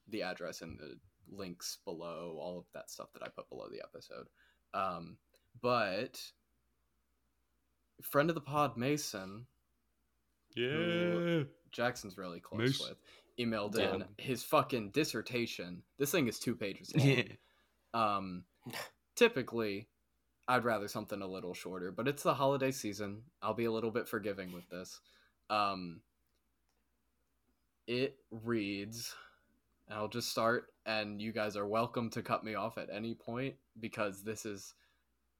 Speaker 3: the address and the links below, all of that stuff that I put below the episode. Um, but friend of the pod, Mason, Yeah. Jackson's really close
Speaker 2: Moose.
Speaker 3: with. Emailed in
Speaker 1: Damn.
Speaker 3: his fucking dissertation. This thing is two pages long. um, typically, I'd rather something a little shorter, but it's the holiday season. I'll be a little bit forgiving with this. Um, it reads. and I'll just start, and you guys are welcome to cut me off at any point because this is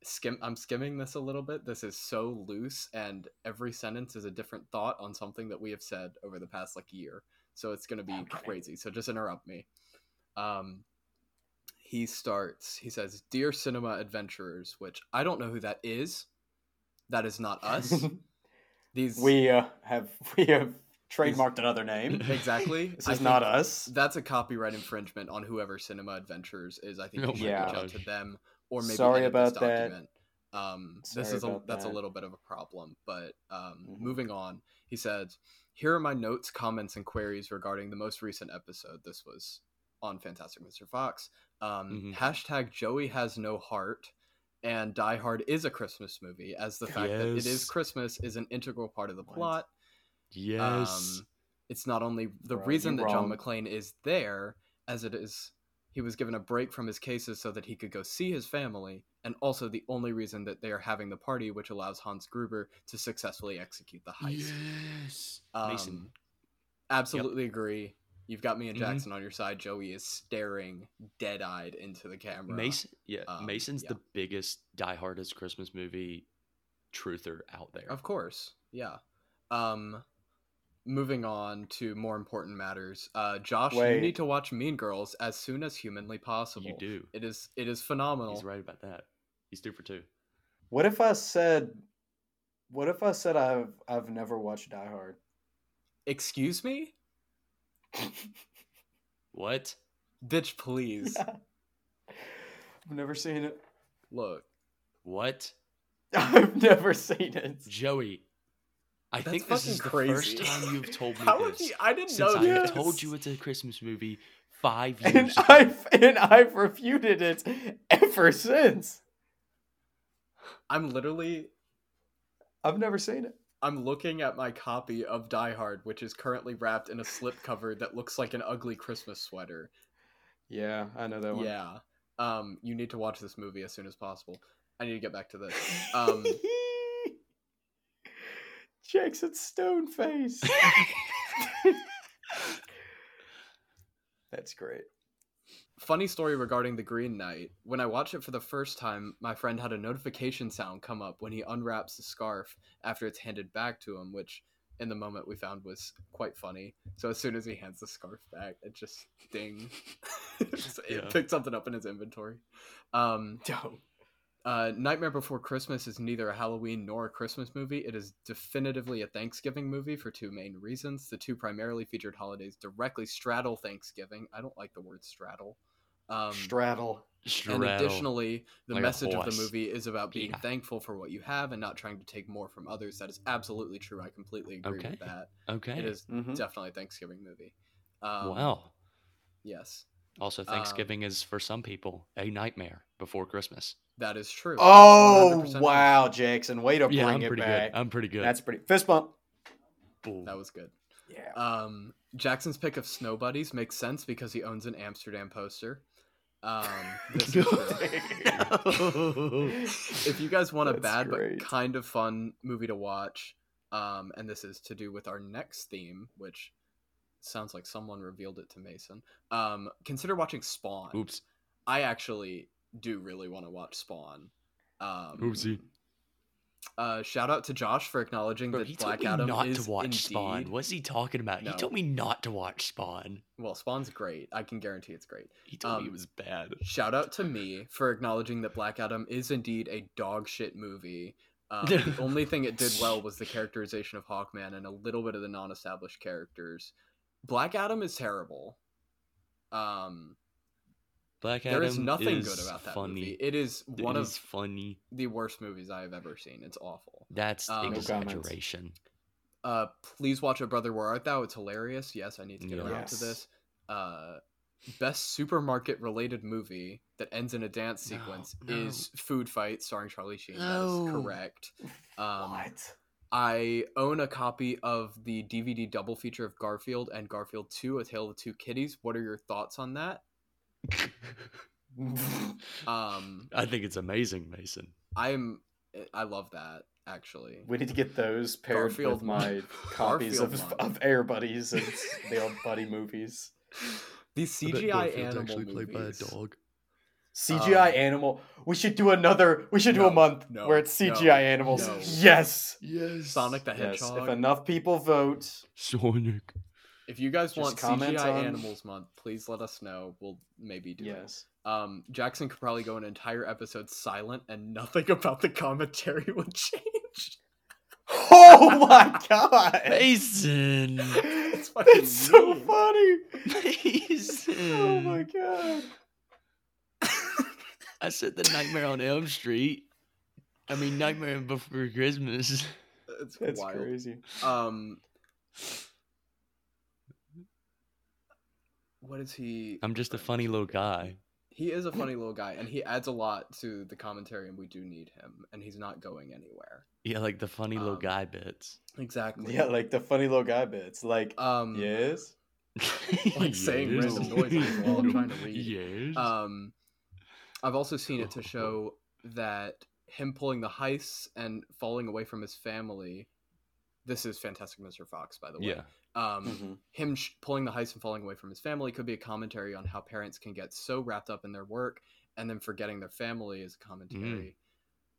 Speaker 3: skim. I'm skimming this a little bit. This is so loose, and every sentence is a different thought on something that we have said over the past like year. So it's gonna be
Speaker 1: Okay.
Speaker 3: crazy. So just interrupt me. Um, he starts. He says, "Dear Cinema Adventurers," which I don't know who that is. That is not us. These
Speaker 1: we uh, have we have trademarked another name.
Speaker 3: exactly.
Speaker 1: This
Speaker 3: I
Speaker 1: is not
Speaker 3: think-
Speaker 1: us.
Speaker 3: that's a copyright infringement on whoever Cinema Adventures is. I think
Speaker 2: Oh
Speaker 3: you should
Speaker 1: my
Speaker 3: reach out
Speaker 2: gosh.
Speaker 3: to them or maybe
Speaker 1: Sorry
Speaker 3: edit this
Speaker 1: about that.
Speaker 3: document. Um, this
Speaker 1: Sorry
Speaker 3: is a,
Speaker 1: about
Speaker 3: that's a
Speaker 1: that.
Speaker 3: little bit of a problem, but um,
Speaker 1: Mhm.
Speaker 3: moving on, he said, "Here are my notes, comments, and queries regarding the most recent episode. This was on Fantastic Mr. Fox. Um,
Speaker 1: Mm-hmm.
Speaker 2: Mhm.
Speaker 3: Hashtag Joey has no heart." And Die Hard is a Christmas movie, as the fact that it is
Speaker 2: Yes.
Speaker 3: Christmas is an integral part of the
Speaker 1: What?
Speaker 3: plot.
Speaker 2: yes.
Speaker 3: Um, it's not only the
Speaker 1: Bro,
Speaker 3: reason
Speaker 1: you
Speaker 3: that John
Speaker 1: wrong.
Speaker 3: McClane is there, as it is he was given a break from his cases so that he could go see his family, and also the only reason that they are having the party, which allows Hans Gruber to successfully execute the heist.
Speaker 2: yes.
Speaker 3: Um,
Speaker 2: Mason.
Speaker 3: Absolutely agree. You've got me and
Speaker 1: Mm-hmm.
Speaker 2: Mhm.
Speaker 3: Jackson on your side. Joey is staring dead eyed into the camera.
Speaker 2: Mason. Yeah.
Speaker 3: Um,
Speaker 2: Mason's
Speaker 3: yeah.
Speaker 2: the biggest diehardest Christmas movie truther out there.
Speaker 3: Of course, yeah. Um, moving on to more important matters. Uh, Josh, you
Speaker 1: Wait.
Speaker 3: need to watch Mean Girls as soon as humanly possible.
Speaker 2: You do.
Speaker 3: It is it is phenomenal.
Speaker 2: He's right about that. He's two for two.
Speaker 1: What if I said? What if I said I've I've never watched Die Hard?
Speaker 3: Excuse me?
Speaker 2: What?
Speaker 3: Bitch, please.
Speaker 1: I've never seen it.
Speaker 3: Look.
Speaker 2: What?
Speaker 1: I've never seen it.
Speaker 2: Joey, I
Speaker 3: That's
Speaker 2: think this
Speaker 3: fucking
Speaker 2: is the
Speaker 3: crazy.
Speaker 2: first time you've told me
Speaker 3: How have
Speaker 2: this.
Speaker 3: you? I didn't
Speaker 2: since
Speaker 3: know
Speaker 2: I
Speaker 3: this.
Speaker 2: told you it's a Christmas movie five years
Speaker 1: And
Speaker 2: ago.
Speaker 1: I've and I've refuted it ever since.
Speaker 3: I'm literally
Speaker 1: I've never seen it.
Speaker 3: I'm looking at my copy of Die Hard, which is currently wrapped in a slipcover that looks like an ugly Christmas sweater.
Speaker 1: Yeah, I know that one.
Speaker 3: Yeah. Um, you need to watch this movie as soon as possible. I need to get back to this. Um,
Speaker 1: Jackson Stoneface. That's great.
Speaker 3: Funny story regarding The Green Knight. When I watched it for the first time, my friend had a notification sound come up when he unwraps the scarf after it's handed back to him, which in the moment we found was quite funny. So as soon as he hands the scarf back, it just ding. It's-
Speaker 2: Yeah.
Speaker 3: It picked something up in his inventory. Um,
Speaker 1: Dope.
Speaker 3: uh, Nightmare Before Christmas is neither a Halloween nor a Christmas movie. It is definitively a Thanksgiving movie for two main reasons. The two primarily featured holidays directly straddle Thanksgiving. I don't like the word straddle. Um,
Speaker 1: Straddle.
Speaker 3: and
Speaker 2: Straddle.
Speaker 3: additionally, the
Speaker 2: Like a
Speaker 3: message of the
Speaker 2: horse.
Speaker 3: movie is about being
Speaker 2: Yeah.
Speaker 3: thankful for what you have and not trying to take more from others. That is absolutely true. I completely agree
Speaker 2: Okay.
Speaker 3: with that.
Speaker 2: okay. Mm-hmm.
Speaker 3: It is
Speaker 1: Mhm.
Speaker 3: definitely a Thanksgiving movie. Um,
Speaker 2: wow.
Speaker 3: Yes, Um,
Speaker 2: Also, Thanksgiving is for some people a nightmare before Christmas.
Speaker 3: that is true. That's
Speaker 1: Oh
Speaker 3: 100%
Speaker 1: wow, Jackson! Way to
Speaker 2: Yeah,
Speaker 1: bring
Speaker 2: I'm
Speaker 1: it
Speaker 2: pretty
Speaker 1: back.
Speaker 2: good. I'm pretty good. Um,
Speaker 1: That's pretty fist bump.
Speaker 2: Boom.
Speaker 3: That was good.
Speaker 1: Yeah.
Speaker 3: Um, Jackson's pick of Snow Buddies makes sense because he owns an Amsterdam poster. Um, this is true. if you guys want a
Speaker 1: That's
Speaker 3: bad
Speaker 1: great.
Speaker 3: but kind of fun movie to watch, um, and this is to do with our next theme, which sounds like someone revealed it to Mason. Um, consider watching Spawn.
Speaker 2: Oops.
Speaker 3: I actually do really want to watch Spawn. Um,
Speaker 2: Oopsie.
Speaker 3: Uh, shout out to Josh for acknowledging
Speaker 2: Bro,
Speaker 3: that
Speaker 2: he told
Speaker 3: Black
Speaker 2: me
Speaker 3: Adam
Speaker 2: not
Speaker 3: is
Speaker 2: to watch
Speaker 3: indeed-
Speaker 2: Spawn. What's he talking about?
Speaker 3: No.
Speaker 2: He told me not to watch Spawn.
Speaker 3: Well, Spawn's great. I can guarantee it's great.
Speaker 2: He told me
Speaker 3: Um,
Speaker 2: it was bad.
Speaker 3: Shout out to me for acknowledging that Black Adam is indeed a dog shit movie. Um, the only thing it did well was the characterization of Hawkman and a little bit of the non-established characters. Black Adam is terrible. Um,
Speaker 2: Black Adam
Speaker 3: there is nothing
Speaker 2: is
Speaker 3: good about that
Speaker 2: funny.
Speaker 3: movie. It is
Speaker 2: It
Speaker 3: one
Speaker 2: is
Speaker 3: of
Speaker 2: funny.
Speaker 3: the worst movies I have ever seen. It's awful.
Speaker 2: That's
Speaker 3: Um, No
Speaker 1: comments.
Speaker 2: exaggeration.
Speaker 3: Uh, please watch it, brother. Where art thou? It's hilarious. Yes, I need to get around to
Speaker 1: Yes.
Speaker 3: this. Uh, best supermarket-related movie that ends in a dance
Speaker 2: No,
Speaker 3: sequence
Speaker 2: no.
Speaker 3: is Food Fight, starring Charlie Sheen. That
Speaker 2: No.
Speaker 3: is correct. Um,
Speaker 1: what?
Speaker 3: I own a copy of the DVD double feature of Garfield and Garfield Two: A Tale of Two Kitties. What are your thoughts on that? Um,
Speaker 2: I think it's amazing, Mason.
Speaker 3: I'm, I love that actually.
Speaker 1: we need to get those paired
Speaker 3: Garfield
Speaker 1: with my
Speaker 3: one.
Speaker 1: copies of,
Speaker 3: Garfield one.
Speaker 1: of Air Buddies and the old Buddy movies.
Speaker 3: The CGI animal movies.
Speaker 1: CGI
Speaker 3: Um,
Speaker 1: animal. We should do another. We should do a
Speaker 3: no,
Speaker 1: month
Speaker 3: no,
Speaker 1: where it's CGI
Speaker 3: no,
Speaker 1: animals.
Speaker 3: no.
Speaker 1: Yes.
Speaker 2: Yes.
Speaker 3: Sonic the
Speaker 1: Yes.
Speaker 3: Hedgehog.
Speaker 1: If enough people vote,
Speaker 2: Sonic.
Speaker 3: If you guys
Speaker 1: Just
Speaker 3: want
Speaker 1: comment
Speaker 3: CGI
Speaker 1: on-
Speaker 3: Animals Month, please let us know. We'll maybe do it.
Speaker 1: yes.
Speaker 3: Um, Jackson could probably go an entire episode silent and nothing about the commentary would change.
Speaker 1: Oh my god.
Speaker 2: Mason.
Speaker 3: It's fucking
Speaker 1: That's so
Speaker 3: mean. Mm.
Speaker 1: funny.
Speaker 2: Mason.
Speaker 1: Oh my god.
Speaker 2: I said the Nightmare on Elm Street. I mean, Nightmare Before Christmas.
Speaker 3: It's
Speaker 1: That's
Speaker 3: wild.
Speaker 1: crazy.
Speaker 3: Um, what is he?
Speaker 2: I'm just a funny little guy.
Speaker 3: He is a funny little guy, and he adds a lot to the commentary, and we do need him, and he's not going anywhere.
Speaker 2: Yeah, like the funny little
Speaker 3: Um,
Speaker 2: guy bits.
Speaker 3: Exactly.
Speaker 1: Yeah, like the funny little guy bits. Like,
Speaker 3: um,
Speaker 1: yes.
Speaker 3: Like saying random noises while I'm trying to read.
Speaker 2: Yes.
Speaker 3: Um, I've also seen it to show that him pulling the heists and falling away from his family. This is Fantastic Mr. Fox, by the way.
Speaker 2: yeah.
Speaker 3: Um,
Speaker 1: Mhm.
Speaker 3: Him sh- pulling the heist and falling away from his family could be a commentary on how parents can get so wrapped up in their work and then forgetting their family is a commentary
Speaker 2: Mm.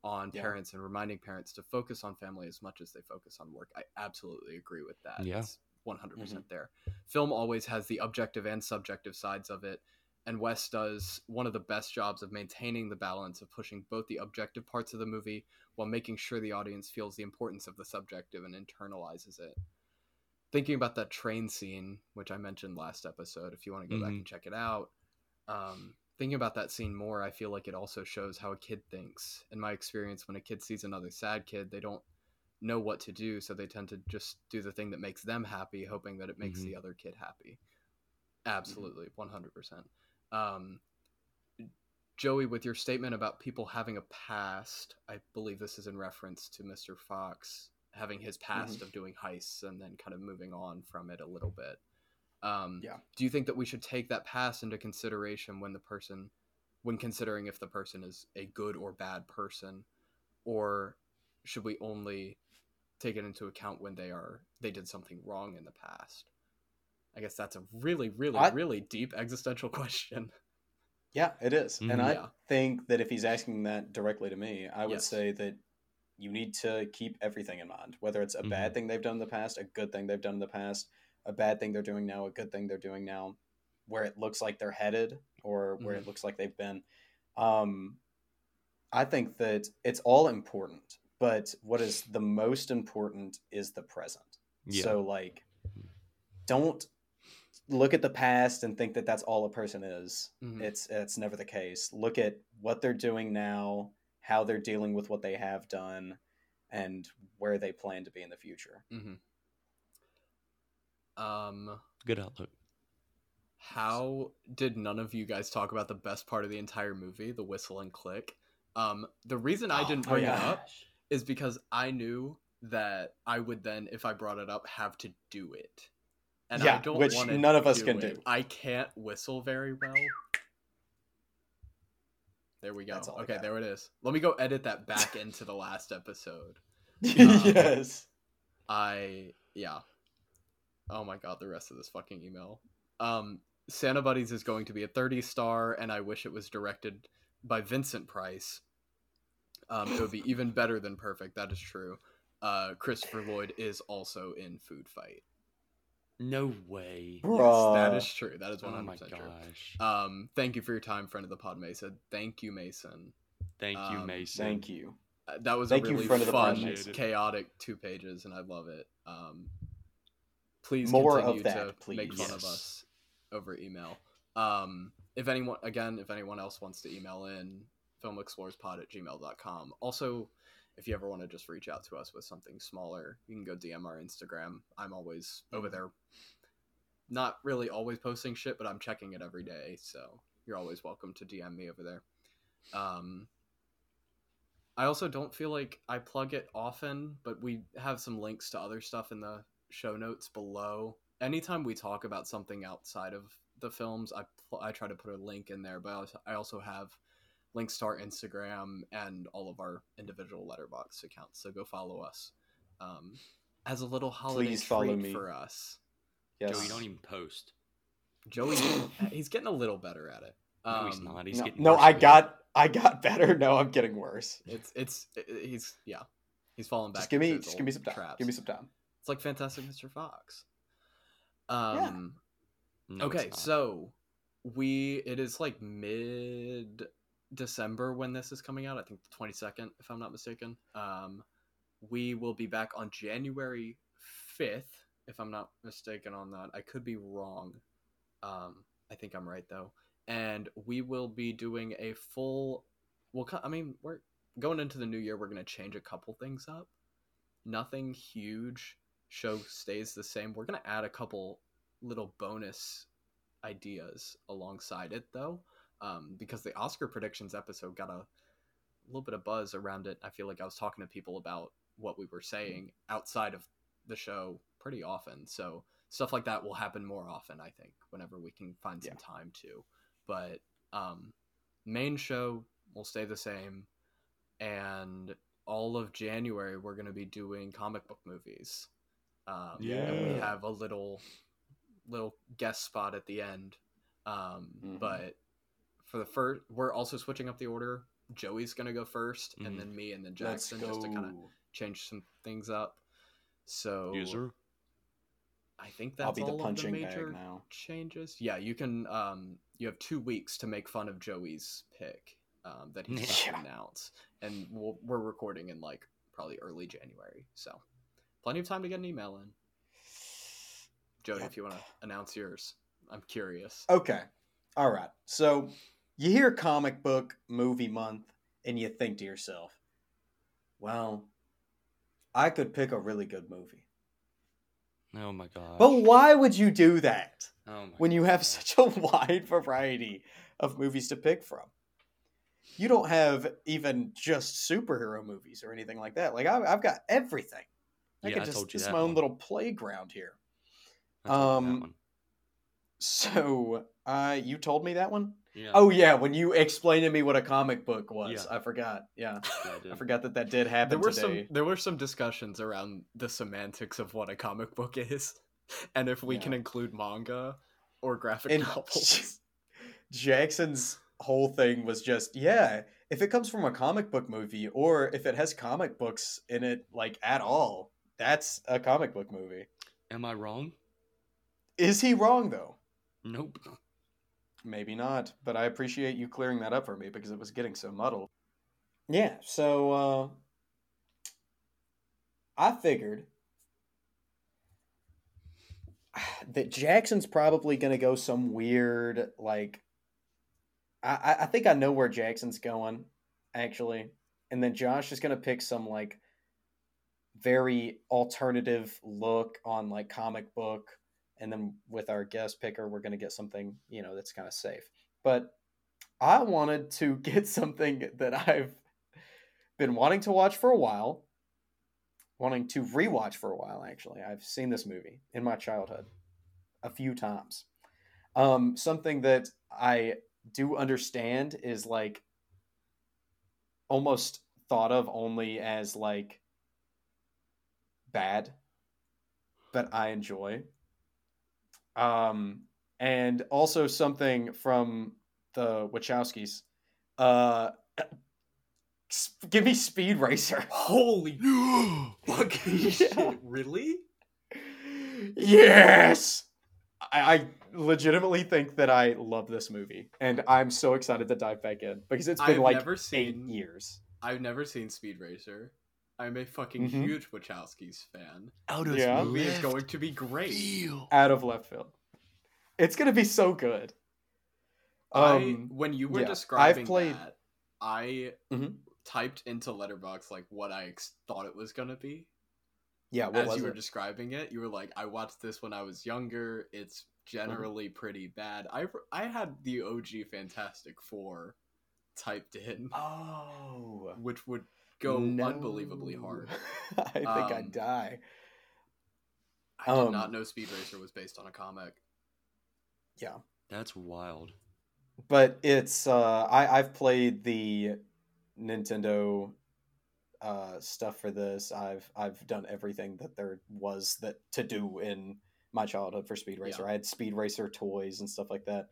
Speaker 3: on
Speaker 1: Yeah.
Speaker 3: parents and reminding parents to focus on family as much as they focus on work. I absolutely agree with that.
Speaker 2: Yeah.
Speaker 3: It's 100% percent there. Film always has the objective and subjective sides of it. And Wes does one of the best jobs of maintaining the balance of pushing both the objective parts of the movie while making sure the audience feels the importance of the subjective and internalizes it. thinking about that train scene, which I mentioned last episode, if you want to go back
Speaker 2: Mhm.
Speaker 3: and check it out, um, thinking about that scene more, I feel like it also shows how a kid thinks. In my experience, when a kid sees another sad kid, they don't know what to do, so they tend to just do the thing that makes them happy, hoping that it makes
Speaker 2: Mhm.
Speaker 3: the other kid happy. Absolutely, 100%. Um, Joey, with your statement about people having a past, I believe this is in reference to Mr. Fox having his past of doing heists and then kind of moving on from it a little bit. Um,
Speaker 1: Yeah.
Speaker 3: Do you think that we should take that past into consideration when the person, when considering if the person is a good or bad person, or should we only take it into account when they are they did something wrong in the past? I guess that's a really, really,
Speaker 1: I-
Speaker 3: really deep existential question.
Speaker 1: Yeah, it is. And
Speaker 2: Mhm.
Speaker 1: I
Speaker 3: mm, Yeah.
Speaker 1: think that if he's asking that directly to me, I would
Speaker 3: Yes.
Speaker 1: say that you need to keep everything in mind, whether it's a bad thing they've done in the past, a good thing they've done in the past, a bad thing they're doing now, a good thing they're doing now, where it looks like they're headed or where it looks like they've been. Um, I think that it's all important, but what is the most important is the present.
Speaker 2: Yeah.
Speaker 1: So like, don't look at the past and think that that's all a person is.
Speaker 3: Mhm.
Speaker 1: It's it's never the case. Look at what they're doing now, how they're dealing with what they have done, and where they plan to be in the future.
Speaker 3: Mm-hmm. Um,
Speaker 2: Good outlook.
Speaker 3: how did none of you guys talk about the best part of the entire movie, the whistle and click? Um, the reason I
Speaker 2: Oh,
Speaker 3: didn't
Speaker 1: oh,
Speaker 3: bring it
Speaker 1: yeah.
Speaker 3: up is because I knew that I would then, if I brought it up, have to do it. And I
Speaker 1: Yeah,
Speaker 3: don't
Speaker 1: which
Speaker 3: wanna
Speaker 1: none of us can
Speaker 3: it.
Speaker 1: do.
Speaker 3: I can't whistle very well. There we go.
Speaker 1: That's all I
Speaker 3: Okay,
Speaker 1: got.
Speaker 3: there it is. Let me go edit that back into the last episode.
Speaker 1: yes.
Speaker 3: I yeah. Oh my god, the rest of this fucking email. Um Santa Buddies is going to be a 30 star and I wish it was directed by Vincent Price. Um it would be even better than perfect, that is true. Uh Christopher Lloyd is also in Food Fight.
Speaker 2: No way.
Speaker 1: Bruh.
Speaker 3: Yes, that is true. That is 100%
Speaker 2: Oh my
Speaker 3: true.
Speaker 2: gosh.
Speaker 3: Um thank you for your time, friend of the pod Mesa. Thank you, Mason.
Speaker 2: Thank you,
Speaker 3: um,
Speaker 2: Mason.
Speaker 1: Thank you.
Speaker 3: Uh, that was
Speaker 1: Thank
Speaker 3: a
Speaker 1: you,
Speaker 3: really
Speaker 1: friend of the pod
Speaker 3: fun,
Speaker 2: Mason.
Speaker 3: chaotic two pages, and I love it. Um, please
Speaker 1: More
Speaker 3: continue
Speaker 1: of that,
Speaker 3: to make
Speaker 1: please.
Speaker 3: fun of
Speaker 2: Yes.
Speaker 3: us over email. Um, if anyone, again, if anyone else wants to email in, filmexplorespod at gmail.com. Also, if you ever want to just reach out to us with something smaller, you can go DM our Instagram. I'm always over
Speaker 1: Mm-hmm.
Speaker 3: there, not really always posting shit, but I'm checking it every day. So you're always welcome to DM me over there. Um, I also don't feel like I plug it often, but we have some links to other stuff in the show notes below. Anytime we talk about something outside of the films, I pl- I try to put a link in there, but I also- I also have links to our Instagram and all of our individual letterbox accounts. So go follow us. Um, as a little holiday
Speaker 1: Please
Speaker 3: treat
Speaker 1: follow me.
Speaker 3: for us.
Speaker 1: Yes.
Speaker 2: Joey, don't even post.
Speaker 3: Joey, he's getting a little better at it.
Speaker 2: No, he's
Speaker 3: Um,
Speaker 2: not. He's
Speaker 1: no,
Speaker 2: getting
Speaker 1: no,
Speaker 2: worse
Speaker 1: I
Speaker 2: and worse.
Speaker 1: got I got better. No, I'm getting worse.
Speaker 3: It's it's i- i- he's yeah, he's falling back.
Speaker 1: Just give
Speaker 3: into
Speaker 1: me
Speaker 3: his
Speaker 1: just give me
Speaker 3: old
Speaker 1: some time.
Speaker 3: traps.
Speaker 1: Give me some time.
Speaker 3: It's like Fantastic Mr. Fox. Um.
Speaker 2: No, it's
Speaker 3: okay,
Speaker 2: not.
Speaker 3: so we it is like mid December when this is coming out. I think the twenty second, if I'm not mistaken. Um, we will be back on January fifth, if I'm not mistaken on that. I could be wrong. Um, I think I'm right though. And we will be doing a full. Well, co- I mean, we're going into the new year. We're gonna change a couple things up. Nothing huge. Show stays the same. We're gonna add a couple little bonus ideas alongside it though um, because the oscar predictions episode got a little bit of buzz around it i feel like i was talking to people about what we were saying outside of the show pretty often so stuff like that will happen more often i think whenever we can find some time to but um, main show will stay the same and all of january we're going to be doing comic book movies um, and we
Speaker 1: Yeah.
Speaker 3: have a little little guest spot at the end. Um,
Speaker 1: Mhm.
Speaker 3: But for the first, we're also switching up the order. Joey's gonna go 1st
Speaker 2: Mhm.
Speaker 3: and then me, and then
Speaker 1: Let's
Speaker 3: Jackson, just to kind of change some things up. So
Speaker 2: User.
Speaker 3: I think that's
Speaker 1: I'll be the
Speaker 3: all
Speaker 1: punching
Speaker 3: of the major
Speaker 1: bag now.
Speaker 3: changes. Yeah, you can. Um, you have two weeks to make fun of Joey's pick um, that he's about
Speaker 1: Yeah.
Speaker 3: to announce, and we'll, we're recording in like probably early January, so plenty of time to get an email in. Jody,
Speaker 1: Yeah.
Speaker 3: if you want to announce yours, I'm curious.
Speaker 1: Okay. All right. So you hear comic book movie month and you think to yourself, well, I could pick a really good movie.
Speaker 2: Oh my god.
Speaker 1: But why would you do that
Speaker 2: oh my
Speaker 1: when you have
Speaker 2: God.
Speaker 1: such a wide variety of movies to pick from? You don't have even just superhero movies or anything like that. Like, I, I've got everything. I
Speaker 2: Yeah,
Speaker 1: could
Speaker 2: I
Speaker 1: just,
Speaker 2: told you
Speaker 1: it's
Speaker 2: that
Speaker 1: my own
Speaker 2: one.
Speaker 1: little playground here.
Speaker 2: I told you that
Speaker 1: um,
Speaker 2: one.
Speaker 1: So, uh, you told me that one?
Speaker 2: yeah.
Speaker 1: Oh yeah, when you explained to me what a comic book was,
Speaker 2: Yeah.
Speaker 1: I forgot. Yeah,
Speaker 2: yeah, I
Speaker 1: I
Speaker 2: did.
Speaker 1: forgot that that did happen
Speaker 3: there were
Speaker 1: today.
Speaker 3: some there were some discussions around the semantics of what a comic book is, and if we can
Speaker 1: Yeah.
Speaker 3: include manga or graphic
Speaker 1: And
Speaker 3: novels.
Speaker 1: Jackson's whole thing was just yeah, if it comes from a comic book movie or if it has comic books in it, like at all, that's a comic book movie.
Speaker 2: Am I wrong?
Speaker 1: Is he wrong though?
Speaker 2: Nope.
Speaker 1: Maybe not, but I appreciate you clearing that up for me because it was getting so muddled. Yeah, so uh, I figured that Jackson's probably going to go some weird, like, I, I- I think I know where Jackson's going, actually. And then Josh is going to pick some, like, very alternative look on, like, comic book and then with our guest picker we're going to get something you know that's kind of safe but i wanted to get something that i've been wanting to watch for a while wanting to rewatch for a while actually i've seen this movie in my childhood a few times um, something that i do understand is like almost thought of only as like bad but i enjoy um, and also something from the Wachowskis. Uh, s- give me Speed Racer.
Speaker 3: Holy fucking
Speaker 1: Yeah.
Speaker 3: shit! Really?
Speaker 1: yes, I, I legitimately think that I love this movie, and I'm so excited to dive back in because it's been
Speaker 3: I've
Speaker 1: like
Speaker 3: never
Speaker 1: eight
Speaker 3: seen.
Speaker 1: years.
Speaker 3: I've never seen Speed Racer. I'm a fucking
Speaker 1: Mhm.
Speaker 3: huge Wachowskis fan.
Speaker 2: Out
Speaker 1: of
Speaker 2: of
Speaker 1: Yeah.
Speaker 3: This movie is going to be great.
Speaker 1: Out of left field, it's gonna be so good. Um,
Speaker 3: I, when you were
Speaker 1: yeah, I've
Speaker 3: describing
Speaker 1: played-
Speaker 3: that, I
Speaker 1: Mhm.
Speaker 3: typed into Letterbox like what I ex- thought it was gonna be.
Speaker 1: yeah, what
Speaker 3: As
Speaker 1: was
Speaker 3: you were
Speaker 1: it?
Speaker 3: describing it, you were like, "I watched this when I was younger.
Speaker 1: Uh-huh.
Speaker 3: It's generally pretty bad." I I had the OG Fantastic Four typed in,
Speaker 1: oh,
Speaker 3: which would go
Speaker 1: Uh, no.
Speaker 3: unbelievably hard.
Speaker 1: I think
Speaker 3: Um,
Speaker 1: I'd die.
Speaker 3: I did
Speaker 1: Um,
Speaker 3: not know Speed Racer was based on a comic.
Speaker 2: That's wild.
Speaker 1: but it's uh I, I've played the Nintendo uh stuff for this. I've I've done everything that there was that to do in my childhood for Speed Racer. I had Speed Racer toys and stuff like that.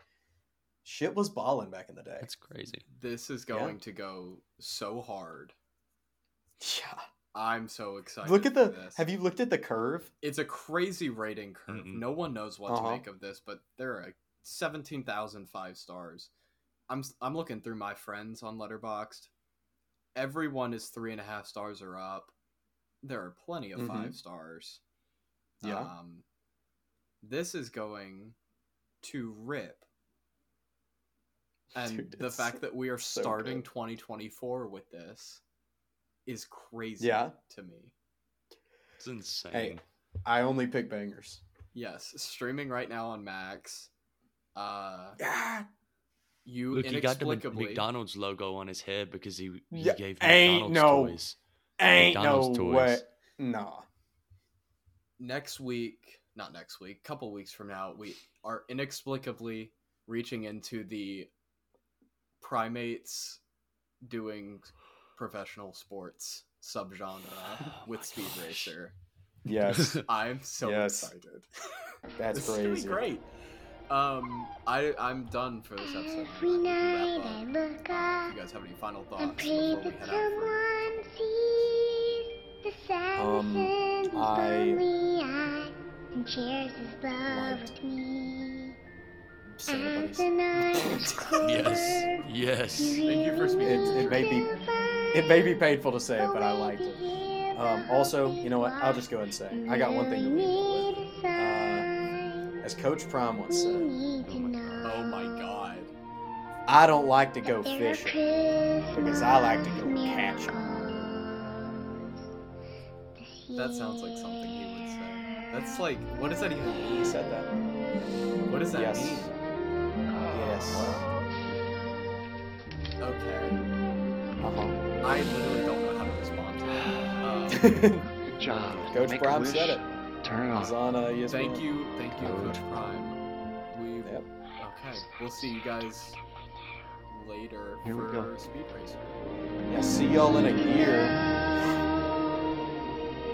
Speaker 1: Shit was balling back in the day.
Speaker 2: That's crazy.
Speaker 3: This is
Speaker 1: Yeah.
Speaker 3: going to go so hard.
Speaker 1: Yeah.
Speaker 3: I'm so excited.
Speaker 1: Look at
Speaker 3: for
Speaker 1: the
Speaker 3: This.
Speaker 1: have you looked at the curve?
Speaker 3: it's a crazy rating curve.
Speaker 2: Mhm.
Speaker 3: No one knows what
Speaker 1: Uh-huh.
Speaker 3: to make of this, but there are seventeen thousand five stars. I'm s- I'm looking through my friends on Letterboxd. Everyone is three and a half stars or up. There are plenty of
Speaker 1: Mhm.
Speaker 3: five stars.
Speaker 1: Yeah.
Speaker 3: Um, this is going to rip. And
Speaker 1: Dude,
Speaker 3: the
Speaker 1: it's
Speaker 3: fact that we are
Speaker 1: so
Speaker 3: starting
Speaker 1: good.
Speaker 3: 2024 with this is crazy
Speaker 1: Yeah.
Speaker 3: to me.
Speaker 2: It's insane.
Speaker 1: I only pick bangers.
Speaker 3: Yes, streaming right now on Max. Uh,
Speaker 1: Yeah.
Speaker 3: you
Speaker 2: Look, he got the Mc-
Speaker 3: inexplicably
Speaker 2: McDonald's logo on his head because he, he
Speaker 1: Yeah,
Speaker 2: gave
Speaker 1: ain't
Speaker 2: McDonald's
Speaker 1: no-
Speaker 2: toys.
Speaker 1: Ain't
Speaker 2: McDonald's
Speaker 1: no
Speaker 2: toys.
Speaker 1: way. Nah.
Speaker 3: next week, not next week, couple weeks from now, we are inexplicably reaching into the primates doing professional sports subgenre
Speaker 2: Oh
Speaker 3: with
Speaker 2: my
Speaker 3: Speed
Speaker 2: gosh.
Speaker 3: Racer.
Speaker 1: Yes.
Speaker 3: I'm so
Speaker 1: Yes.
Speaker 3: excited.
Speaker 1: That's
Speaker 3: this is gonna be
Speaker 1: crazy.
Speaker 3: great. Um, I I'm done for this episode.
Speaker 4: Every
Speaker 3: We can
Speaker 4: night
Speaker 3: wrap
Speaker 4: I
Speaker 3: up.
Speaker 4: look
Speaker 3: If
Speaker 4: up
Speaker 3: you guys have any final
Speaker 4: and
Speaker 3: thoughts
Speaker 4: pray
Speaker 3: before we
Speaker 4: that
Speaker 3: head out for
Speaker 4: someone sees the
Speaker 1: Um,
Speaker 4: sadness in
Speaker 1: I-
Speaker 4: lonely eyes and shares his love
Speaker 1: Liked-
Speaker 4: with me. As
Speaker 1: Somebody's
Speaker 4: the night cools,
Speaker 2: yes. Yes.
Speaker 4: you
Speaker 3: Thank you for
Speaker 4: hear
Speaker 3: speaking.
Speaker 1: It- it may be-
Speaker 4: river
Speaker 1: It may be painful to say it,
Speaker 4: flowing
Speaker 1: but I liked
Speaker 4: to
Speaker 1: it.
Speaker 4: hear the
Speaker 1: Um, also,
Speaker 4: heartbeat
Speaker 1: you know what? I'll just
Speaker 4: cry.
Speaker 1: go ahead and say
Speaker 4: You
Speaker 1: I got one thing to leave you
Speaker 4: really
Speaker 1: with. Uh,
Speaker 4: need a sign.
Speaker 1: As Coach Prime once
Speaker 4: You
Speaker 1: said,
Speaker 4: need to
Speaker 2: Oh my-
Speaker 4: know.
Speaker 3: Oh my god.
Speaker 1: I don't like to go
Speaker 4: that there are
Speaker 1: fishing.
Speaker 4: Christmas
Speaker 1: I like to go catching.
Speaker 4: miracles
Speaker 3: That sounds like something he would say. That's like, what does that even
Speaker 1: He
Speaker 3: mean?
Speaker 1: said that.
Speaker 3: What does that
Speaker 1: yes.
Speaker 3: mean? Oh,
Speaker 1: Yes.
Speaker 3: Okay.
Speaker 1: Uh-huh.
Speaker 3: I literally don't know how to respond to that. Um,
Speaker 5: Good job.
Speaker 1: Coach
Speaker 5: Make a
Speaker 1: Prime
Speaker 5: wish.
Speaker 1: said it.
Speaker 5: Turn it
Speaker 1: He's
Speaker 5: on.
Speaker 1: on uh, ESPN.
Speaker 3: thank you, thank you,
Speaker 5: Good.
Speaker 3: Coach Prime. We
Speaker 1: Yep.
Speaker 3: okay. We'll see you guys later
Speaker 5: Here we
Speaker 3: for
Speaker 5: go.
Speaker 3: Speed Racer.
Speaker 1: Yeah, see y'all in a year.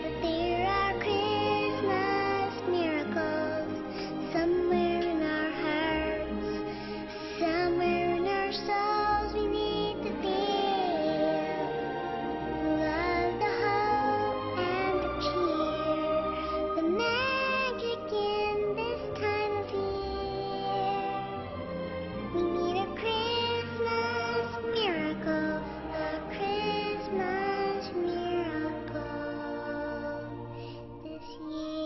Speaker 4: But there are Christmas miracles somewhere in our hearts, somewhere in our souls. We need to feel love, the hope, and the cheer, the magic in this time of year. We need a Christmas miracle, a Christmas miracle this year.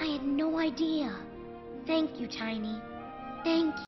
Speaker 4: I had no idea. Thank you, Tiny. Thank you.